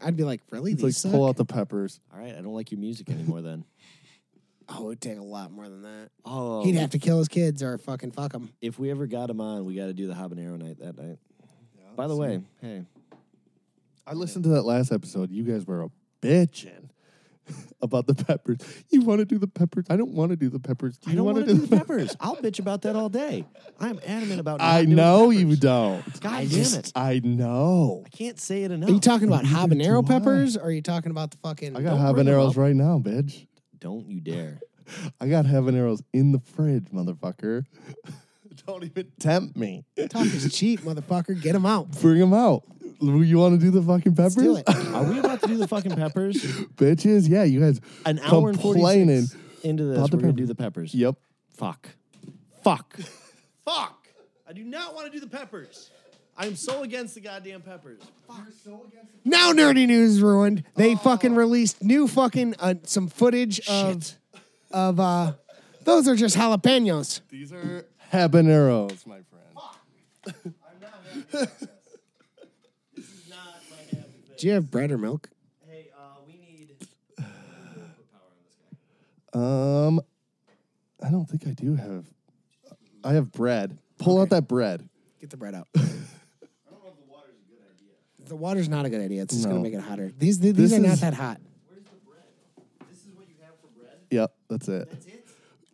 Speaker 3: I'd be like, really?
Speaker 1: It's like
Speaker 3: These
Speaker 1: pull
Speaker 3: suck?"
Speaker 1: out the peppers.
Speaker 2: All right, I don't like your music anymore. Then
Speaker 3: Oh, it'd take a lot more than that.
Speaker 2: oh,
Speaker 3: He'd have to kill his kids or fucking fuck them.
Speaker 2: if we ever got him on, we got to do the habanero night that night. By the way, hey,
Speaker 1: I listened to that last episode. You guys were a bitchin' about the peppers. You want to do the peppers? I don't want to do the peppers. Do
Speaker 2: I
Speaker 1: you
Speaker 2: don't
Speaker 1: want to
Speaker 2: do the peppers. I'll bitch about that all day. I'm adamant about. not
Speaker 1: I
Speaker 2: doing
Speaker 1: know
Speaker 2: peppers.
Speaker 1: you don't.
Speaker 2: God damn it!
Speaker 1: I know.
Speaker 2: I can't say it enough.
Speaker 3: Are you talking about habanero
Speaker 1: do I.
Speaker 3: peppers or are you talking about the fucking.
Speaker 1: I got
Speaker 2: Don't bring 'em
Speaker 1: habaneros
Speaker 2: up.
Speaker 1: right now, bitch.
Speaker 2: Don't you dare.
Speaker 1: I got habaneros in the fridge, motherfucker. don't even tempt me.
Speaker 3: Talk is cheap, motherfucker. Get them out.
Speaker 1: Bring them out. You want to do the fucking peppers?
Speaker 3: Steal it.
Speaker 2: Are we about to do the fucking peppers?
Speaker 1: Bitches, yeah, you guys.
Speaker 2: An hour and forty
Speaker 1: complaining.
Speaker 2: six into this,
Speaker 1: about the
Speaker 2: we're gonna
Speaker 1: pepper-
Speaker 2: do the peppers.
Speaker 1: Yep.
Speaker 2: Fuck. Fuck. Fuck. I do not want to do the peppers. I'm so against the goddamn peppers.
Speaker 3: Now nerdy news is ruined. They fucking released new fucking uh, some footage of of uh those are just jalapenos.
Speaker 1: These are habaneros, my friend.
Speaker 3: Do you have bread or milk?
Speaker 2: Hey, uh, we need.
Speaker 1: Um, I don't think I do have. I have bread. Pull out that bread.
Speaker 3: Get the bread out. The water's not a good idea. It's just
Speaker 1: No.
Speaker 3: gonna make it hotter. These these,
Speaker 1: This
Speaker 3: are not
Speaker 1: is-
Speaker 3: that hot.
Speaker 1: Yep, that's it.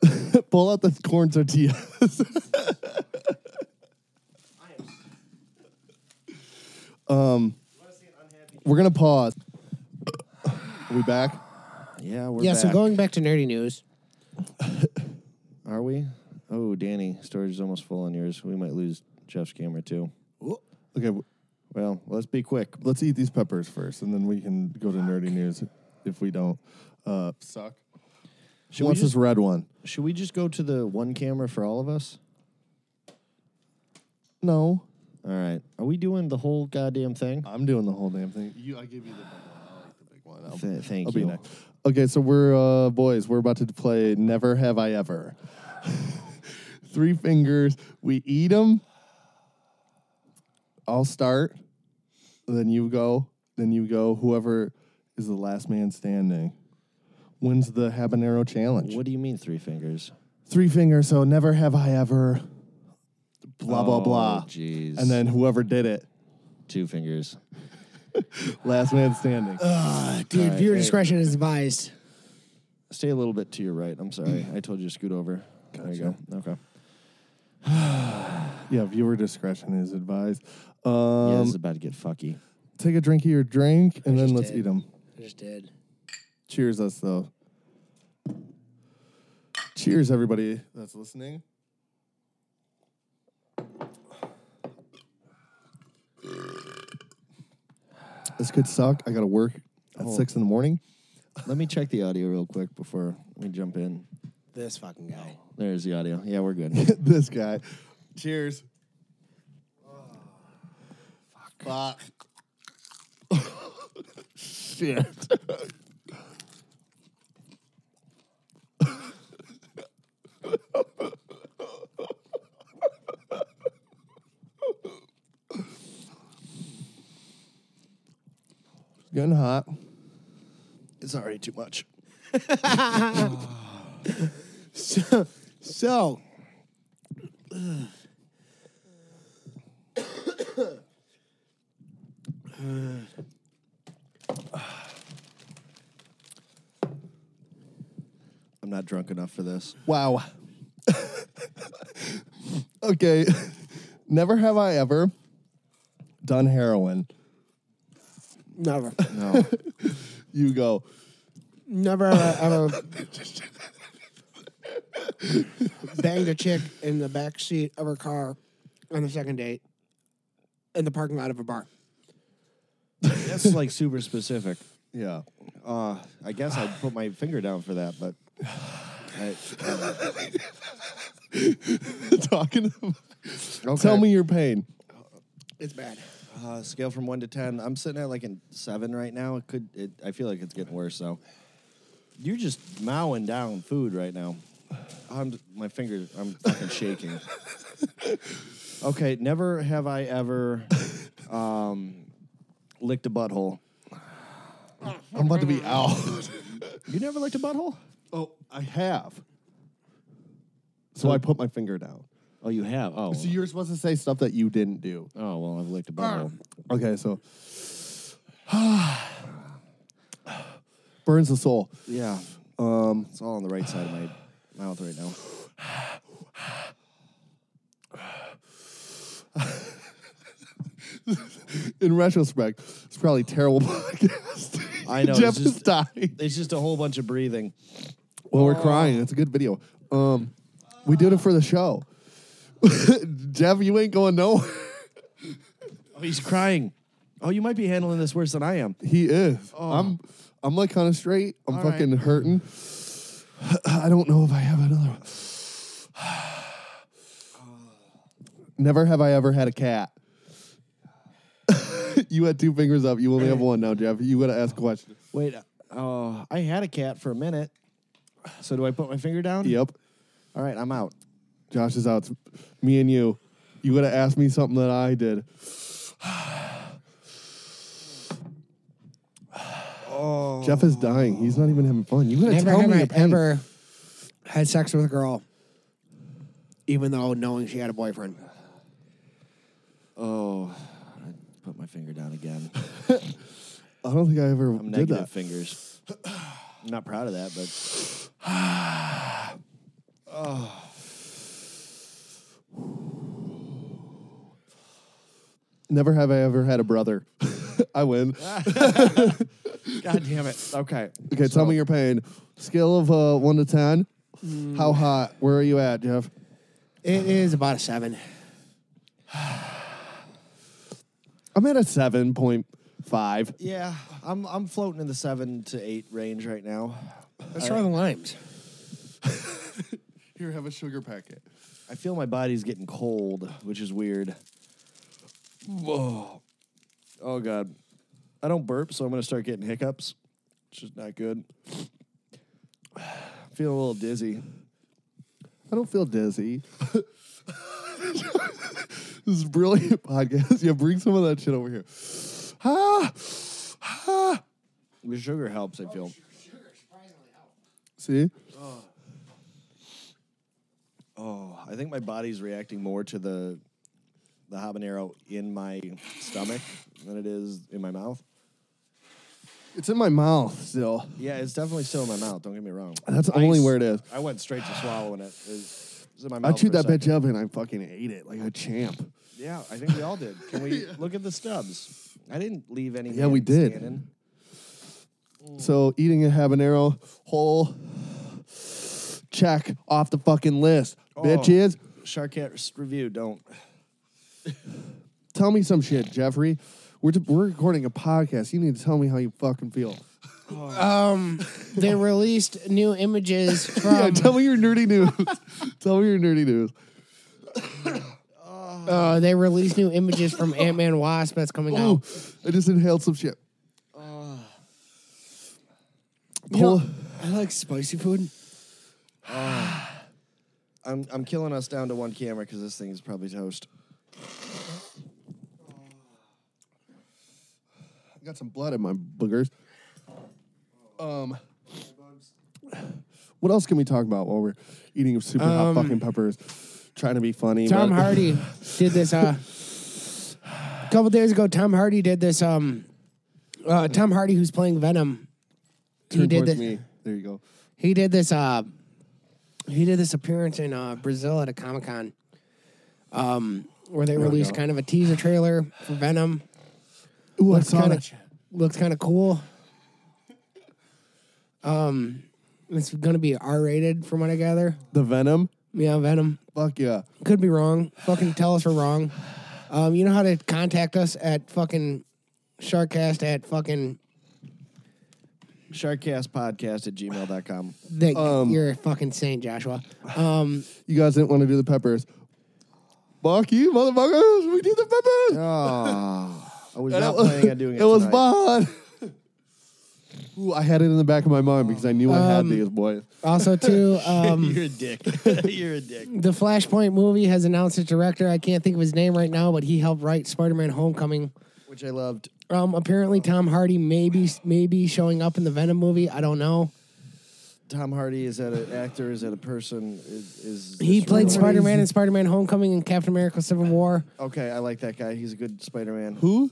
Speaker 1: That's it. Pull out the corn tortillas. um, we're gonna pause. Are we back?
Speaker 2: Yeah, we're
Speaker 3: yeah.
Speaker 2: back.
Speaker 3: So going back to nerdy news.
Speaker 2: Are we? Oh, Danny, storage is almost full on yours. We might lose Jeff's camera too.
Speaker 1: Okay, w-
Speaker 2: Well, let's be quick.
Speaker 1: let's eat these peppers first, and then we can go to nerdy news if we don't uh, suck. She
Speaker 2: we
Speaker 1: wants
Speaker 2: just-
Speaker 1: this red one.
Speaker 2: Should we just go to the one camera for all of us?
Speaker 1: No,
Speaker 2: All right. Are we doing the whole goddamn thing?
Speaker 1: I'm doing the whole damn thing. You, I give you the big one. I like the big one. I'll,
Speaker 2: Th- thank
Speaker 1: I'll
Speaker 2: you.
Speaker 1: be next. Okay, so we're uh, boys. We're about to play Never Have I Ever. Three fingers. We eat them. I'll start. Then you go. Then you go. Whoever is the last man standing wins the habanero challenge.
Speaker 2: What do you mean three fingers?
Speaker 1: Three fingers. So never have I ever. blah blah blah,
Speaker 2: Oh, Jeez.
Speaker 1: and then whoever did it,
Speaker 2: two fingers.
Speaker 1: last man standing.
Speaker 3: Dude,
Speaker 2: Alright,
Speaker 3: viewer
Speaker 2: hey.
Speaker 3: discretion is advised.
Speaker 2: Stay a little bit to your right. I'm sorry. I told you to scoot over. There you go. Okay.
Speaker 1: yeah, viewer discretion is advised.
Speaker 2: yeah,
Speaker 1: Um,
Speaker 2: this is about to get fucky.
Speaker 1: take a drink of your drink, and then
Speaker 3: just
Speaker 1: let's
Speaker 3: did.
Speaker 1: eat them.
Speaker 3: I just did.
Speaker 1: Cheers, us though. Cheers, everybody that's listening. This could suck. I got to work at six in the morning.
Speaker 2: Let me check the audio real quick before we jump in.
Speaker 3: This fucking guy.
Speaker 2: There's the audio. Yeah, we're good.
Speaker 1: this guy. Cheers. Fuck. Shit. Getting hot.
Speaker 2: it's already too much.
Speaker 3: So, so
Speaker 2: I'm not drunk enough for this.
Speaker 1: Wow. okay. Never have I ever done heroin.
Speaker 3: never,
Speaker 2: No.
Speaker 1: You go.
Speaker 3: never ever, ever banged a chick in the back seat of her car on the second date in the parking lot of a bar.
Speaker 2: That's like super specific.
Speaker 1: Yeah.
Speaker 2: Uh, I guess I'd put my finger down for that, but I,
Speaker 1: Talking. About,
Speaker 2: Okay.
Speaker 1: Tell me your pain.
Speaker 3: It's bad.
Speaker 2: uh, scale from one to ten. I'm sitting at like a seven right now. It could. It, I feel like it's getting worse. So you're just mowing down food right now. I'm my fingers. I'm fucking shaking. Okay, never have I ever um, licked a butthole.
Speaker 1: I'm about to be out.
Speaker 2: You never licked a butthole?
Speaker 1: oh, I have. So I put my finger down.
Speaker 2: Oh, you have. Oh,
Speaker 1: So you're supposed to say stuff that you didn't do.
Speaker 2: oh well, I've licked a butthole.
Speaker 1: Okay, so burns the soul.
Speaker 2: Yeah. it's all on the right side of my mouth right now.
Speaker 1: In retrospect, it's probably terrible podcast.
Speaker 2: I know,
Speaker 1: Jeff
Speaker 2: it's just-
Speaker 1: is dying.
Speaker 2: It's just a whole bunch of breathing.
Speaker 1: Well, we're crying. It's a good video. Um, we did it for the show. Jeff, you ain't going nowhere.
Speaker 2: Oh, he's crying. Oh, you might be handling this worse than I am.
Speaker 1: He is. I'm I'm like kind of straight. I'm
Speaker 2: Oh. All right.
Speaker 1: fucking hurting. I don't know if I have another one. Never have I ever had a cat. you had two fingers up. You only have one now, Jeff. You gotta ask a question.
Speaker 2: Wait. Oh, I had a cat for a minute. So do I put my finger down?
Speaker 1: Yep.
Speaker 2: All right, I'm out.
Speaker 1: Josh is out. It's me and you. You gotta ask me something that I did. Jeff is dying. He's not even having fun. You gotta
Speaker 3: Never
Speaker 1: tell
Speaker 3: have
Speaker 1: me
Speaker 3: I
Speaker 1: your pain.
Speaker 3: ever had sex with a girl, even though knowing she had a boyfriend.
Speaker 2: Oh, I put my finger down again.
Speaker 1: I don't think I ever
Speaker 2: I'm
Speaker 1: did
Speaker 2: negative
Speaker 1: that.
Speaker 2: fingers. I'm not proud of that, but
Speaker 1: Never have I ever had a brother. I win.
Speaker 2: God damn it. Okay.
Speaker 1: Okay, tell me your pain. Scale of uh, one to ten.
Speaker 2: Mm.
Speaker 1: How hot? Where are you at, Jeff?
Speaker 3: It is about a seven.
Speaker 1: I'm at a seven point five.
Speaker 2: Yeah, I'm I'm floating in the seven to eight range right now.
Speaker 3: Let's try the limes.
Speaker 1: Here, have a sugar packet.
Speaker 2: I feel my body's getting cold, which is weird. Whoa. Oh god. I don't burp, so I'm gonna start getting hiccups, which is not good. Feeling a little dizzy.
Speaker 1: I don't feel dizzy. this is brilliant podcast. Yeah, bring some of that shit over here. Ah, ah.
Speaker 2: The sugar helps, I feel.
Speaker 1: See,
Speaker 2: Oh, I think my body's reacting more to the the habanero in my stomach than it is in my mouth.
Speaker 1: It's in my mouth still.
Speaker 2: Yeah, it's definitely still in my mouth. Don't get me wrong.
Speaker 1: That's only
Speaker 2: Ice.
Speaker 1: where it is.
Speaker 2: I went straight to swallowing it. It was, it was in my
Speaker 1: I
Speaker 2: mouth
Speaker 1: chewed
Speaker 2: for a
Speaker 1: that bitch
Speaker 2: second.
Speaker 1: up and I fucking ate it like a champ.
Speaker 2: Yeah, I think we all did. Can we look at the stubs? I didn't leave any.
Speaker 1: Yeah, we
Speaker 2: hand
Speaker 1: did.
Speaker 2: standing.
Speaker 1: So eating a habanero whole check off the fucking list. Bitches,
Speaker 2: Charquette's review. Don't.
Speaker 1: tell me some shit, Jeffrey. We're, we're recording a podcast. You need to tell me how you fucking feel.
Speaker 3: Um, they released new images from.
Speaker 1: yeah, tell me your nerdy news. tell me your nerdy news.
Speaker 3: uh, they released new images from Ant Man Wasp that's coming
Speaker 1: Oh,
Speaker 3: out.
Speaker 1: I just inhaled some shit.
Speaker 3: You know,
Speaker 1: Pull-
Speaker 3: I like spicy food.
Speaker 2: I'm I'm killing us down to one camera because this thing is probably toast.
Speaker 1: I got some blood in my boogers. Um, what else can we talk about while we're eating super hot fucking peppers? Trying to be funny.
Speaker 3: Tom
Speaker 1: but-
Speaker 3: Hardy did this uh, a couple days ago. Tom Hardy did this. Um, uh, Tom Hardy, who's playing Venom,
Speaker 1: Turn
Speaker 3: he did
Speaker 1: towards
Speaker 3: this.
Speaker 1: me. There you go.
Speaker 3: He did this. Uh, he did this appearance in uh, Brazil at a Comic Con, um, where they released kind of a teaser trailer for Venom.
Speaker 1: Ooh, I
Speaker 3: Looks
Speaker 1: saw
Speaker 3: kind
Speaker 1: that.
Speaker 3: of looks kind of cool. Um, it's gonna be R rated from what I gather.
Speaker 1: The Venom.
Speaker 3: Yeah, Venom.
Speaker 1: Fuck yeah.
Speaker 3: Could be wrong. Fucking tell us we're wrong. Um, you know how to contact us at fucking Sharkcast at fucking
Speaker 2: Sharkcastpodcast at gmail.com.
Speaker 3: that
Speaker 1: Um,
Speaker 3: you're a fucking saint, Joshua. Um,
Speaker 1: You guys didn't want to do the peppers. Fuck you, motherfuckers. We did the peppers.
Speaker 2: I was
Speaker 1: And
Speaker 2: not
Speaker 1: it was-
Speaker 2: planning on doing it.
Speaker 1: It was
Speaker 2: tonight.
Speaker 1: fun. Ooh, I had it in the back of my mind because I knew I had
Speaker 3: Um,
Speaker 1: these boys.
Speaker 3: also too, um,
Speaker 2: You're a dick. You're a dick.
Speaker 3: the Flashpoint movie has announced its director. I can't think of his name right now, but he helped write Spider-Man: Homecoming.
Speaker 2: Which I loved.
Speaker 3: Um, apparently Tom Hardy maybe maybe showing up in the Venom movie. I don't know.
Speaker 2: Tom Hardy is that an actor? Is that a person? Is, is
Speaker 3: He
Speaker 2: this
Speaker 3: played
Speaker 2: real?
Speaker 3: Spider Man in Spider Man Homecoming and Captain America Civil War.
Speaker 2: Okay, I like that guy. He's a good Spider Man.
Speaker 1: Who?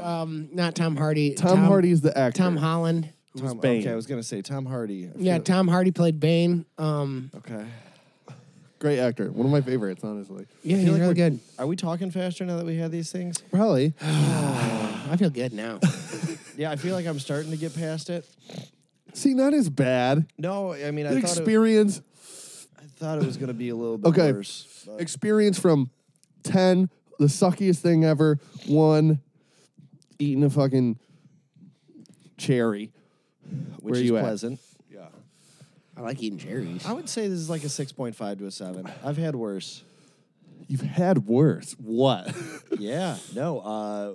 Speaker 3: Um, not Tom Hardy.
Speaker 1: Tom, Hardy's the actor.
Speaker 3: Tom Holland.
Speaker 2: Tom,
Speaker 1: Bane.
Speaker 2: okay, I was gonna say Tom Hardy. I
Speaker 3: Yeah,
Speaker 2: feel-
Speaker 3: Tom Hardy played Bane. Um,
Speaker 2: Okay.
Speaker 1: Great actor. One of my favorites, honestly.
Speaker 3: yeah,
Speaker 2: I
Speaker 3: he's
Speaker 2: feel like
Speaker 3: really
Speaker 2: we're-
Speaker 3: good.
Speaker 2: Are we talking faster now that we have these things?
Speaker 1: Probably.
Speaker 3: I feel good now.
Speaker 2: Yeah, I feel like I'm starting to get past it.
Speaker 1: See, not as bad.
Speaker 2: No, I mean I
Speaker 1: The
Speaker 2: thought, it,
Speaker 1: experience,
Speaker 2: I thought it was gonna be a little bit
Speaker 1: Okay.
Speaker 2: worse. but-
Speaker 1: experience from ten, the suckiest thing ever. One, eating a fucking cherry.
Speaker 2: which
Speaker 1: where
Speaker 2: is
Speaker 1: you at?
Speaker 2: pleasant.
Speaker 3: I like eating cherries.
Speaker 2: I would say this is like a six point five to a seven. I've had worse.
Speaker 1: You've had worse. What?
Speaker 2: Yeah. No. Uh,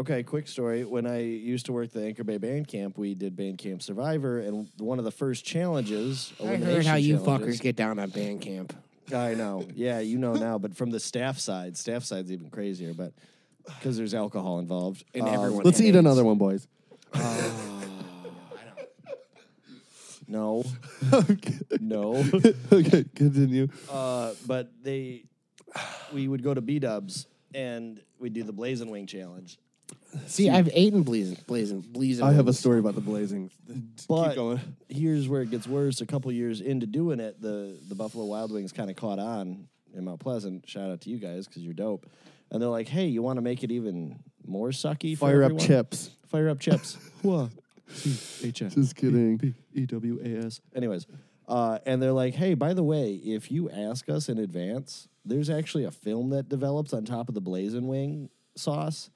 Speaker 2: okay. Quick story. When I used to work the Anchor Bay Band Camp, we did Band Camp Survivor, and one of the first challenges.
Speaker 3: I heard how you fuckers get down on Bandcamp.
Speaker 2: I know. Yeah, you know now, but from the staff side, staff side's even crazier, but because there's alcohol involved.
Speaker 3: And
Speaker 2: Um,
Speaker 3: everyone.
Speaker 1: Let's eat another one, boys.
Speaker 2: No.
Speaker 1: okay.
Speaker 2: No.
Speaker 1: okay, continue.
Speaker 2: Uh, but they, we would go to B Dubs and we'd do the Blazing Wing challenge.
Speaker 3: See, I've eaten blazing, blazing, blazing.
Speaker 1: I have a story about the blazing.
Speaker 2: But
Speaker 1: Keep going.
Speaker 2: here's where it gets worse. A couple years into doing it, the the Buffalo Wild Wings kind of caught on in Mount Pleasant. Shout out to you guys because you're dope. And they're like, "Hey, you want to make it even more sucky? for
Speaker 1: Fire up
Speaker 2: everyone?
Speaker 1: chips.
Speaker 2: Fire up chips.
Speaker 1: Just kidding.
Speaker 2: E W A S. Anyways, uh, and they're like, "Hey, by the way, if you ask us in advance, there's actually a film that develops on top of the blazing wing sauce,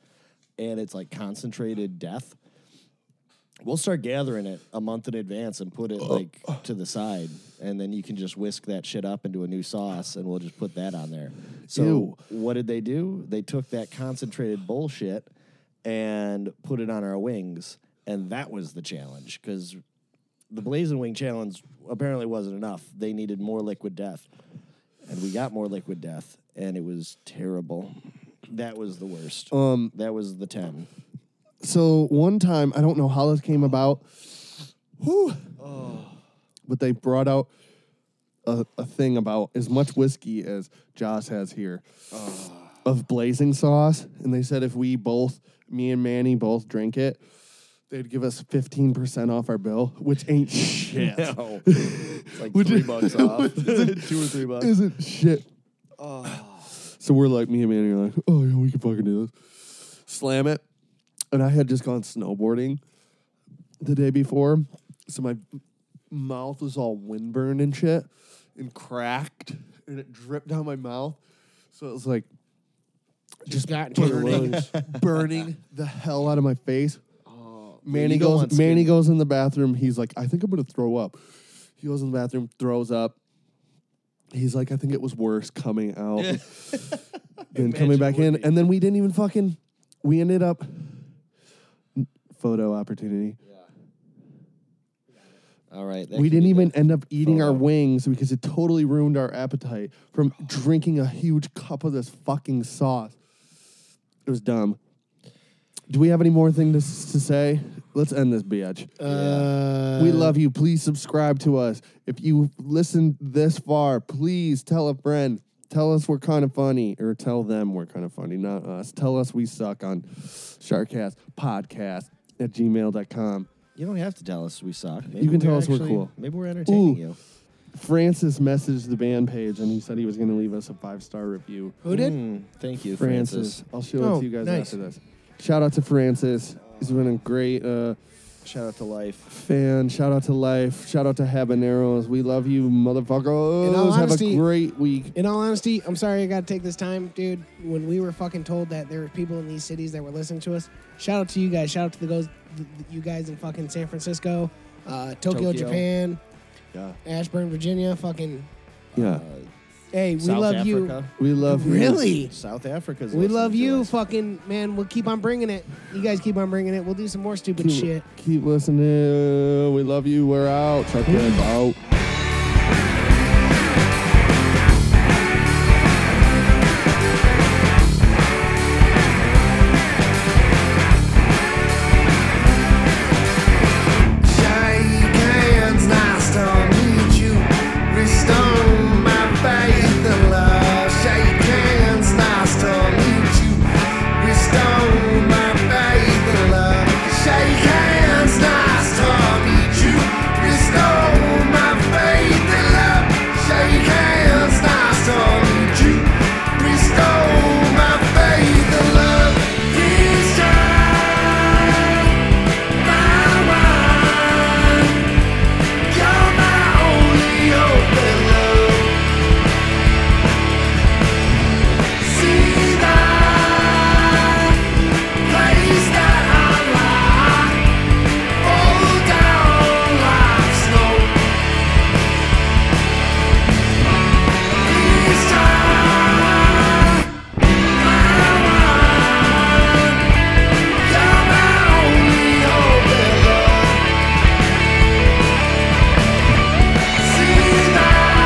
Speaker 2: and it's like concentrated death. We'll start gathering it a month in advance and put it like to the side, and then you can just whisk that shit up into a new sauce, and we'll just put that on there. So
Speaker 1: Ew.
Speaker 2: what did they do? They took that concentrated bullshit and put it on our wings, and that was the challenge because the Blazing Wing challenge apparently wasn't enough. They needed more liquid death. And we got more liquid death, and it was terrible. That was the worst. Um, that was the 10.
Speaker 1: So one time, I don't know how this came about, whew, but they brought out a, a thing about as much whiskey as Joss has here of blazing sauce. And they said if we both, me and Manny, both drink it, they'd give us 15% off our bill, which ain't shit.
Speaker 2: No. it's like three bucks off. Two or three bucks.
Speaker 1: Isn't shit. So we're like, me and Manny are like, oh, yeah, we can fucking do this. Slam it. And I had just gone snowboarding the day before. So my mouth was all windburned and shit and cracked and it dripped down my mouth. So it was like
Speaker 3: Just got into your
Speaker 1: burning,
Speaker 3: wounds.
Speaker 1: burning the hell out of my face. Manny
Speaker 2: you don't
Speaker 1: goes.
Speaker 2: want
Speaker 1: Manny
Speaker 2: skin.
Speaker 1: goes in the bathroom. He's like, I think I'm gonna throw up. He goes in the bathroom, throws up. He's like, I think it was worse coming out than coming
Speaker 2: Imagine
Speaker 1: back
Speaker 2: would
Speaker 1: in.
Speaker 2: be.
Speaker 1: And then we didn't even fucking. We ended up photo opportunity.
Speaker 2: All right. that
Speaker 1: we
Speaker 2: can
Speaker 1: didn't
Speaker 2: be
Speaker 1: even
Speaker 2: the-
Speaker 1: end up eating our
Speaker 2: Photo.
Speaker 1: wings because it totally ruined our appetite from
Speaker 2: Oh.
Speaker 1: drinking a huge cup of this fucking sauce. It was dumb. Do we have any more thing to, s- to say? Let's end this bitch.
Speaker 3: Uh,
Speaker 1: We love you. Please subscribe to us. If you listened this far, please tell a friend. Tell us we're kind of funny, or tell them we're kind of funny, not us. Tell us we suck on Sharkcast Podcast at gmail.com.
Speaker 2: You don't have to tell us we suck. Maybe
Speaker 1: You can
Speaker 2: we're
Speaker 1: tell us we're
Speaker 2: actually-
Speaker 1: cool.
Speaker 2: Maybe we're entertaining
Speaker 1: Ooh.
Speaker 2: you.
Speaker 1: Francis messaged the band page and he said he was going to leave us a five star review.
Speaker 3: Who did?
Speaker 2: Mm, thank you,
Speaker 1: Francis.
Speaker 2: Francis.
Speaker 1: I'll show it
Speaker 3: Oh,
Speaker 1: to you guys
Speaker 3: nice.
Speaker 1: after this. Shout out to Francis. He's been a great uh,
Speaker 2: Shout out to life.
Speaker 1: fan. Shout out to Life. Shout out to Habaneros. We love you, motherfuckers.
Speaker 3: In all
Speaker 1: Have
Speaker 3: honesty-
Speaker 1: a great week.
Speaker 3: In all honesty, I'm sorry I got to take this time, dude. When we were fucking told that there were people in these cities that were listening to us, shout out to you guys. Shout out to the goes, th- th- you guys in fucking San Francisco, uh, Tokyo,
Speaker 2: Tokyo.
Speaker 3: Japan,
Speaker 2: Yeah.
Speaker 3: Ashburn, Virginia. Fucking,
Speaker 1: Yeah.
Speaker 3: hey, we
Speaker 2: South
Speaker 3: love
Speaker 2: Africa.
Speaker 1: We love
Speaker 3: you. Really?
Speaker 2: South Africa's.
Speaker 3: We love
Speaker 2: listening to
Speaker 3: you,
Speaker 2: us.
Speaker 3: fucking man. We'll keep on bringing it. You guys keep on bringing it. We'll do some more stupid
Speaker 1: Keep,
Speaker 3: shit.
Speaker 1: keep listening. We love you. We're out. Chuck in. Out.
Speaker 8: Shake hands, nice to meet you. Restore my faith and love. Shake hands, nice to meet you. Restore my faith and love. Shake hands, nice to meet you. Restore my faith and love. Shake hands, nice to meet you. Restore my faith and love. Please shine my wine. You're my only open love. See that place that I lie. Fall down life's snow. Please try my wine. You're my only open love. See that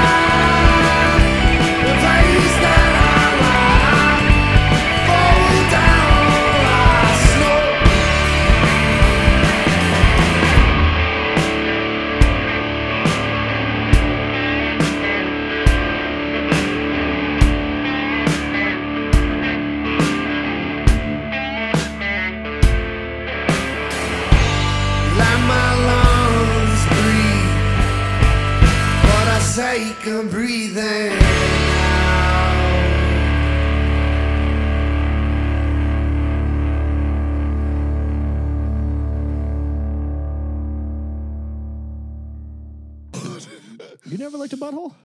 Speaker 8: the place that I lie, fall down I slow. Let my lungs breathe, but I take a breathing out.
Speaker 2: You never liked a butthole?